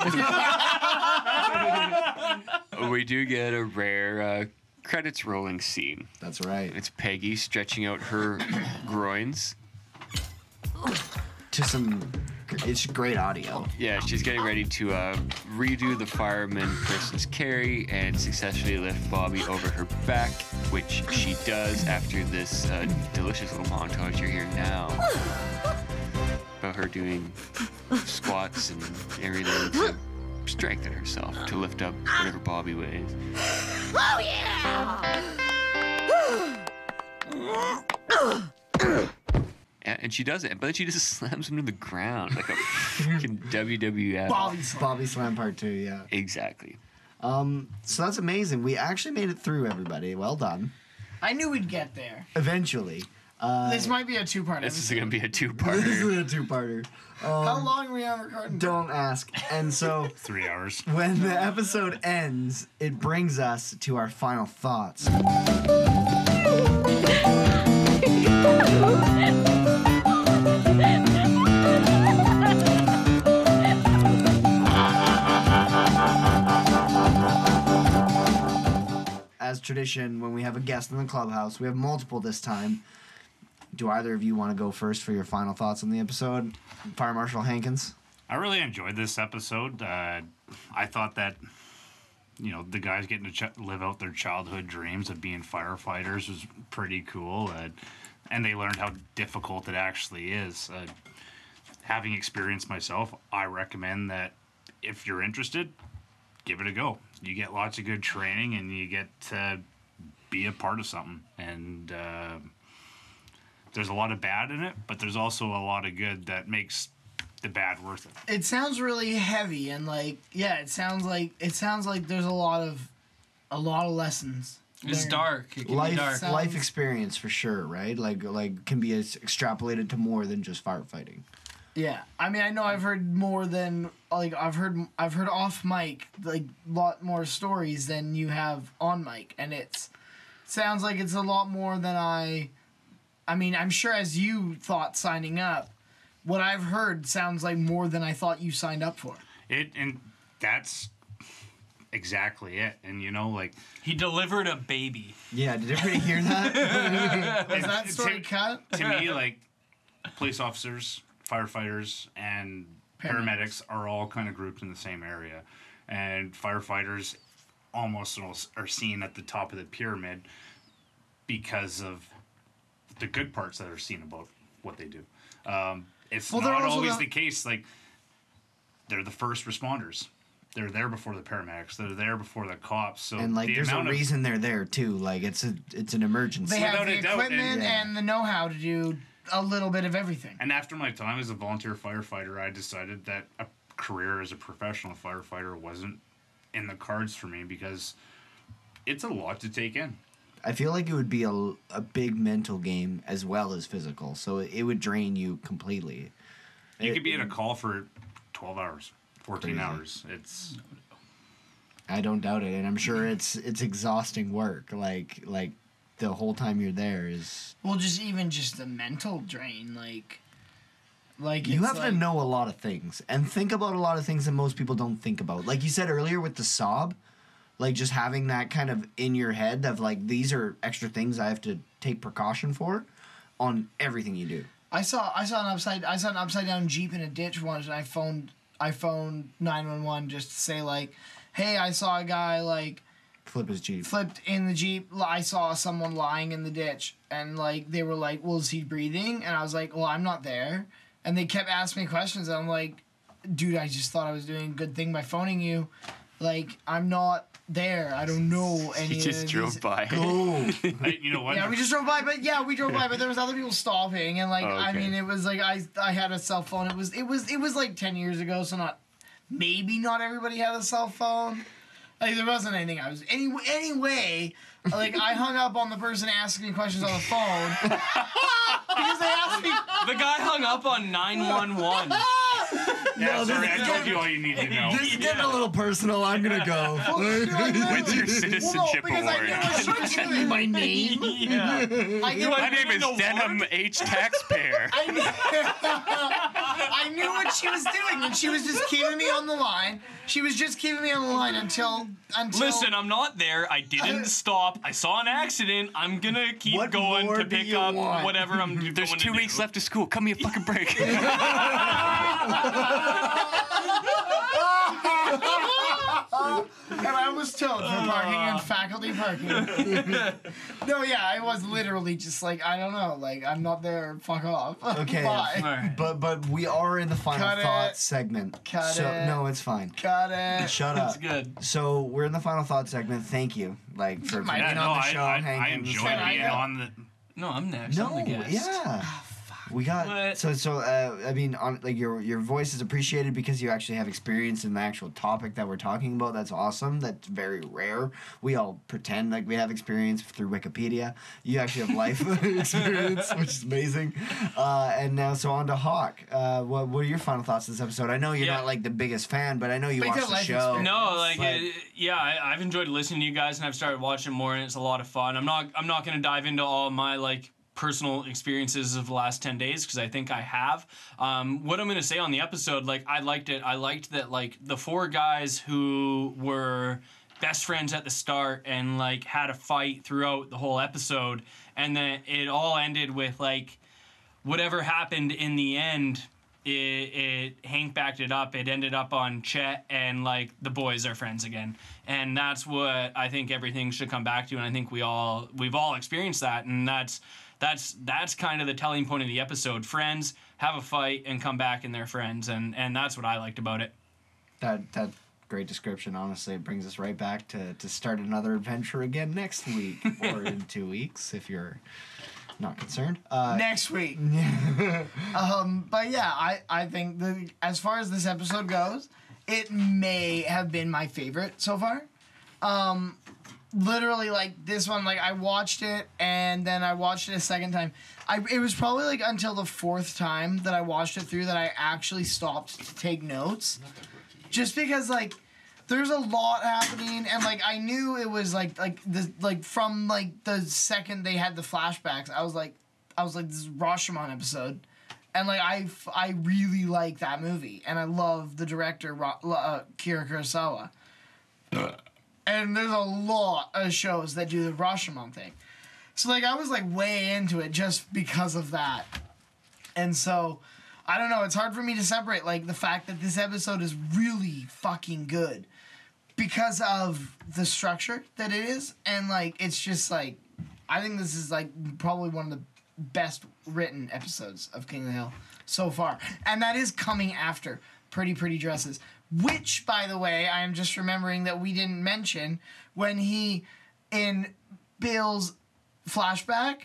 Speaker 3: we do get a rare uh, credits rolling scene.
Speaker 1: That's right.
Speaker 3: It's Peggy stretching out her groins.
Speaker 1: To some, it's great audio.
Speaker 3: Yeah, she's getting ready to uh, redo the fireman person's carry and successfully lift Bobby over her back, which she does after this uh, delicious little montage you're hearing now about her doing squats and everything to strengthen herself to lift up whatever Bobby weighs.
Speaker 10: Oh, yeah!
Speaker 3: And, and she does it, but then she just slams him to the ground like a fucking WWF.
Speaker 1: Bobby Slam Part Two. Yeah.
Speaker 3: Exactly.
Speaker 1: Um. So that's amazing. We actually made it through, everybody. Well done.
Speaker 2: I knew we'd get there.
Speaker 1: Eventually. Uh,
Speaker 2: this might be a two-part.
Speaker 3: This is gonna be a
Speaker 1: This is
Speaker 3: two-parter.
Speaker 1: a two-parter.
Speaker 2: How
Speaker 1: Um,
Speaker 2: long were you on recording?
Speaker 1: don't ask. And so.
Speaker 4: Three hours.
Speaker 1: When the episode ends, it brings us to our final thoughts. As tradition, when we have a guest in the clubhouse, we have multiple this time. Do either of you want to go first for your final thoughts on the episode? Fire Marshal Hankins?
Speaker 4: I really enjoyed this episode. Uh, I thought that, you know, the guys getting to ch- live out their childhood dreams of being firefighters was pretty cool. Uh, and they learned how difficult it actually is. Uh, having experienced myself, I recommend that if you're interested, give it a go. You get lots of good training and you get to be a part of something. And uh, there's a lot of bad in it, but there's also a lot of good that makes the bad worth it.
Speaker 2: It sounds really heavy and like yeah, it sounds like it sounds like there's a lot of a lot of lessons.
Speaker 5: It's
Speaker 2: learned.
Speaker 5: dark. It can
Speaker 1: life,
Speaker 5: be dark.
Speaker 1: life experience for sure, right? Like, like can be as extrapolated to more than just firefighting.
Speaker 2: Yeah, I mean, I know I've heard more than like I've heard I've heard off mic like lot more stories than you have on mic, and it's sounds like it's a lot more than I. I mean, I'm sure as you thought signing up, what I've heard sounds like more than I thought you signed up for.
Speaker 4: It and that's exactly it. And you know, like
Speaker 5: he delivered a baby.
Speaker 1: Yeah, did everybody hear that?
Speaker 2: Was that
Speaker 4: to-
Speaker 2: story cut?
Speaker 4: to me, like police officers, firefighters, and paramedics are all kind of grouped in the same area, and firefighters almost are seen at the top of the pyramid because of the good parts that are seen about what they do. Um, it's
Speaker 2: Well, they're
Speaker 4: not
Speaker 2: also
Speaker 4: always
Speaker 2: not-
Speaker 4: the case. Like they're the first responders. They're there before the paramedics. They're there before the cops. So
Speaker 1: and like,
Speaker 4: the
Speaker 1: there's a
Speaker 4: amount of-
Speaker 1: reason they're there too. Like, it's a, it's an emergency.
Speaker 2: They have the
Speaker 4: a doubt,
Speaker 2: equipment and,
Speaker 4: yeah.
Speaker 2: the know-how to do a little bit of everything.
Speaker 4: And after my time as a volunteer firefighter, I decided that a career as a professional firefighter wasn't in the cards for me because it's a lot to take in.
Speaker 1: I feel like it would be a, l- a big mental game as well as physical, so it, it would drain you completely.
Speaker 4: You
Speaker 1: It-
Speaker 4: could be in a call for 12 hours, 14
Speaker 1: Crazy.
Speaker 4: hours. It's
Speaker 1: I don't doubt it, and I'm sure it's it's exhausting work. Like like the whole time you're there is
Speaker 2: Well, just even just the mental drain, like, like
Speaker 1: you
Speaker 2: it's
Speaker 1: have
Speaker 2: like-
Speaker 1: to know a lot of things and think about a lot of things that most people don't think about. Like you said earlier with the sob, like just having that kind of in your head of like these are extra things I have to take precaution for on everything you do.
Speaker 2: I saw I saw an upside I saw an upside down jeep in a ditch once, and I phoned I phoned nine one one just to say like, hey, I saw a guy like
Speaker 1: Flip his Jeep.
Speaker 2: flipped in the jeep. I saw someone lying in the ditch, and like they were like, well, is he breathing? And I was like, well, I'm not there. And they kept asking me questions, and I'm like, dude, I just thought I was doing a good thing by phoning you. Like I'm not there. I don't know any.
Speaker 19: He just
Speaker 2: of
Speaker 19: drove
Speaker 2: these-
Speaker 19: by.
Speaker 4: I- you know what?
Speaker 2: yeah, we just drove by, but yeah, we drove by, but there was other people stopping, and like,
Speaker 19: Oh,
Speaker 2: I
Speaker 19: okay.
Speaker 2: mean, it was like I I had a cell phone. It was it was it was like ten years ago, so not maybe not everybody had a cell phone. Like there wasn't anything I was any anyway. Like I hung up on the person asking me questions on the phone because they asked me.
Speaker 5: The guy hung up on 911.
Speaker 4: Yeah,
Speaker 5: No, this
Speaker 4: sorry, I
Speaker 5: is
Speaker 4: told
Speaker 5: getting-
Speaker 4: you all you need to know.
Speaker 1: This is getting a little personal. I'm gonna go.
Speaker 4: With your citizenship
Speaker 2: because I
Speaker 4: award.
Speaker 2: knew I shouldn't give you my name.
Speaker 4: Yeah.
Speaker 2: I knew
Speaker 19: My name is Denham H. Taxpayer.
Speaker 2: I knew, I knew what she was doing, and she was just keeping me on the line. She was just keeping me on the line until until.
Speaker 5: Listen, I'm not there. I didn't stop. I saw an accident. I'm gonna keep
Speaker 19: What
Speaker 5: going
Speaker 19: more
Speaker 5: to
Speaker 19: do
Speaker 5: pick
Speaker 19: you
Speaker 5: up
Speaker 19: want?
Speaker 5: whatever I'm doing.
Speaker 19: There's two weeks left of school. Cut me a fucking break.
Speaker 2: and I was towed for parking in faculty parking. no, yeah, I was literally just like, I don't know, like I'm not there. Fuck off.
Speaker 1: Okay,
Speaker 2: Bye.
Speaker 1: but but we are in the final
Speaker 2: Cut it.
Speaker 1: thought segment.
Speaker 2: Cut
Speaker 1: so
Speaker 2: it.
Speaker 1: no, it's fine.
Speaker 2: Got it.
Speaker 1: Shut up. So we're in the final thought segment. Thank you, like for, for
Speaker 2: might
Speaker 1: being
Speaker 2: be.
Speaker 1: on
Speaker 2: Yeah, no,
Speaker 1: the
Speaker 2: I-
Speaker 1: show.
Speaker 2: I-
Speaker 1: hanging
Speaker 2: I
Speaker 1: and
Speaker 2: enjoy
Speaker 1: stuff.
Speaker 2: being
Speaker 1: Yeah.
Speaker 2: on
Speaker 4: the.
Speaker 5: No, I'm next.
Speaker 1: No,
Speaker 5: I'm the guest.
Speaker 1: yeah. We got so so. Uh, I mean, on, like your your voice is appreciated because you actually have experience in the actual topic that we're talking about. That's awesome. That's very rare. We all pretend like we have experience through Wikipedia. You actually have life experience, which is amazing. Uh, and now, so on to Hawk. Uh, what what are your final thoughts on this episode? I know you're not like the biggest fan, but I know you watch the show.
Speaker 5: No, like
Speaker 1: but-
Speaker 5: it, yeah, I, I've enjoyed listening to you guys, and I've started watching more, and it's a lot of fun. I'm not I'm not gonna dive into all my like personal experiences of the last 10 days because i think i have um, what i'm going to say on the episode like i liked it i liked that like the four guys who were best friends at the start and like had a fight throughout the whole episode and then it all ended with like whatever happened in the end, it, it Hank backed it up. It ended up on Chet, and like the boys are friends again, and that's what I think everything should come back to. And I think we all we've all experienced that, and that's that's that's kind of the telling point of the episode. Friends have a fight and come back, and they're friends, and and that's what I liked about it.
Speaker 1: That that great description. Honestly, it brings us right back to to start another adventure again next week or in two weeks if you're Not concerned. Uh,
Speaker 2: next week. um, but yeah, I, I think the as far as this episode goes, it may have been my favorite so far. Um, literally like this one, like I watched it and then I watched it a second time. I it was probably like until the fourth time that I watched it through that I actually stopped to take notes, just because like. There's a lot happening, and like I knew it was like like the like from like the second they had the flashbacks, I was like, I was like this is Rashomon episode, and like I, f- I really like that movie, and I love the director Ro- Lo- uh, Kira Kurosawa. and there's a lot of shows that do the Rashomon thing, so like I was like way into it just because of that, and so I don't know. It's hard for me to separate like the fact that this episode is really fucking good because of the structure that it is, and like it's just like I think this is like probably one of the best written episodes of King of the Hill so far. And that is coming after Pretty Pretty Dresses, which, by the way, I am just remembering that we didn't mention when he, in Bill's flashback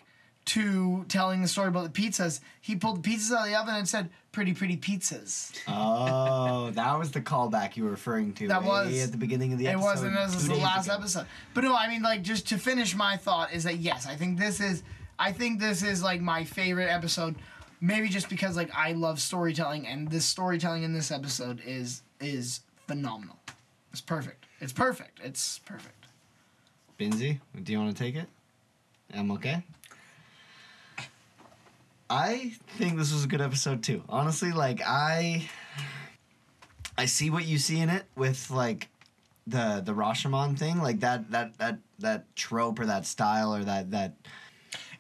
Speaker 2: to telling the story about the pizzas, he pulled the pizzas out of the oven and said, Pretty Pretty Pizzas.
Speaker 1: oh, that was the callback you were referring to.
Speaker 2: That
Speaker 1: way
Speaker 2: was-
Speaker 1: at the beginning of the
Speaker 2: It
Speaker 1: episode.
Speaker 2: wasn't. This
Speaker 1: two
Speaker 2: is the
Speaker 1: days
Speaker 2: last
Speaker 1: ago.
Speaker 2: episode. But no, I mean, like, just to finish my thought is that yes, I think this is, I think this is like my favorite episode. Maybe just because like I love storytelling, and this storytelling in this episode is is phenomenal. It's perfect. It's perfect. It's perfect.
Speaker 1: Binzi, do you want to take it? I'm okay. I think this was a good episode too. Honestly, like I, I see what you see in it with like the the Rashomon thing, like that that that that trope or that style or that that.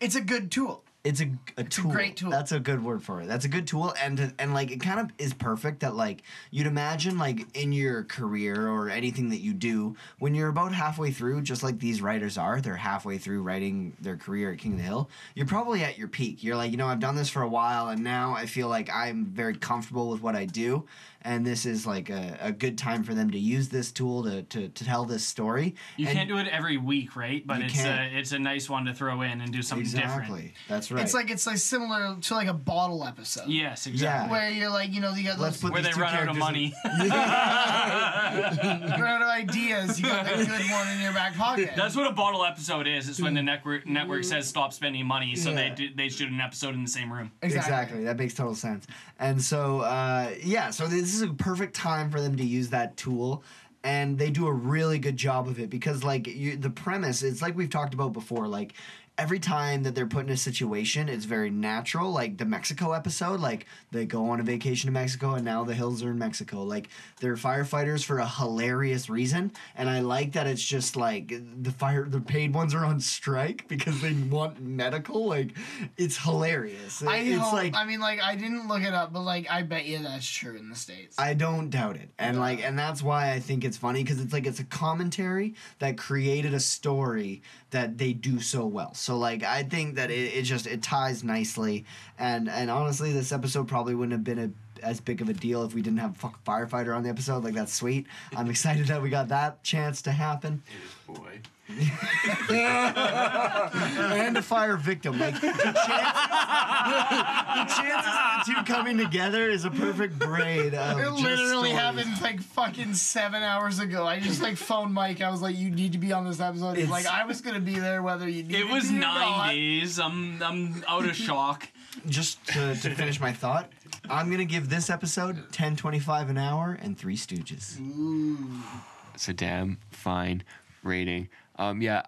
Speaker 2: It's a good tool.
Speaker 1: It's a, a tool.
Speaker 2: great tool.
Speaker 1: That's a good word for it. That's a good tool, and and like it kind of is perfect that like you'd imagine like in your career or anything that you do when you're about halfway through, just like these writers are, they're halfway through writing their career at King of the Hill. You're probably at your peak. You're like, you know, I've done this for a while, and now I feel like I'm very comfortable with what I do, and this is like a, a good time for them to use this tool to to, to tell this story.
Speaker 18: You
Speaker 1: And-
Speaker 18: can't do it every week, right? But
Speaker 1: You
Speaker 18: it's
Speaker 1: can't.
Speaker 18: a it's a nice one to throw in and do something
Speaker 1: exactly.
Speaker 18: different.
Speaker 1: That's right.
Speaker 2: It's like it's like similar to like a bottle episode.
Speaker 18: Yes,
Speaker 1: exactly.
Speaker 2: Where you're like, you know, you got
Speaker 1: Let's
Speaker 2: those
Speaker 1: put Where these they two run out of characters
Speaker 2: you run out of ideas. You got that good one in your back pocket.
Speaker 18: That's what a bottle episode is. It's when the network network says stop spending money, so they
Speaker 1: Yeah.
Speaker 18: do, they shoot an episode in the same room.
Speaker 1: Exactly. That makes total sense. And so, uh, yeah, so this is a perfect time for them to use that tool. And they do a really good job of it because, like, you, the premise, it's like we've talked about before, like, every time that they're put in a situation, it's very natural. Like, the Mexico episode, like, they go on a vacation to Mexico and now the hills are in Mexico. Like, they're firefighters for a hilarious reason. And I like that it's just like the fire, the paid ones are on strike because they want medical. Like, it's hilarious.
Speaker 2: I
Speaker 1: it's
Speaker 2: hope,
Speaker 1: like,
Speaker 2: I mean, like I didn't look it up, but like I bet you that's true in the states.
Speaker 1: I don't doubt it. And like and that's why I think it's funny cuz it's like it's a commentary that created a story that they do so well. So like I think that it, it just it ties nicely and and honestly this episode probably wouldn't have been a, as big of a deal if we didn't have fuck firefighter on the episode. Like that's sweet. I'm excited that we got that chance to happen.
Speaker 4: Boy.
Speaker 1: and a fire victim. Like the chances, the chances of the two coming together is a perfect braid of
Speaker 2: it
Speaker 1: just
Speaker 2: literally
Speaker 1: stories.
Speaker 2: happened like fucking seven hours ago. I just like phoned Mike. I was like, "You need to be on this episode." He's
Speaker 18: It's-
Speaker 2: like, "I was gonna be there whether you needed
Speaker 18: It was
Speaker 2: me or
Speaker 18: nine
Speaker 2: not."
Speaker 18: days. I'm I'm out of shock.
Speaker 1: just to, to finish my thought, I'm gonna give this episode 10.25 an hour and Three Stooges.
Speaker 3: It's a damn fine rating. Um, yeah,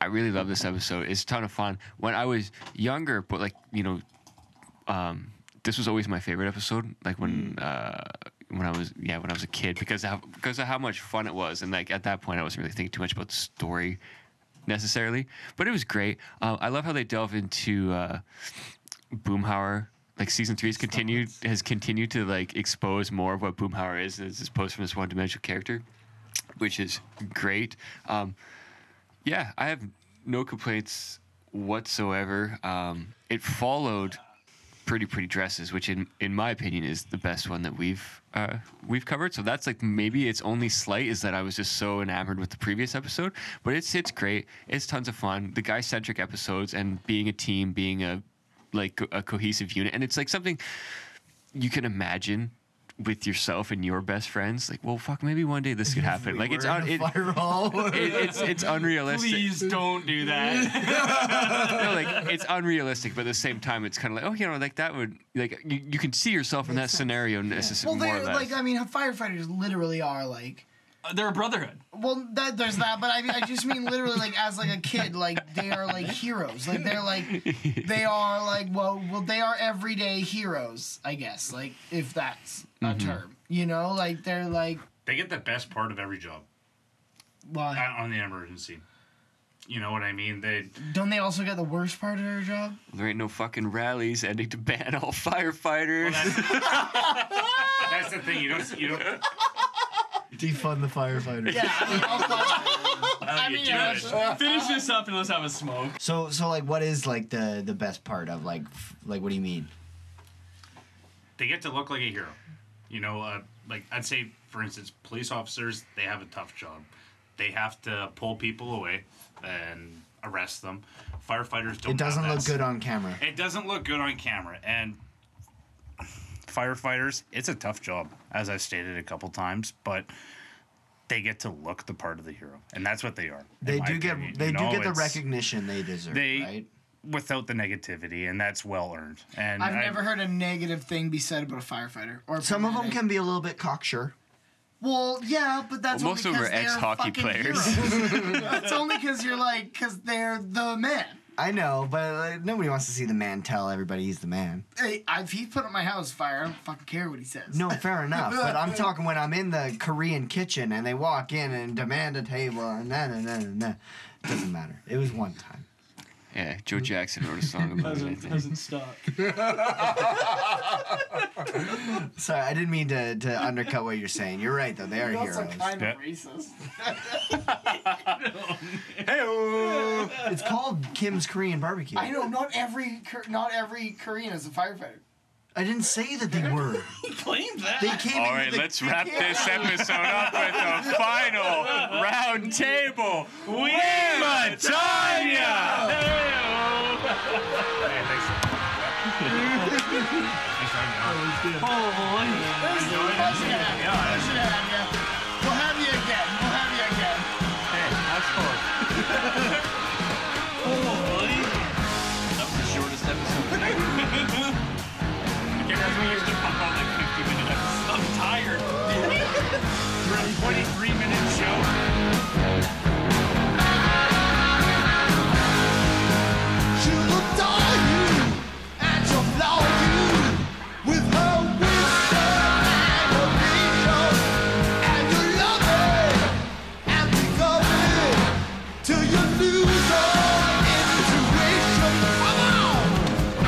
Speaker 3: I really love this episode. It's a ton of fun. When I was younger, but like you know, um, this was always my favorite episode. Like when uh, when I was yeah when I was a kid because of, because of how much fun it was, and like at that point I wasn't really thinking too much about the story necessarily, but it was great. Um, I love how they delve into uh, Boomhauer. Like season three has continued has continued to like expose more of what Boomhauer is as opposed from this one dimensional character, which is great. Um, yeah, I have no complaints whatsoever. Um, it followed pretty pretty dresses, which in in my opinion is the best one that we've uh, we've covered. So that's like maybe its only slight is that I was just so enamored with the previous episode, but it's it's great. It's tons of fun. The guy centric episodes and being a team, being a like co- a cohesive unit, and it's like something you can imagine with yourself and your best friends. Like, well, fuck, maybe one day this could happen. like it's
Speaker 1: were
Speaker 3: un-
Speaker 1: in a
Speaker 3: it,
Speaker 1: fireball.
Speaker 3: it- it's it's unrealistic.
Speaker 18: Please don't do that.
Speaker 3: no, like it's unrealistic, but at the same time, it's kind of like, oh, you know, like that would like you, you can see yourself in that scenario
Speaker 2: Well,
Speaker 3: necessarily more
Speaker 2: they're
Speaker 3: or less.
Speaker 2: like I mean, firefighters literally are like.
Speaker 18: they're a brotherhood.
Speaker 2: Well, that, there's that, but I mean, I just mean literally like as like a kid, like they are like heroes. Like they're like they are like well, well they are everyday heroes, I guess. Like if that's a
Speaker 4: Mhm.
Speaker 2: term, you know, like they're like
Speaker 4: They get the best part of every job. uh,
Speaker 2: Why?
Speaker 4: On the emergency. You know what I mean? They
Speaker 2: don't they also get the worst part of their job?
Speaker 3: there ain't no fucking rallies ending to ban all firefighters.
Speaker 4: that's the thing. You don't you don't
Speaker 1: Defund the firefighters.
Speaker 18: I
Speaker 4: mean,
Speaker 1: that's-
Speaker 18: finish this up and let's have a smoke.
Speaker 1: So so like what is like the the best part of like f- like what do you mean?
Speaker 4: they get to look like a hero. You know, uh, like I'd say, for instance, police officers they have a tough job. They have to pull people away and arrest them. Firefighters don't.
Speaker 1: It doesn't
Speaker 4: have that
Speaker 1: look good
Speaker 4: s-
Speaker 1: on camera.
Speaker 4: It doesn't look good on camera, and firefighters, it's a tough job, as I've stated a couple times, but. They get to look the part of the hero, and that's what they are. in
Speaker 1: They
Speaker 4: my
Speaker 1: do get
Speaker 4: opinion.
Speaker 1: they
Speaker 4: You
Speaker 1: do
Speaker 4: know,
Speaker 1: get the
Speaker 4: it's-
Speaker 1: recognition they deserve,
Speaker 4: They
Speaker 1: right?
Speaker 4: without the negativity, and that's well earned. And
Speaker 2: I've
Speaker 4: I-
Speaker 2: never heard a negative thing be said about a firefighter. Or
Speaker 1: Some of them can be a little bit cocksure.
Speaker 2: Well, yeah, but that's
Speaker 3: Well, most of
Speaker 2: only
Speaker 3: them are
Speaker 2: 'cause they're
Speaker 3: ex-hockey
Speaker 2: fucking
Speaker 3: players.
Speaker 2: heroes. that's only because you're like because they're the man.
Speaker 1: I know, but uh, nobody wants to see the man tell everybody he's the man.
Speaker 2: Hey, I- if he put up my house fire, I don't fucking care what he says.
Speaker 1: No, fair enough. But I'm talking when I'm in the Korean kitchen and they walk in and demand a table and na na na na. na. Doesn't matter. It was one time.
Speaker 3: yeah, Joe Jackson wrote a song about it. I think.
Speaker 18: stop.
Speaker 1: Sorry, I didn't mean to, to undercut what you're saying. You're right though. They are
Speaker 2: That's
Speaker 1: heroes.
Speaker 2: also kind of racist.
Speaker 1: It's called Kim's Korean barbecue.
Speaker 2: I know not every Kor- not every Korean is a firefighter.
Speaker 1: I didn't say that they were.
Speaker 2: He claimed that.
Speaker 1: They came
Speaker 3: All
Speaker 1: into
Speaker 3: right,
Speaker 1: the-
Speaker 3: let's
Speaker 1: they
Speaker 3: wrap
Speaker 1: came-
Speaker 3: this episode up with a final round table. We
Speaker 2: We'll have you again. We'll have you again. Hey, that's cool.
Speaker 3: That was the shortest episode.
Speaker 18: I'm tired.
Speaker 19: She'll adore you and she'll floor you with her wisdom and her vision. And you love her and become it till you lose all intuition. Come on!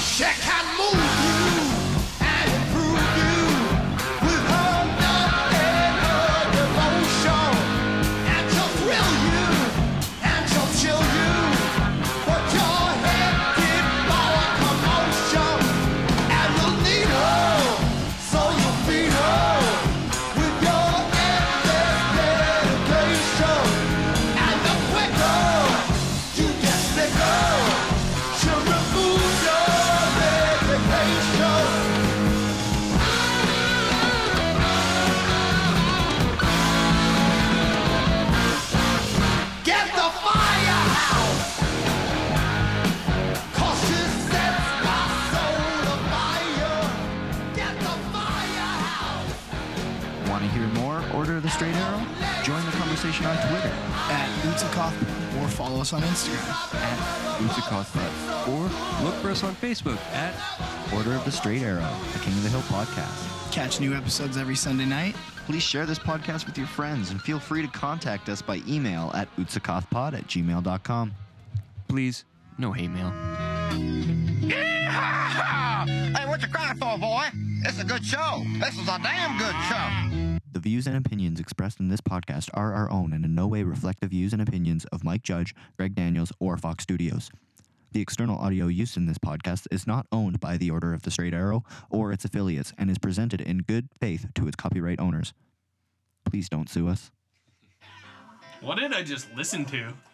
Speaker 19: She can move you and improve you with her love and her devotion. And she'll thrill you and she'll chill you. But your head did by commotion. And you'll need her, so you'll feed her with your endless dedication. And the quicker you get sicker. She'll remove your medication. Get the fire out. 'Cause she sets my soul afire. Get the fire out.
Speaker 6: Want to hear more? Order the Straight Arrow? Join the conversation on Twitter
Speaker 2: at Utsikoth or follow us on Instagram
Speaker 6: at Utsikothbud. Or look for us on Facebook at Order of the Straight Arrow, the King of the Hill podcast.
Speaker 2: Catch new episodes every Sunday night.
Speaker 6: Please share this podcast with your friends and feel free to contact us by email at utsakothpod at gmail.com.
Speaker 3: Please, no hate mail.
Speaker 19: Hey, what you crying for, boy? It's a good show. This is a damn good show.
Speaker 1: The views and opinions expressed in this podcast are our own and in no way reflect the views and opinions of Mike Judge, Greg Daniels, or Fox Studios. The external audio used in this podcast is not owned by the Order of the Straight Arrow or its affiliates and is presented in good faith to its copyright owners. Please don't sue us.
Speaker 5: What did I just listen to?